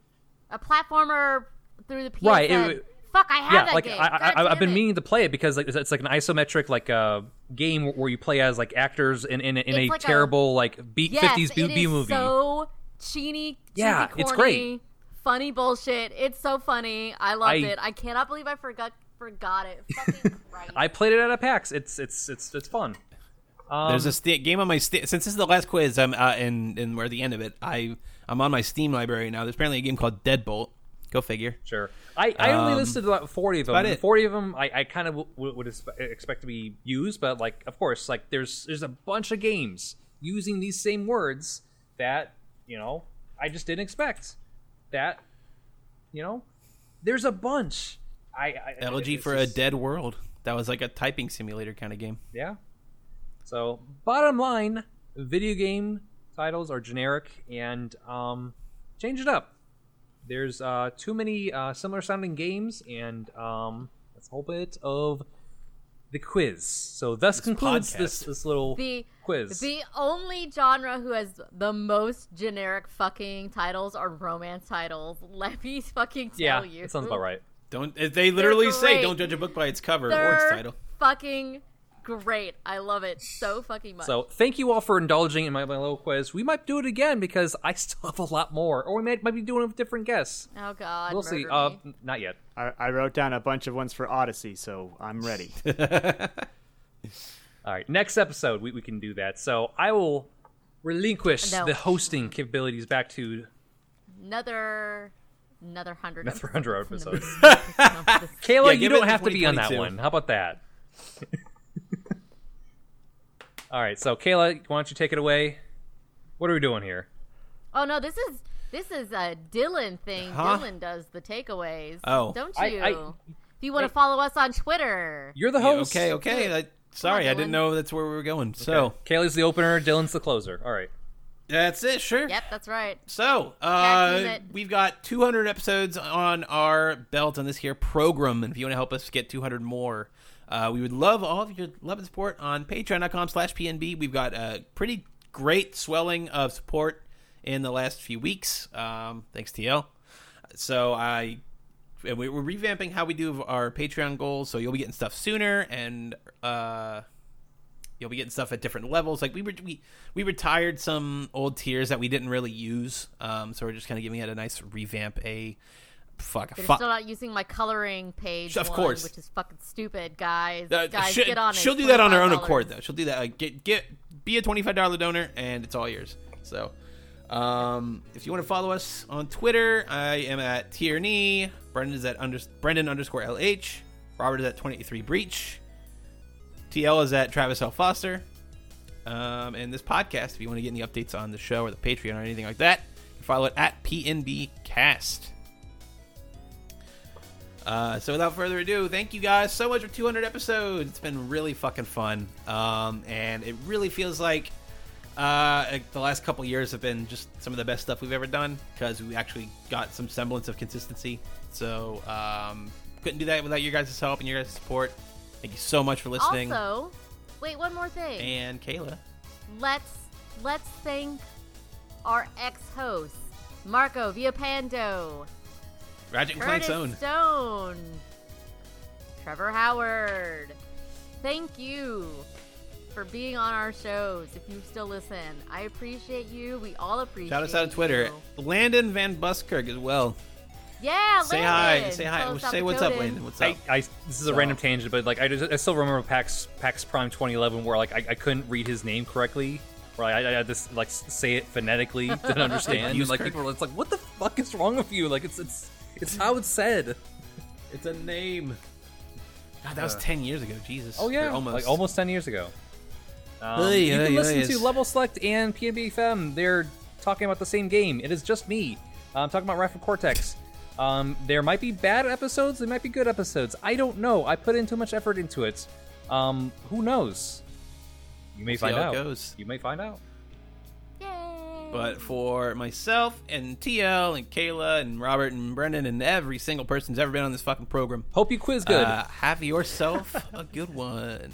Speaker 1: a platformer through the PSN.
Speaker 2: Right, it-
Speaker 1: Fuck, I have
Speaker 2: yeah,
Speaker 1: that
Speaker 2: like
Speaker 1: game.
Speaker 2: I,
Speaker 1: God
Speaker 2: I, I,
Speaker 1: damn
Speaker 2: I've been
Speaker 1: it.
Speaker 2: meaning to play it because like it's, it's like an isometric like uh, game where you play as like actors in in,
Speaker 1: It's
Speaker 2: in a
Speaker 1: like a-
Speaker 2: terrible like B-
Speaker 1: Yes,
Speaker 2: 50s B,
Speaker 1: it
Speaker 2: B
Speaker 1: is
Speaker 2: movie.
Speaker 1: So cheeny, cheesy,
Speaker 2: Yeah, it's
Speaker 1: corny,
Speaker 2: great.
Speaker 1: funny bullshit. It's so funny. I loved
Speaker 2: I-
Speaker 1: it. I cannot believe I forgot forgot it.
Speaker 2: [laughs]
Speaker 1: Fucking Christ.
Speaker 2: I played it at a PAX. It's it's it's it's fun. Um,
Speaker 4: There's a sta- game on my sta- since this is the last quiz. I'm uh, and and we're at the end of it. I I'm on my Steam library now. There's apparently a game called Deadbolt. Go figure.
Speaker 2: Sure. I, I only
Speaker 4: Um,
Speaker 2: listed about 40 of them.
Speaker 4: about
Speaker 2: and
Speaker 4: it.
Speaker 2: 40 of them I, I kind of w- w- would expe- expect to be used, but like of course, like there's there's a bunch of games using these same words that, you know, I just didn't expect. That you know, there's a bunch. I, I
Speaker 4: Elegy
Speaker 2: it's
Speaker 4: for
Speaker 2: just-
Speaker 4: a Dead World. That was like a typing simulator kind of game.
Speaker 2: Yeah. So, bottom line, video game titles are generic and um, change it up. There's uh, too many uh, similar sounding games, and um, that's a whole bit of the quiz. So, thus concludes this,
Speaker 4: podcast.
Speaker 2: this little
Speaker 1: the
Speaker 2: quiz.
Speaker 1: the only genre who has the most generic fucking titles are romance titles. [laughs] Let me fucking tell
Speaker 2: yeah,
Speaker 1: you.
Speaker 2: that sounds about right.
Speaker 4: Don't uh, they literally say
Speaker 1: great.
Speaker 4: don't judge a book by its cover or its
Speaker 1: They're
Speaker 4: title?
Speaker 1: fucking great. I love it so fucking much.
Speaker 2: So, thank you all for indulging in my, my little quiz. We might do it again because I [laughs] still have a lot more, or we might, might be doing it with different guests.
Speaker 1: oh god,
Speaker 2: We'll see.
Speaker 1: murder
Speaker 2: Uh,
Speaker 1: me.
Speaker 2: n- not yet.
Speaker 5: I, I wrote down a bunch of ones for Odyssey, so I'm ready.
Speaker 2: All right, next episode we, we can do that. So I will relinquish
Speaker 1: No.
Speaker 2: the hosting capabilities back to
Speaker 1: another another hundred.
Speaker 2: Another 100 episodes.
Speaker 1: episodes.
Speaker 4: [laughs]
Speaker 2: Kayla.
Speaker 4: Yeah,
Speaker 2: you
Speaker 4: give
Speaker 2: don't
Speaker 4: it
Speaker 2: have to be on that
Speaker 4: 2022.
Speaker 2: one. How about that? [laughs] All right, so Kayla, why don't you take it away? What are we doing here?
Speaker 1: Oh no, this is this is a Dylan thing.
Speaker 4: Huh?
Speaker 1: Dylan does the takeaways.
Speaker 4: Oh.
Speaker 1: don't
Speaker 2: I-
Speaker 1: you?
Speaker 2: I-
Speaker 1: if you want to follow us on Twitter,
Speaker 2: You're the
Speaker 4: Yeah,
Speaker 2: host.
Speaker 4: okay, okay. I, sorry, I
Speaker 1: Dylan.
Speaker 4: didn't know that's where we were going. So
Speaker 2: Kayla's the opener. Dylan's the closer. All right.
Speaker 4: That's it. Sure.
Speaker 1: Yep, that's right.
Speaker 4: So,
Speaker 1: That's
Speaker 4: uh,
Speaker 1: it.
Speaker 4: we've got 200 episodes on our belt on this here program. And if you want to help us get 200 more, uh, we would love all of your love and support on patreon.com slash PNB. We've got a pretty great swelling of support in the last few weeks. Um, thanks, TL. So, I. And we- we're revamping how we do our Patreon goals, so you'll be getting stuff sooner, and uh, you'll be getting stuff at different levels. Like we were, we we retired some old tiers that we didn't really use, um, so we're just kind of giving it a nice revamp. A fuck,
Speaker 1: They're
Speaker 4: fuck.
Speaker 1: still not using my coloring page.
Speaker 4: Of
Speaker 1: one,
Speaker 4: course.
Speaker 1: which is fucking stupid, guys.
Speaker 4: Uh,
Speaker 1: guys,
Speaker 4: she-
Speaker 1: get on it.
Speaker 4: She'll do that on her own
Speaker 1: $25.
Speaker 4: accord, though. She'll do that. Like, get get be a twenty five dollar donor, and it's all yours. So, um, if you want to follow us on Twitter, I am at Tierney. Brendan is at under, Brendan underscore lh. Robert is at twenty three breach. TL is at Travis L Foster. Um, and this podcast, if you want to get any updates on the show or the Patreon or anything like that, you can follow it at PNB Cast. Uh, so without further ado, thank you guys so much for 200 episodes. It's been really fucking fun, um, and it really feels like uh, like the last couple years have been just some of the best stuff we've ever done because we actually got some semblance of consistency. So um, couldn't do that without your guys' help and your guys' support. Thank you so much for listening,
Speaker 1: Also, wait, one more thing.
Speaker 4: and Kayla.
Speaker 1: Let's let's thank our ex-host Marco Viapando,
Speaker 4: Ratchet and Clank's
Speaker 1: Curtis
Speaker 4: own.
Speaker 1: Stone, Trevor Howard. Thank you for being on our shows. If you still listen, I appreciate you. We all appreciate.
Speaker 4: Shout us out on Twitter.
Speaker 1: you.
Speaker 4: Landon Van Buskirk as well.
Speaker 1: Yeah,
Speaker 4: Say hi.
Speaker 1: Landon,
Speaker 4: Say hi.
Speaker 1: fellow South
Speaker 4: say what's up,
Speaker 1: Dakotan.
Speaker 4: Landon. What's up?
Speaker 2: I, I this is a random tangent, but like I just I still remember PAX PAX Prime 2011 where like I, I couldn't read his name correctly. Where I, I had this like s- say it phonetically
Speaker 4: [laughs]
Speaker 2: didn't understand. and, like people were it's like, what the fuck is wrong with you? Like it's it's it's how it's said.
Speaker 4: It's a name. God, that was ten years ago. Jesus.
Speaker 2: Oh yeah,
Speaker 4: Or almost.
Speaker 2: like almost ten years ago. Um,
Speaker 4: Oy,
Speaker 2: you
Speaker 4: oy,
Speaker 2: can
Speaker 4: oy,
Speaker 2: listen
Speaker 4: yes.
Speaker 2: to Level Select and PNBFM. They're talking about the same game. It is just me. I'm talking about Rifle Cortex. Um, there might be bad episodes. There might be good episodes. I don't know. I put in too much effort into it. Um, who knows? You may
Speaker 4: We'll see
Speaker 2: find
Speaker 4: how
Speaker 2: out.
Speaker 4: it goes.
Speaker 2: You may find out.
Speaker 1: Yay.
Speaker 4: But for myself and TL and Kayla and Robert and Brendan and every single person who's ever been on this fucking program,
Speaker 2: Hope you quiz good.
Speaker 4: Uh, have [laughs] yourself a good one.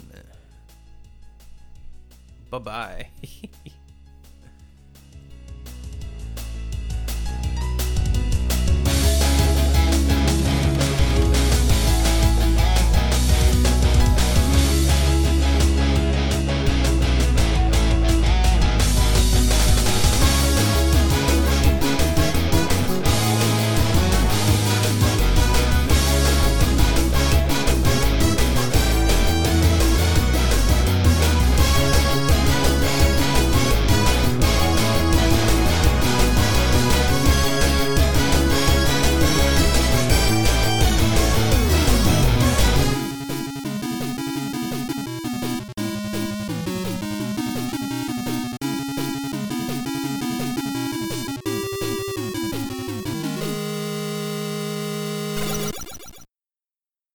Speaker 4: Bye bye.